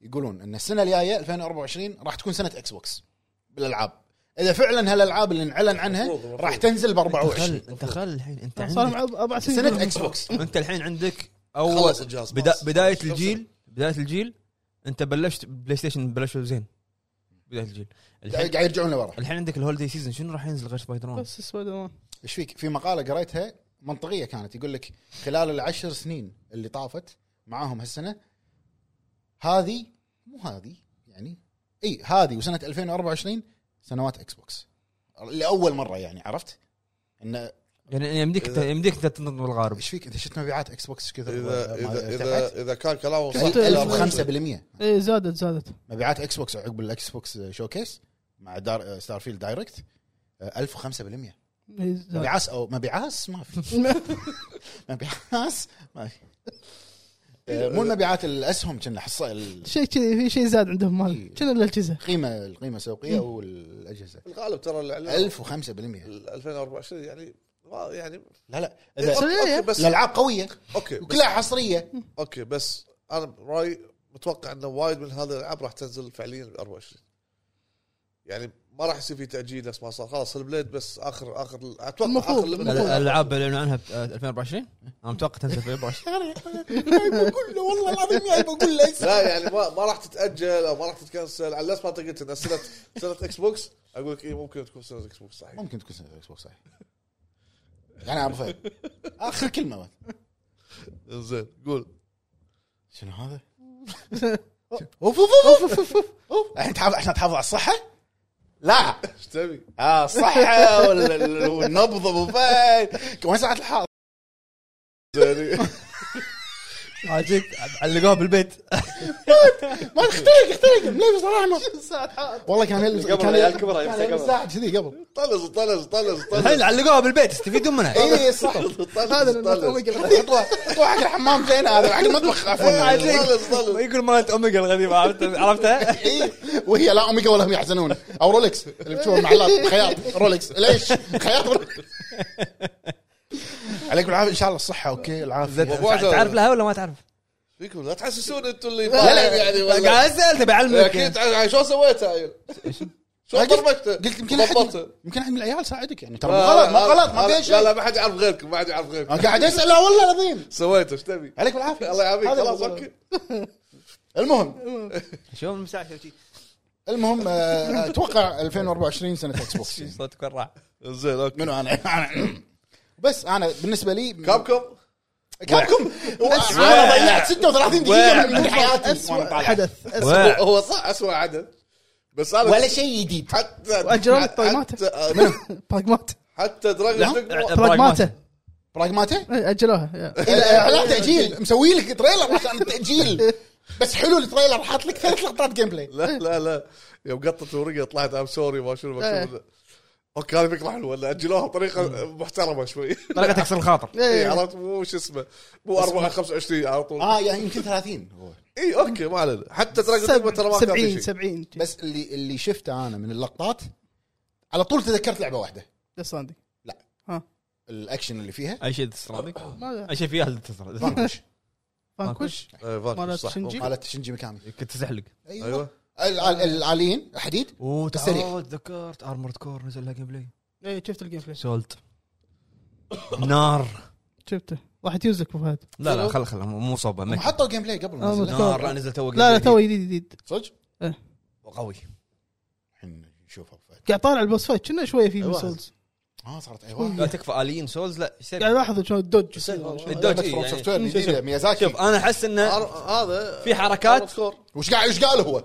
يقولون ان السنه الجايه 2024 راح تكون سنه اكس بوكس بالالعاب اذا فعلا هالالعاب اللي انعلن عنها مفروض- مفروض. راح تنزل ب 24 خل انت خل الحين انت صار عندك لهم أربع- اربع سنين سنه اكس بوكس انت الحين عندك اول خلص الجهاز بدا خلاص. بدايه خلاص. الجيل بدايه الجيل انت بلشت بلاي ستيشن بلشوا زين بدايه الجيل الحين قاعد يرجعون لورا الحين عندك الهوليدي سيزون شنو راح ينزل غير سبايدر مان؟ بس سبايدر مان ايش فيك في مقاله قريتها منطقيه كانت يقول لك خلال العشر سنين اللي طافت معاهم هالسنه هذه مو هذه يعني اي هذه وسنه 2024 سنوات اكس بوكس لاول مره يعني عرفت ان يعني يعني يمديك انت يمديك انت تنط بالغارب ايش فيك انت شفت مبيعات اكس بوكس كذا اذا اذا اذا اذا كان كلامه صح ألف 1005% ايه زادت زادت مبيعات اكس بوكس عقب الاكس بوكس شوكيس مع دار ستار فيلد دايركت 1005% إيه، زادت مبيعاس او مبيعاس ما في مبيعاس ما في آه، مو المبيعات الاسهم كنا حصه القيمه شيء كذي في شيء زاد عندهم إيه. مال شنو الاجهزه القيمه السوقيه والاجهزه الغالب ترى الاعلان 1005% 2024 يعني ما يعني لا إيه. لا أوكي- اذا أوكي، بس الالعاب قويه اوكي بس وكلها حصريه اوكي بس انا برايي متوقع انه وايد من هذه الالعاب راح تنزل فعليا ب 24 يعني ما راح يصير في تاجيل نفس ما صار خلاص البليد بس اخر اخر اتوقع المفروض- اخر limit. المفروض. الالعاب اللي اعلنوا عنها ب 2024 انا متوقع تنزل في 2024 بقول له والله العظيم يعني بقول له لا يعني ما, ما راح تتاجل او ما راح تتكنسل على نفس ما انت قلت ان سنه سنه اكس بوكس اقول لك إيه ممكن تكون سنه اكس بوكس صحيح ممكن تكون سنه اكس بوكس صحيح يعني ابو فهد اخر كلمه بعد. زين قول شنو هذا؟ أوف، اوف اوف اوف اوف اوف الحين تحافظ عشان تحافظ على الصحه؟ لا ايش تبي؟ اه الصحه وال- ال- والنبض ابو فهد وين ساعه الحاضر؟ زين عاجيك علقوها بالبيت ما اختلق اختلق ملبس صراحه والله كان يلبس قبل كان العيال يلبس- كبرى كان يلبسها يلبس قبل. ساعه كذي قبل طلز طلز طلز الحين طلز علقوها بالبيت استفيدوا منها اي إيه، صح طلز طلز حطوه حطوه حق الحمام زين هذا حق المطبخ عفوا إيه، عليك. طلز طلز يقول مالت امك الغريبه عرفت- عرفتها؟ إي، إيه. وهي لا اوميجا ولا هم يحزنون او رولكس اللي بتشوفه معلات خياط رولكس ليش؟ خياط رولكس عليكم العافيه ان شاء الله الصحه اوكي العافيه أبو عجل. تعرف لها ولا ما تعرف؟ فيكم لا تحسسون انتم اللي لا، لا، يعني قاعد والله. اسال تبي اكيد اعلمك ع- شو سويت عيل؟ شو قلت- ضربته؟ قلت يمكن احد ضبطته. يمكن احد من العيال ساعدك يعني ترى مو لا، غلط لا، ما غلط ما لا، في شيء أه. لا لا ما حد يعرف غيركم ما حد يعرف غيركم انا قاعد اسال لا والله العظيم سويته ايش تبي؟ عليك بالعافيه الله يعافيك أه. هذا خلاص الموضوع. اوكي المهم شوف المساعد شوف شي. المهم آه، اتوقع 2024 سنه اكس بوكس شي صوتك ورع زين اوكي منو انا أنا- بس انا بالنسبه لي كاب كوم كابكم بس انا ضيعت 36 دقيقه من- من حياتي وأنا طالع. حدث وين؟ هو صح اسوء عدد بس انا ولا شيء جديد حتى وأجرام حتى- الطيمات. حتى- باقمات حتى لا. دراجون دقمة- باقماته براغماته اجلوها يا. لا تاجيل مسوي لك تريلر عشان التاجيل بس حلو التريلر حاط لك ثلاث لقطات جيم بلاي لا لا لا يوم قطت الورقه طلعت ام سوري ما شنو إيه. آه. مكتوب اوكي هذه فكره حلوه ولا اجلوها بطريقه محترمه شوي طريقه تكسر الخاطر إيه، إيه. عرفت مو شو اسمه مو 4 25 على طول اه يعني يمكن 30 هو اي اوكي ما علينا حتى دراجون دقمة ترى ما كان في شيء 70 70 بس اللي اللي شفته انا من اللقطات على طول تذكرت لعبه واحده بس عندي الاكشن اللي فيها اي شيء تصرادك ماذا اي شيء فيها اللي تصرادك فانكوش فانكوش إيه، فاكر، مالت صح. شنجي. مالت شنجي ميكامي كنت تزحلق ايوه ال- ال- الاليين الحديد اوه السريع. تعال تذكرت ارمورد كور نزل لها جيم بلاي اي شفت الجيم بلاي سولت نار شفته راح تيوزك ابو فهد لا لا خل خل مو صوبه هم حطوا جيم بلاي قبل ما آه، نزل. مت- نار لا نزل تو لا لا تو جديد جديد صدق قوي الحين نشوفه فهد. قاعد طالع البوس فايت كنا شويه فيه من أيوة. سولز اه صارت اي لا واحد تكفى الين سولز لا قاعد سريع الاحظ شلون الدوج الدوج لعبة إيه، From يعني. آه، Software الجديدة، ميازاكي شوف آه. انا احس انه أر- هذا في حركات وش قاعد وش قال هو؟ قاعد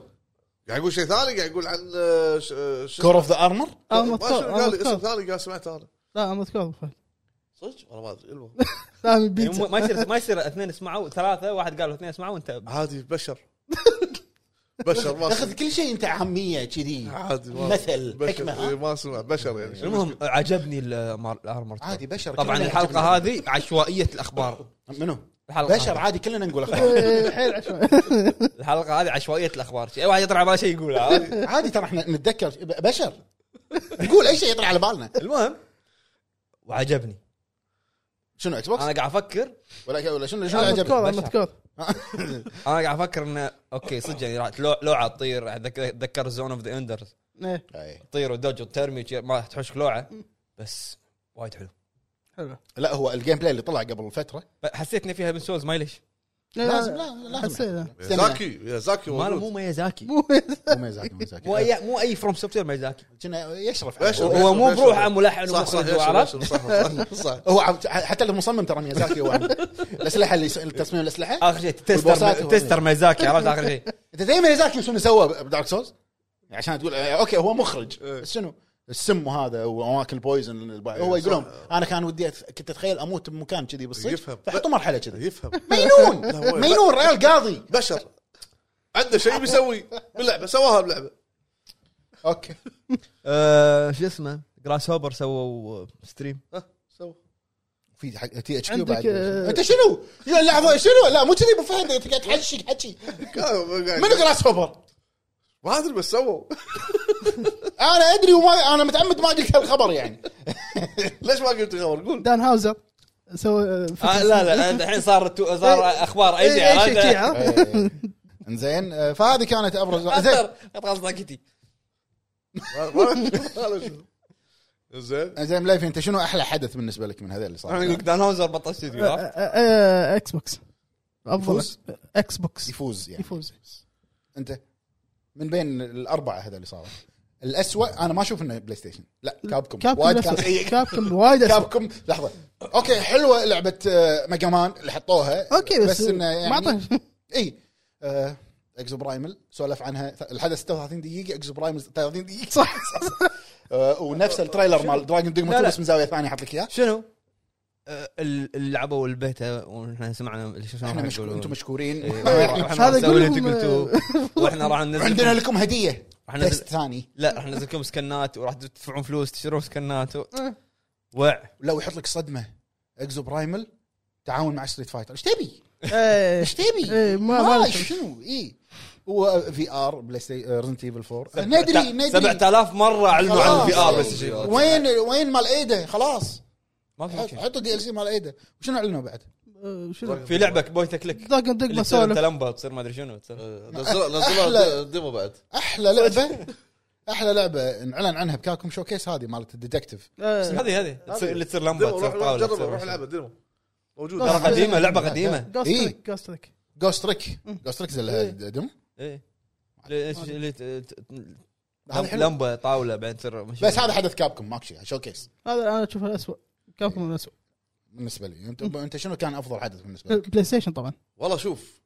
يعني يقول شيء ثاني قاعد يقول عن آه، ش- آه، شو كور اوف ذا ارمر اه ما شنو قال اسم مذكور ثاني قال سمعته انا لا مذكور ابو فهد صدق والله ما ادري المهم لا يعني بيتزا مو- ما يصير ما يصير اثنين اسمعوا ثلاثه واحد قالوا اثنين اسمعوا وانت عادي بشر بشر ما تاخذ كل شيء انت عاميه كذي عادي ما مثل، بشر- حكمة. إيه، ما اسمع بشر يعني شو المهم عجبني الأمار- الارمر كور. عادي بشر طبعا كلنا الحلقه عجبنا. هذه عشوائيه الاخبار منو؟ الحلقه بشر هذه- عادي كلنا نقول أخبار. إيه، حيل عشوائي الحلقه هذه عشوائيه الاخبار شيء- اي واحد يطلع على باله شيء يقوله عرفت؟ عادي ترى احنا نتذكر ب- بشر نقول اي شيء يطلع على بالنا المهم وعجبني شنو اكس بوكس انا قاعد افكر ولا ولا شنو شنو أحمد عجبك كور، بشر. أحمد كور. انا قاعد افكر انه اوكي صدق يعني راح لو- لوعه تطير راح أتذك- اتذكر زون اوف ذا اندرز إيه، أي. تطير ودوج وترمي وشي- ما تحوشك لوعه بس وايد حلو حلو لا هو الجيم بلاي اللي طلع قبل فتره حسيت ان فيها من سولز ما ليش لا، لازم لا، لا لازم حسينا يا زاكي يا زاكي ماله مو موجود. ميازاكي مو مو ميزاكي مو مو ميزاكي اي مو اي فروم سوفت وير ميازاكي كنا يشرف بشر، عليه. هو مو بشر. بروحه ملحن صح صح ومخرج يشر، وعرفت يشر، صح صح صح هو عم- حتى اللي مصمم ترى ميزاكي هو عنده. الاسلحه اللي تصميم الاسلحه آه. اخر شيء والبوسات تستر هو- تستر ميازاكي عرفت اخر شيء انت زي ميزاكي شنو سوى بدارك سولز عشان تقول آه، اوكي هو مخرج إيه. بس شنو السم هذا واماكن بويزن هو يقول لهم انا كان ودي أت- كنت اتخيل اموت بمكان كذي بالصدق يفهم. فحطوا مرحله كذي يفهم مينون هو- مينون ريال قاضي بشر عنده شيء بيسوي باللعبه سواها بلعبه اوكي آه، شو اسمه جراس هوبر سووا ستريم في حق تي اتش كيو عندك، بعد آه، انت شنو؟ يا لعبه شنو؟ لا مو كذي ابو فهد انت قاعد تحشي حكي منو جراس هوبر؟ ما ادري بس سووا انا ادري وما انا متعمد ما قلت هالخبر يعني ليش ما قلت خبر قول دان هاوزر سوى آه لا لا الحين صار تو- صار اخبار اي إيه، إيه، شيء كذي، عرفت؟ ها؟ إيه. انزين آه، فهذه كانت ابرز زين خلاص ضاقتي ما- ما- ما- شنو. زين زين مليفي انت شنو احلى حدث بالنسبه لك من هذول اللي انا صار؟ اقول لك دان هاوزر بطل استوديو عرفت؟ آه، آه، اكس بوكس افضل يفوز؟ اكس بوكس يفوز يعني يفوز انت من بين الاربعه هذول اللي صاروا الاسوء انا ما اشوف انه بلاي ستيشن لا كابكم كابكم وايد نفسه. كان سيء كابكم وايد أسوأ. كابكم لحظه اوكي حلوه لعبه آه، ميجا مان اللي حطوها اوكي بس, انه يعني ما أعطاه. اي آه، اكزو برايمل سولف عنها ث- الحدث 36 دقيقه اكزو برايمل 30 دقيقه صح آه، ونفس التريلر مال دراجون دوغما لا، 2 لا. بس من زاويه ثانيه حط لك اياه شنو؟ آه، ال- اللي لعبوا البيتا ونحن سمعنا شنو احنا راح مشكور يقولون. انتم مشكورين إيه، واحنا راح هذا نسوي يقول اللي انت لهم، قلتوه واحنا راح ننزل عندنا لكم هديه راح ننزل- تست ثاني لا راح ننزل لكم سكنات وراح تدفعون فلوس تشترون سكنات و... وع لو يحط لك صدمه اكزو برايمل تعاون مع ستريت فايتر ايش تبي؟ إيه. ايش تبي؟ إيه، ما- ما ما لك. شنو إيه. اي وفي ار بلاي ستيشن ريزنت ايفل 4 ندري ندري 7000 مره اعلنوا عن الفي ار خلاص. بس شيء وين وين مال ايدا خلاص ما في حط- مشكلة. حطوا دي ال سي مال ايدا وشنو اعلنوا بعد؟ آه، شنو في لعبه بوينت كليك داقن دق اللي تصير انت بسولف لمبه تصير ما ادري شنو إيه. تصير نزلوا نزلوا أحلى. ديمو بعد احلى لعبه احلى لعبه انعلن عنها بكاكم شو كيس هذه مالت الديتكتيف إيه. هذه هذه تصير- اللي تصير لمبه ديمو روح تصير روح طاوله جربه تصير روح مشكلة. العبه ديمو موجود لا، ترى قديمه لعبه قديمه إيه. جوستريك جوستريك جوست تريك جوست تريك اللي دم ايه اللي- اللي ت- ت- هذا حلو. لمبه طاوله بعدين تصير مشكلة. بس هذا حدث كابكم ماكو شيء شو كيس هذا انا اشوفه الاسوء كابكم الاسوء بالنسبه لي انت انت شنو كان افضل حدث بالنسبه لك؟ بلاي ستيشن طبعا والله شوف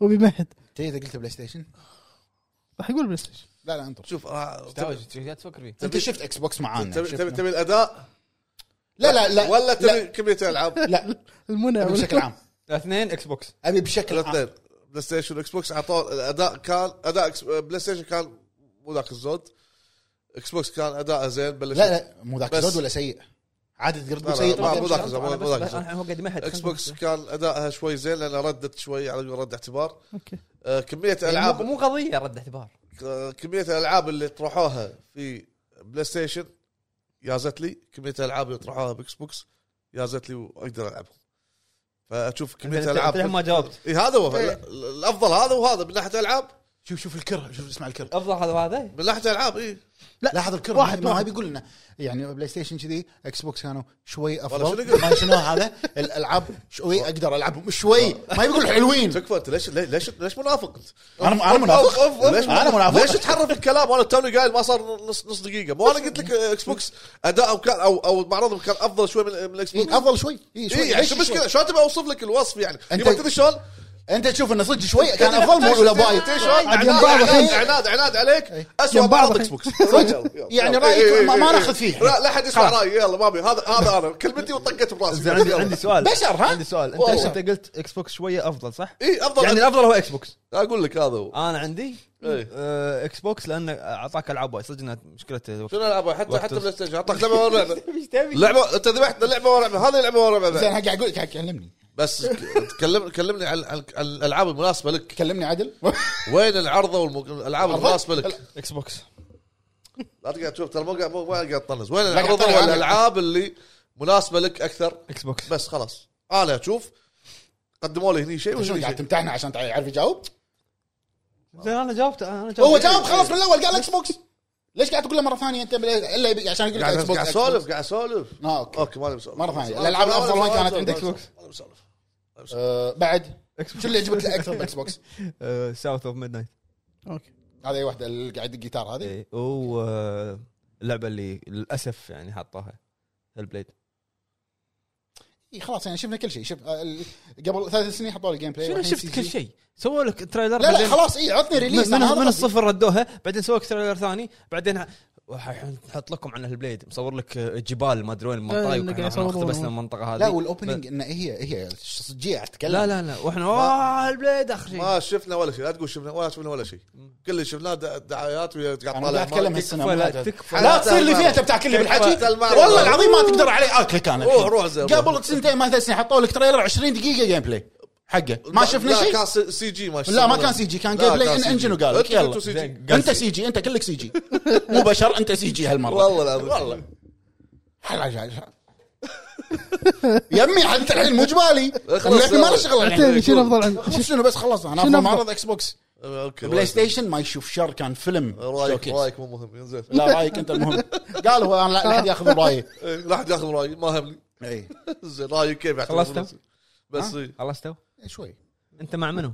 وبيمهد انت اذا قلت بلاي ستيشن راح يقول بلاي ستيشن لا لا انطر شوف آه، تاوج قاعد تفكر فيه انت شفت اكس بوكس معانا تبي شفت- تبي تبي الاداء لا لا لا ولا لا تبي كميه العاب لا المنى أبي بشكل عام اثنين اكس بوكس ابي بشكل عام الاثنين بلاي ستيشن واكس بوكس عطوا الاداء كان اداء إكس- بلاي ستيشن كان مو ذاك الزود اكس بوكس كان اداءه زين بلش لا لا مو ذاك بس. زود ولا سيء عادي تقدر لا، تقول لا، سيء ما- ما مو أدري. ذاك الزود، مو- مو ذاك بس- الزود. أنا هو قاعد يمهد اكس بوكس كان ادائها شوي زين لان ردت شوي على قول رد اعتبار اوكي آه، كميه العاب العاب يعني مو قضيه رد اعتبار آه، كميه الالعاب اللي طرحوها في بلاي ستيشن يازت لي كميه الالعاب اللي طرحوها باكس بوكس يازت لي واقدر العبهم فاشوف كميه يعني أنت- إيه. أنت الالعاب للحين ما جاوبت. اي إيه، هذا هو ال- الافضل هذا وهذا من ناحيه العاب شوف شوف الكره شوف اسمع الكره افضل هذا وهذا من إيه. ناحيه العاب اي لاحظ الكره واحد- واحد ما واحد. بيقول لنا يعني بلاي ستيشن كذي اكس بوكس كانوا شوي والله شنو افضل يقول؟ ما شنو هذا الالعاب شوي اقدر العبهم شوي ما يقول حلوين تكفى انت ليش ليش ليش منافق انت؟ انا انا أوف، أوف، منافق أوف. ليش انا منافق ليش تحرف الكلام انا توني قايل ما صار نص نص دقيقه مو انا قلت لك آه، اكس بوكس ادائهم كان او او معرضهم كان افضل شوي من من الاكس إيه، بوكس افضل شوي اي اي شوي يعني ليش شو شوي؟ المشكله شلون تبي اوصف لك الوصف يعني أنت- انت تدري شلون انت تشوف انه صدق شوي كان افضل من الاولى تدري بايد شلون؟ عناد يم بعض عناد- الحين. عناد عناد عليك اسوء يم بعض بعض اكس بوكس يعني إيه، رايك ما- ما ناخذ فيه لا لا احد يسمع رايي يلا ما ابي هذا هذا انا كلمتي وطقت براسي زين عندي يلا. عندي سؤال بشر، ها؟ عندي سؤال انت والله. انت قلت اكس بوكس شويه افضل صح؟ اي افضل يعني يعني الافضل هو اكس بوكس اقول لك هذا هو انا عندي إيه. آه، اكس بوكس لانه اعطاك العاب وايد صدق إنها مشكله الوقت. شنو العبها حتى وقت حتى وس- بلاي ستيشن اعطاك لعبه ورا لعبه ايش تبي؟ لعبه انت ذبحت لعبه ورا لعبه هذه لعبه ورا زين لعبه قاعد اقول لك قاعد كلمني بس كلم كلمني عن عن- عن الالعاب المناسبه لك كلمني عدل وين العرضه والالعاب عرضك؟ المناسبه لك اكس بوكس لا تقعد تشوف ترى مو قاعد مو ما قاعد تطنز وين قاعد العرضه أطنز. والالعاب اللي مناسبه لك اكثر اكس بوكس بس خلاص انا اشوف قدموا لي هني شيء أنت شنو وهني إيه، قاعد شيء تمتحنه عشان تع- يعرف يجاوب زين انا جاوبت انا جاوبت هو جاوب خلاص من الاول قال اكس بوكس ليش قاعد تقول له مره ثانيه انت بلا- الا يبي- عشان يقول لك قاعد اكس بوكس قاعد إكس بوكس. اسولف قاعد اسولف آه، اوكي اوكي ماني مسولف مرة ثانية. الألعاب الأفضل وين كانت عندك؟ ماني مسولف آه، بعد إكس بوكس. شو اللي عجبك اكثر اكس بوكس ساوث اوف ميد نايت اوكي هذه أي واحده اللي قاعد الجيتار إيه. هذه واللعبه آه، اللي للاسف يعني حطوها البليد إي خلاص يعني شفنا كل شيء شوف آه، ال- قبل ثلاث سنين حطوا لي جيم بلاي شنو إيه، والحين سي شفت جي. كل شيء سووا لك لا تريلر لا بعدين خلاص اي عطني ريليز من, أنا من, هذا من قصدي. الصفر ردوها بعدين سووا لك تريلر ثاني بعدين ح- وح- الحين نحط لكم عن البليد مصور لك آه، جبال ما ادري وين إيه، المنطقه اللي وإحنا قاعد يصورون. اقتبسنا المنطقه هذه لا والاوبننج انه هي هي صجيه قاعد تتكلم لا لا لا واحنا آه، البليد اخر شيء ما شفنا ولا شيء لا تقول شفنا ولا شفنا ولا شيء كل اللي شفناه د- دعايات وقاعد انا قاعد طالع اتكلم مال. هالسنه فلا، ما- تكفى لا تصير لي فيها انت بتاكلني بالحكي حتى المعرض. والله العظيم ما تقدر عليه اكلك انا الحين. روح، روح زين، روح. قبل سنتين ما ثلاث سنين حطوا لك تريلر 20 دقيقه جيم بلاي حقه ما لا- شفنا لا، شيء كان سي- سي جي ما لا ما كان سي جي كان لا، جيم بلاي كان ان سي جي. انجن وقالك أنتوا كنتوا يلا سي جي. زين، انت سي جي انت كلك سي جي مو بشر انت سي جي هالمره والله العظيم. والله حلع يمي انت الحين مو جبالي اخلص احنا ما له شغل الحين عتيبي شنو افضل عندك؟ خلص شنو بس خلصنا انا شنو افضل أفضل؟ معرض اكس بوكس اوكي بلاي ستيشن ما يشوف شر كان فيلم رايك showcase. رايك مو مهم زين لا رايك انت المهم قال هو انا لا لا احد ياخذ رايي إيه، لا احد ياخذ رايي ما همني اي زين رايك كيف يعتبر خلصتوا؟ مناسب؟ بس إيه. خلصتوا شوي انت مع منو؟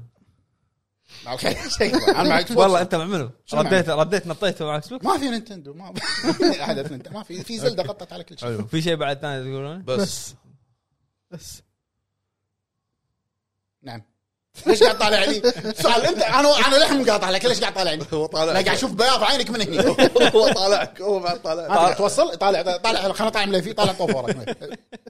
مع الخير انا مع Xbox. والله انت مع منو؟ شنو مع رديت رديت نطيت مع اكس بوكس ما في نينتندو ما في احدث نينتندو ما في في زلده غطت على كل شيء أيوه. حلو في شيء بعد ثاني تقولونه؟ بس بس بس نعم ليش قاعد طالع لي؟ سؤال انت انا انا لحم قاطع لك ليش قاعد طالعني؟ هو طالع انا قاعد اشوف بياض عينك من هنا هو طالعك هو بعد أنت قاعد طالع توصل طالع طالع خلنا طالع ملفي طالع طوفورك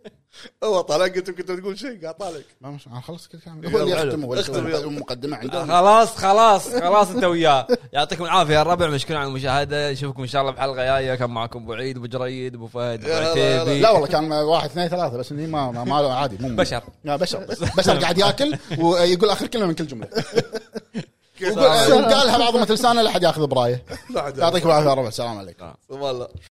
هو طالع قلت يمكن تقول شيء قاعد طالعك ما مش انا خلص كل كلام هو اللي يختم هو اللي اختم يسوي يلا. المقدمه آه، عندهم خلاص خلاص خلاص انت وياه يعطيكم العافيه يا الربع مشكور على المشاهده نشوفكم ان شاء الله بحلقه جايه كان معكم ابو عيد ابو جريد ابو فهد ابو يا هلا، عتيبي لا والله كان واحد اثنين ثلاثه بس اني ما ما, ما عادي مو بشر. لا بشر بس بشر قاعد ياكل ويقول اخر كلمه من كل جمله كيف وقال- وقالها بعظمه لسانه لا احد ياخذ برايه لا عاد. يعطيكم العافيه يا ربع السلام عليكم والله